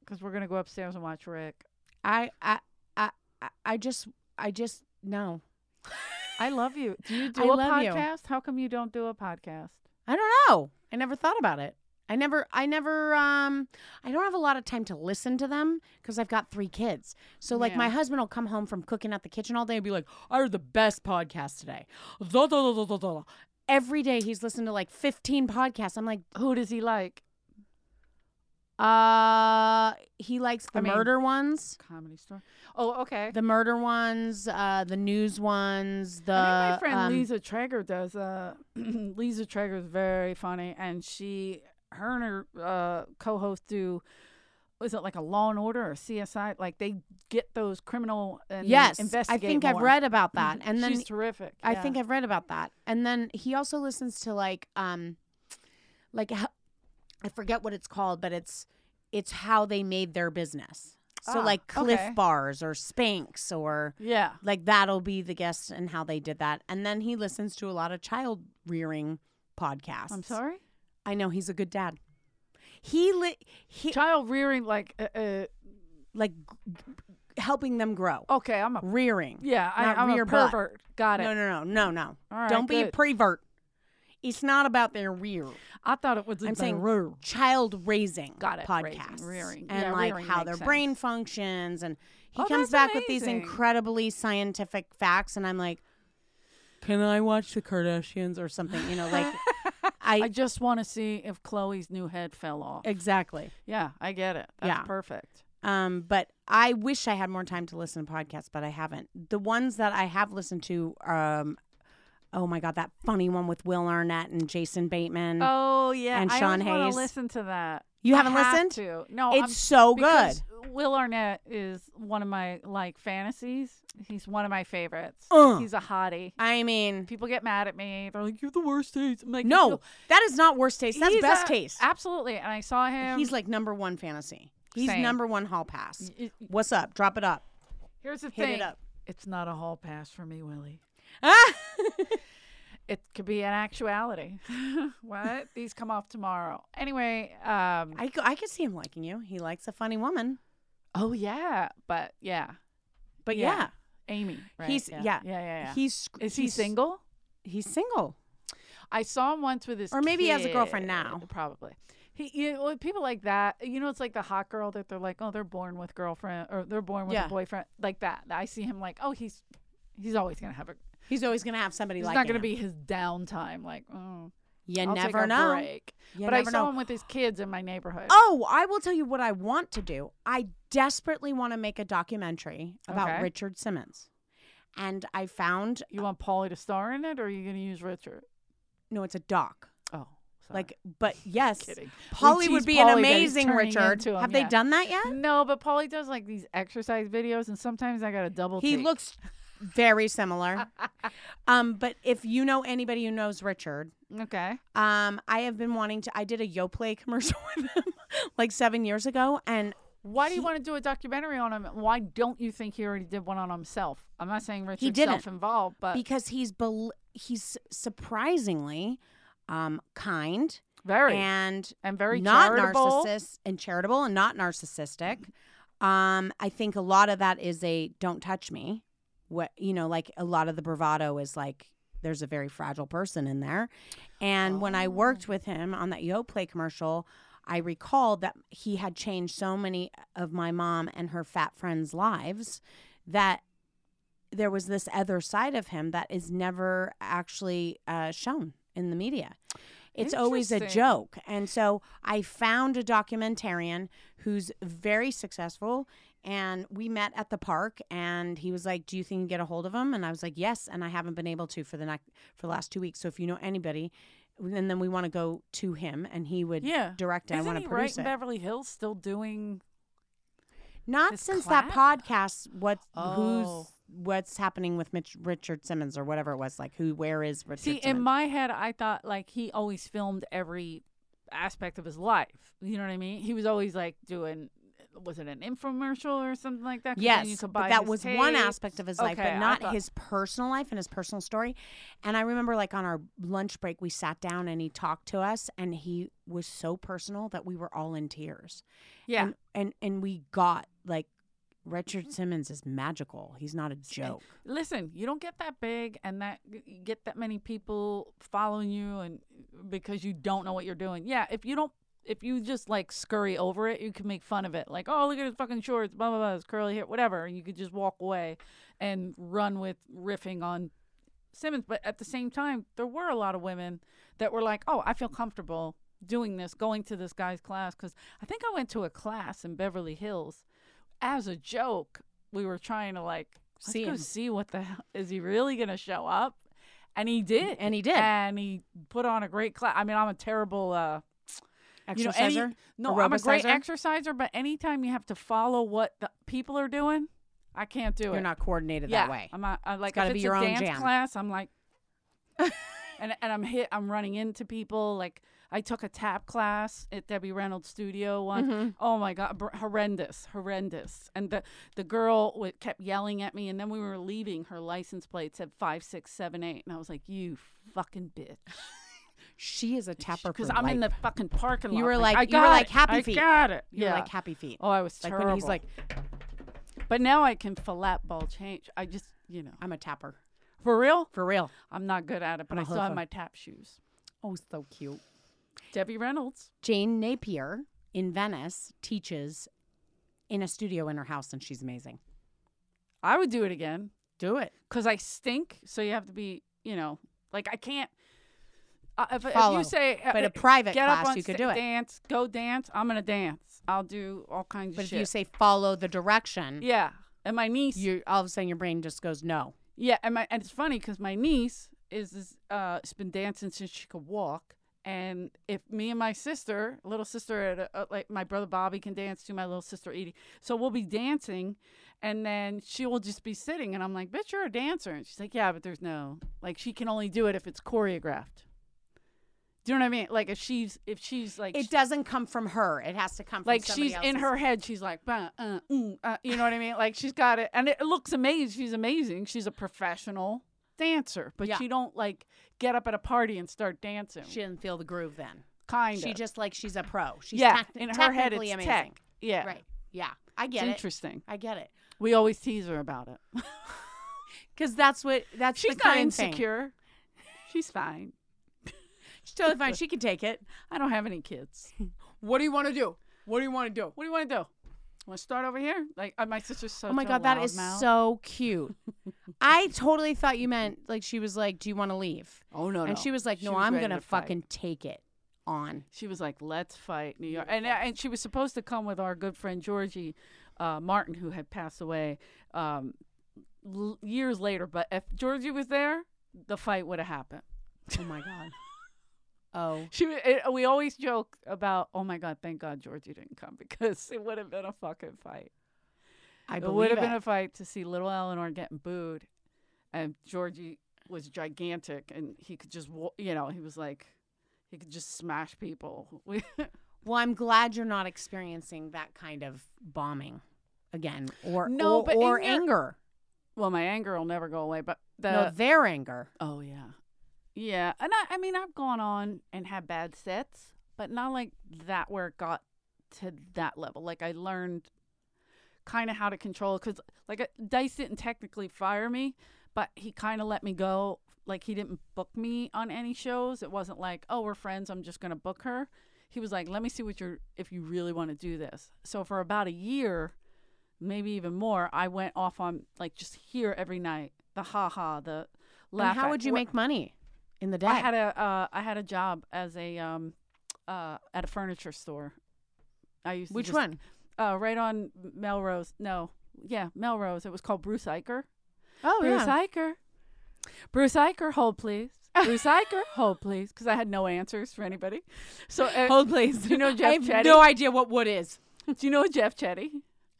S3: Because we're gonna go upstairs and watch Rick.
S4: I, I, I, I- I just, I just, no.
S3: I love you. Do you do
S4: I
S3: a
S4: love you.
S3: podcast? How come you don't do a podcast?
S4: I don't know. I never thought about it. I never, I never, um, I don't have a lot of time to listen to them because I've got three kids. So, like, my
S3: Yeah.
S4: husband will come home from cooking at the kitchen all day and be like, I heard the best podcast today. Da, da, da, da, da, da, da. Every day he's listened to like 15 podcasts. I'm like,
S3: Who does he like?
S4: uh, he likes the
S3: I mean-
S4: murder ones,
S3: Comedy store. Oh, okay.
S4: the murder ones, uh, the news ones, the.
S3: I think my friend
S4: um,
S3: Lisa Traeger does. Uh, Lisa Traeger is very funny, and she, her and her uh, co-host do. Is it like a Law and Order or CSI? Like they get those criminal and
S4: Yes, I
S3: investigate.
S4: think I've
S3: more. Mm-hmm.
S4: read about that. And then
S3: she's terrific.
S4: I
S3: yeah.
S4: think I've read about that. And then he also listens to like um like h- I forget what it's called, but it's it's how they made their business. So
S3: Ah,
S4: like Cliff
S3: okay.
S4: Bars or Spanx or
S3: yeah.
S4: like that'll be the guest and how they did that. And then he listens to a lot of child rearing podcasts.
S3: I'm sorry.
S4: I know he's a good dad. He li- he
S3: Child rearing, like, uh, uh,
S4: like g- g- helping them grow.
S3: okay, I'm a
S4: Rearing.
S3: Oh. yeah, I,
S4: not
S3: I'm
S4: rear
S3: a
S4: butt.
S3: pervert. Got it.
S4: No, no, no, no, no.
S3: All right,
S4: Don't be a
S3: good.
S4: prevert. It's not about their rear.
S3: I thought it was.
S4: I'm
S3: the
S4: saying
S3: room.
S4: child raising
S3: Got it, raising,
S4: podcasts
S3: rearing.
S4: and
S3: Yeah,
S4: like
S3: rearing
S4: how
S3: makes
S4: their
S3: sense.
S4: brain functions and he
S3: Oh,
S4: comes
S3: that's
S4: back with these
S3: amazing.
S4: incredibly scientific facts and I'm like can I watch the Kardashians or something you know like I,
S3: I just want to see if Chloe's new head fell off.
S4: exactly
S3: Yeah, I get it. That's
S4: Yeah.
S3: perfect.
S4: um but I wish I had more time to listen to podcasts but I haven't the ones that I have listened to um oh my god that funny one with Will Arnett and Jason Bateman
S3: Oh yeah,
S4: And
S3: I
S4: Sean
S3: always wanna
S4: Hayes.
S3: Listen to that.
S4: You
S3: I
S4: haven't
S3: have
S4: listened?
S3: To. No,
S4: it's
S3: I'm-
S4: so good
S3: because Will Arnett is one of my like fantasies. He's one of my favorites.
S4: Uh.
S3: He's a hottie.
S4: I mean
S3: People get mad at me. They're like, "You're the worst taste." I'm like,
S4: no that is not worst taste that's
S3: he's
S4: best
S3: a-
S4: taste
S3: Absolutely. And I saw him.
S4: He's like number one fantasy. He's
S3: Same.
S4: number one hall pass.
S3: Y- y-
S4: What's up? Drop it up.
S3: Here's the
S4: Hit
S3: thing.
S4: it up.
S3: It's not a hall pass for me, Willie. It could be an actuality. what? These come off tomorrow. Anyway, um
S4: I, c- I could see him liking you. He likes a funny woman.
S3: oh yeah, but yeah.
S4: But
S3: Yeah.
S4: yeah,
S3: Amy, right?
S4: he's yeah.
S3: Yeah, yeah, yeah.
S4: He's sc-
S3: Is he
S4: he's-
S3: single?
S4: He's single.
S3: I saw him once with his
S4: Or maybe he has a girlfriend
S3: kid,
S4: now.
S3: Probably. He you know, people like that. You know, it's like the hot girl that they're like, oh, they're born with girlfriend or they're born with
S4: Yeah.
S3: a boyfriend like that. I see him like, oh, he's he's always gonna have a.
S4: He's always gonna have somebody
S3: He's
S4: like.
S3: not gonna be his downtime. Like, oh,
S4: You
S3: I'll
S4: never
S3: take a
S4: know.
S3: Break.
S4: You
S3: but
S4: never
S3: I saw
S4: know.
S3: him with his kids in my neighborhood.
S4: Oh, I will tell you what I want to do. I desperately want to make a documentary about
S3: Okay.
S4: Richard Simmons, and I found
S3: You want Paulie to star in it, or are you gonna use Richard?
S4: no, it's a doc.
S3: Oh, sorry.
S4: Like, but yes,
S3: kidding.
S4: Polly
S3: We
S4: would
S3: tease
S4: be
S3: Pauly
S4: an
S3: that he's
S4: amazing
S3: turning
S4: Richard.
S3: into him,
S4: have
S3: yeah.
S4: they done that yet?
S3: No, but Paulie does like these exercise videos, and sometimes I got to double.
S4: He
S3: take.
S4: looks Very similar. um, but if you know anybody who knows Richard,
S3: Okay.
S4: um, I have been wanting to. I did a Yoplait commercial with him like seven years ago, and
S3: Why do you want to do a documentary on him? Why don't you think he already did one on himself? I'm not saying Richard's
S4: didn't.
S3: self-involved, but
S4: because he's bel- he's surprisingly um, kind
S3: very
S4: and
S3: and very
S4: not
S3: charitable.
S4: narcissist and charitable and not narcissistic. Um, I think a lot of that is a don't touch me. What you know, like a lot of the bravado is like there's a very fragile person in there. And when
S3: Oh.
S4: I worked with him on that Yoplait commercial, I recalled that he had changed so many of my mom and her fat friends' lives that there was this other side of him that is never actually uh, shown in the media. It's always a
S3: Interesting.
S4: joke. And so I found a documentarian who's very successful. And we met at the park, and he was like, "Do you think you can get a hold of him?" And I was like, "Yes." And I haven't been able to for the next for the last two weeks. So if you know anybody, and then we want to go to him, and he would
S3: Yeah.
S4: direct it.
S3: Isn't
S4: I want
S3: he
S4: to
S3: right
S4: produce
S3: in
S4: it.
S3: Beverly Hills still doing?
S4: Not
S3: This
S4: since that
S3: clap?
S4: podcast. What?
S3: Oh.
S4: Who's? What's happening with Mitch, Richard Simmons or whatever it was? Like who? Where is Richard?
S3: See,
S4: Simmons?
S3: in my head, I thought like he always filmed every aspect of his life. You know what I mean? He was always like doing. Was it an infomercial or something like that? 'Cause then
S4: Yes,
S3: you could
S4: but
S3: buy
S4: that
S3: his
S4: was one
S3: tapes.
S4: aspect of his life,
S3: Okay,
S4: but
S3: I
S4: not
S3: thought-
S4: his personal life and his personal story. And I remember, like on our lunch break, we sat down and he talked to us, and he was so personal that we were all in tears.
S3: Yeah, Mm-hmm.
S4: and and, and we got like Richard Simmons is magical. He's not a joke.
S3: listen, you don't get that big and that you get that many people following you and because you don't know what you're doing. Yeah, if you don't if you just like scurry over it, you can make fun of it. Like, oh, look at his fucking shorts, blah blah blah, his curly hair, whatever. And you could just walk away and run with riffing on Simmons. But at the same time, there were a lot of women that were like, oh, I feel comfortable doing this, going to this guy's class because I think I went to a class in Beverly Hills as a joke. We were trying to like let's
S4: See
S3: go
S4: him.
S3: see what the hell is he really gonna show up, and he did,
S4: And he did.
S3: and he put on a great class. I mean, I'm a terrible. uh
S4: Exerciser,
S3: you know, any, no, I'm a great
S4: Aerobicizer?
S3: exerciser, but anytime you have to follow what the people are doing, I can't do it.
S4: you're not coordinated
S3: yeah,
S4: that way.
S3: I'm not. I'm like,
S4: gotta
S3: if
S4: be
S3: it's
S4: your
S3: a
S4: own
S3: dance
S4: jam.
S3: class, I'm like, and and I'm hit. I'm running into people. Like I took a tap class at Debbie Reynolds' studio one.
S4: Mm-hmm.
S3: Oh my god, br- horrendous, horrendous. And the the girl w- kept yelling at me, and then we were leaving. Her license plate said five six seven eight, and I was like, you fucking bitch,
S4: she is a tapper
S3: because I'm in the fucking parking lot.
S4: You were like-
S3: I
S4: you were
S3: got
S4: like
S3: it,
S4: Happy
S3: I
S4: Feet.
S3: got it.
S4: You're
S3: yeah.
S4: like happy feet.
S3: Oh, I was
S4: like
S3: terrible.
S4: when he's like,
S3: but now I can flat ball change. I just, you know,
S4: I'm a tapper
S3: for real.
S4: for real.
S3: I'm not good at it, but
S4: I'm
S3: I
S4: a
S3: still have
S4: hoofer.
S3: my tap shoes.
S4: Oh, so cute.
S3: Debbie Reynolds.
S4: Jane Napier in Venice teaches in a studio in her house, and she's amazing.
S3: I would do it again
S4: Do it.
S3: because I stink. So you have to be, you know, like I can't. Uh, if, if
S4: Follow.
S3: you say, uh,
S4: But a
S3: uh,
S4: private
S3: get
S4: class,
S3: up on
S4: you could
S3: sta-
S4: do it.
S3: Dance, go dance. I'm gonna dance. I'll do all kinds
S4: But
S3: of
S4: if
S3: shit.
S4: you say follow the direction,
S3: yeah, and my niece.
S4: you all of a sudden your brain just goes no.
S3: Yeah, and my and it's funny because my niece is is, uh has been dancing since she could walk, and if me and my sister, little sister, at a, uh, like my brother Bobby can dance too, my little sister Edie, so we'll be dancing, and then she will just be sitting, and I'm like, "Bitch, you're a dancer," and she's like, "Yeah, but there's no like she can only do it if it's choreographed." Do you know what I mean? Like if she's if she's like
S4: It doesn't come from her. It has to come from
S3: like
S4: somebody
S3: she's in
S4: else's-
S3: her head she's like bah, uh, mm, uh, you know what i mean like she's got it and it looks amazing she's amazing she's a professional dancer but
S4: Yeah.
S3: she don't like get up at a party and start dancing
S4: She didn't feel the groove then.
S3: kind of
S4: She just like she's a pro. She's
S3: yeah
S4: tec-
S3: in her head
S4: technically
S3: it's
S4: amazing.
S3: tech yeah
S4: Right. Yeah. I
S3: it's
S4: get it.
S3: interesting
S4: I get it.
S3: we always tease her about it
S4: Because that's what that's
S3: she's
S4: the
S3: not
S4: kind Thing.
S3: insecure she's fine
S4: She's totally fine. She can take it.
S3: i don't have any kids
S4: What do you want to do? What do you want to do?
S3: what do you want to do want to start over here like uh, my sister's so
S4: Oh my god, that is so cute. I totally thought you meant like she was like, "Do you want to leave?"
S3: oh no no.
S4: and she was like,
S3: She
S4: "No,
S3: was
S4: I'm
S3: ready
S4: gonna
S3: to fight.
S4: fucking take it on."
S3: She was like, "Let's fight New York," and and she was supposed to come with our good friend Georgie uh, Martin, who had passed away um, l- years later. But if Georgie was there, the fight would have happened.
S4: Oh my god. Oh.
S3: She wa- it, we always joke about, "Oh my God, thank God Georgie didn't come because it would have been a fucking fight.
S4: I
S3: it
S4: believe
S3: would
S4: it.
S3: have been a fight to see little Eleanor getting booed." and Georgie was gigantic, and he could just, wa- you know, he was like, he could just smash people. We-
S4: Well, I'm glad you're not experiencing that kind of bombing again, or
S3: No,
S4: or,
S3: but in
S4: or
S3: your-
S4: anger.
S3: well, my anger will never go away, but the
S4: no, their anger.
S3: oh yeah, yeah, and I, I mean, I've gone on and had bad sets, but not like that where it got to that level. Like I learned kind of how to control because like uh, Dice didn't technically fire me, but he kind of let me go. Like he didn't book me on any shows. It wasn't like, oh, we're friends. I'm just gonna book her. He was like, let me see what you're if you really want to do this. So for about a year, maybe even more, I went off on like just here every night. The ha ha, the laugh.
S4: And how
S3: at-
S4: would you
S3: Wha-
S4: make money in the day?
S3: I had a uh, I had a job as a um uh at a furniture store. I used to
S4: Which
S3: just-
S4: one?
S3: uh, right on Melrose. No, yeah, Melrose. It was called Bruce Iker.
S4: Oh
S3: Bruce Iker. Bruce Iker, hold please. Bruce Iker, hold please. Because I had no answers for anybody. So uh,
S4: Hold please.
S3: Do you know
S4: I
S3: Jeff Chetty?
S4: have no idea what wood is.
S3: Do you know Jeff Chetty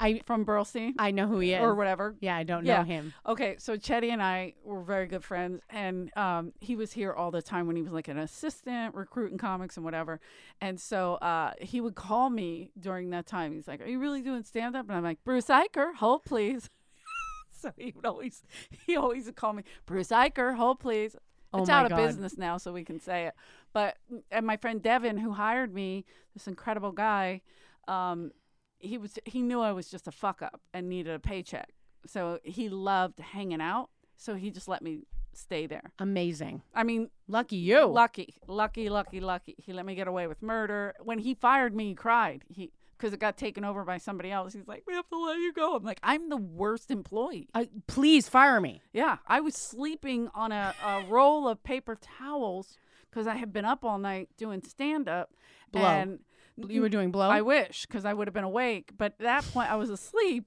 S4: I
S3: from Burlstein
S4: I know who he is.
S3: or whatever?
S4: Yeah, I don't
S3: Yeah.
S4: know him.
S3: Okay, so Chetty and I were very good friends, and um, he was here all the time when he was like an assistant, recruiting comics and whatever. And so uh, he would call me during that time. He's like, "Are you really doing stand up?" And I'm like, "Bruce Iker, hold please." so he would always, he always would call me, "Bruce Iker, hold please."
S4: Oh
S3: it's
S4: my
S3: out
S4: God.
S3: of business now, so we can say it. But and my friend Devin, who hired me, this incredible guy, um, he was he knew I was just a fuck up and needed a paycheck. So he loved hanging out. So he just let me stay there.
S4: Amazing.
S3: I mean,
S4: Lucky you.
S3: lucky, lucky, lucky, lucky. He let me get away with murder. When he fired me, he cried. He because it got taken over by somebody else. He's like, "We have to let you go." I'm like, "I'm the worst employee."
S4: Uh, please fire me.
S3: Yeah, I was sleeping on a, a roll of paper towels because I had been up all night doing stand up.
S4: Blow.
S3: And
S4: You were doing blow.
S3: I wish because I would have been awake. But at that point, I was asleep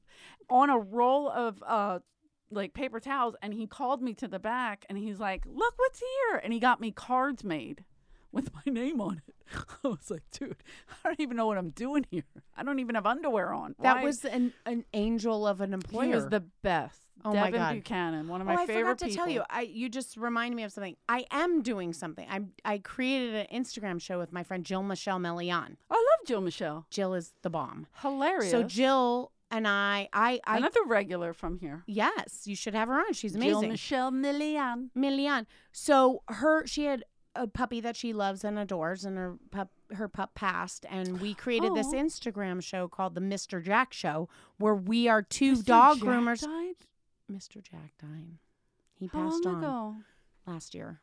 S3: on a roll of uh, like paper towels, and he called me to the back, and he's like, "Look what's here!" And he got me cards made with my name on it. I was like, "Dude, I don't even know what I'm doing here. I don't even have underwear on."
S4: that
S3: Why-
S4: was an, an angel of an employer.
S3: he was the best.
S4: Oh my
S3: Devin
S4: God.
S3: Buchanan, one of
S4: oh,
S3: my
S4: I
S3: favorite
S4: forgot to tell you.
S3: people.
S4: I you just reminded me of something. I am doing something. I am I created an Instagram show with my friend Jill Michelle Melian.
S3: I love Jill Michelle.
S4: Jill is the bomb.
S3: Hilarious.
S4: So Jill and I, I, I
S3: another regular from here.
S4: yes, you should have her on. She's
S3: Jill
S4: amazing.
S3: Michelle Millian.
S4: Milian. So her, she had a puppy that she loves and adores, and her pup, her pup passed, and we created this
S3: Aw.
S4: Instagram show called the Mr. Jack Show, where we are two
S3: Mr.
S4: dog
S3: Jack
S4: groomers.
S3: died?
S4: Mr. Jack died. He
S3: How
S4: passed
S3: long
S4: on
S3: ago?
S4: last year.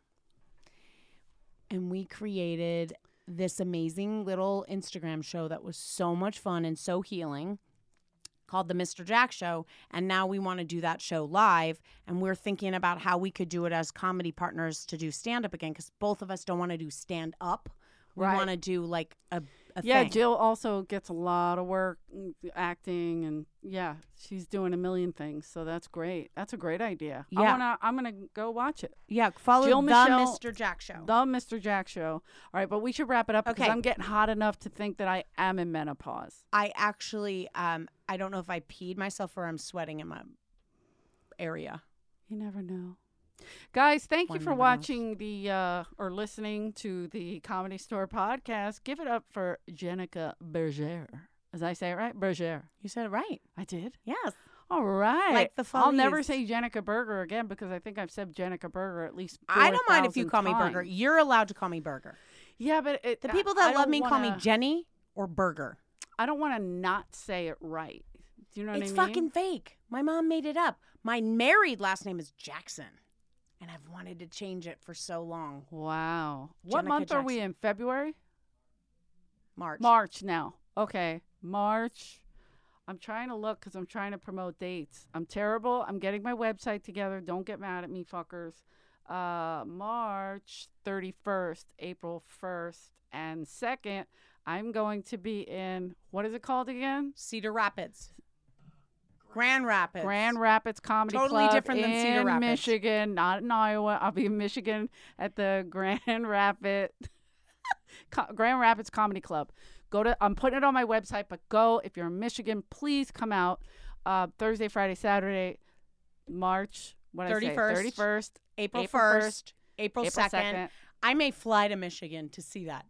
S4: And we created this amazing little Instagram show that was so much fun and so healing called the Mr. Jack Show. And now we want to do that show live. And we're thinking about how we could do it as comedy partners to do stand up again because both of us don't want to do stand up. We
S3: Right.
S4: want to do like a, a
S3: Yeah,
S4: thing.
S3: Jill also gets a lot of work mm, acting and yeah, she's doing a million things. So that's great. That's a great idea. I
S4: Yeah.
S3: wanna I'm gonna go watch it.
S4: yeah, follow
S3: Jill
S4: the
S3: Michelle-
S4: Mr. Jack Show.
S3: The Mr. Jack show. All right, but we should wrap it up because
S4: Okay.
S3: I'm getting hot enough to think that I am in menopause.
S4: I actually, um, I don't know if I peed myself or I'm sweating in my area.
S3: You never know. Guys, thank you
S4: One
S3: for
S4: never knows.
S3: watching the uh, or listening to the Comedy Store podcast. Give it up for Jenica Berger. As I say it right? Berger.
S4: You said it right.
S3: I did.
S4: Yes.
S3: All right.
S4: the
S3: I'll never
S4: Follies.
S3: say Jenica Burger again because I think I've said Jenica Burger at least.
S4: I don't mind if you
S3: 4,000
S4: call me Burger.
S3: times.
S4: You're allowed to call me Burger.
S3: Yeah, but it,
S4: The
S3: I-
S4: people
S3: I
S4: that love
S3: don't
S4: me call me
S3: wanna-
S4: Jenny or Burger.
S3: I don't want to not say it right. Do you know
S4: it's
S3: what I mean?
S4: fucking fake. My mom made it up. My married last name is Jackson, and I've wanted to change it for so long.
S3: Wow. What
S4: Jenica
S3: month are we in? February?
S4: March.
S3: March now. Okay. March. I'm trying to look because I'm trying to promote dates. I'm terrible. I'm getting my website together. Don't get mad at me, fuckers. Uh, March 31st, April 1st, and 2nd. I'm going to be in, what is it called again?
S4: Cedar Rapids. Grand Rapids.
S3: Grand Rapids Comedy
S4: Totally
S3: Club
S4: different than Cedar
S3: in
S4: Rapids.
S3: Michigan, not in Iowa. I'll be in Michigan at the Grand Rapids Co- Grand Rapids Comedy Club. Go to I'm putting it on my website, but go if you're in Michigan, please come out uh, Thursday, Friday, Saturday, March What
S4: 31st.
S3: Thirty first.
S4: April,
S3: April
S4: 1st,
S3: 1st,
S4: April,
S3: April
S4: 2nd.
S3: second.
S4: I may fly to Michigan to see that.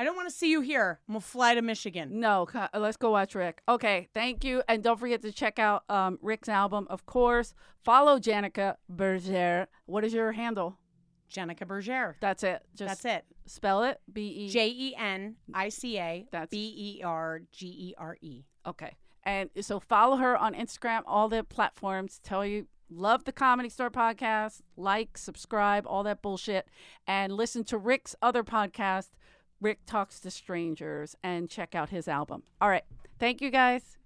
S4: I don't want to see you here. I'm going to fly to Michigan.
S3: No, co- uh, let's go watch Rick. Okay, thank you, and don't forget to check out um, Rick's album, of course. Follow Janica Berger. What is your handle?
S4: Jenica Berger.
S3: That's it. Just
S4: That's it.
S3: Spell it. B E.
S4: J E N I C A
S3: That's-
S4: B E R G E R E.
S3: Okay. And so follow her on Instagram, all the platforms. Tell you love the Comedy Store podcast, like, subscribe, all that bullshit, and listen to Rick's other podcast, Rick Talks to Strangers, and check out his album. All right. Thank you guys.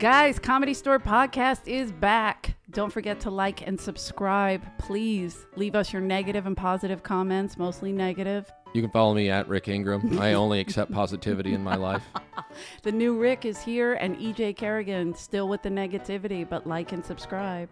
S3: Guys, Comedy Store podcast is back. Don't forget to like and subscribe. Please leave us your negative and positive comments, mostly negative.
S2: You can follow me at Rick Ingram. I only accept positivity in my life.
S3: E The new Rick is here, and EJ Kerrigan still with the negativity, but like and subscribe.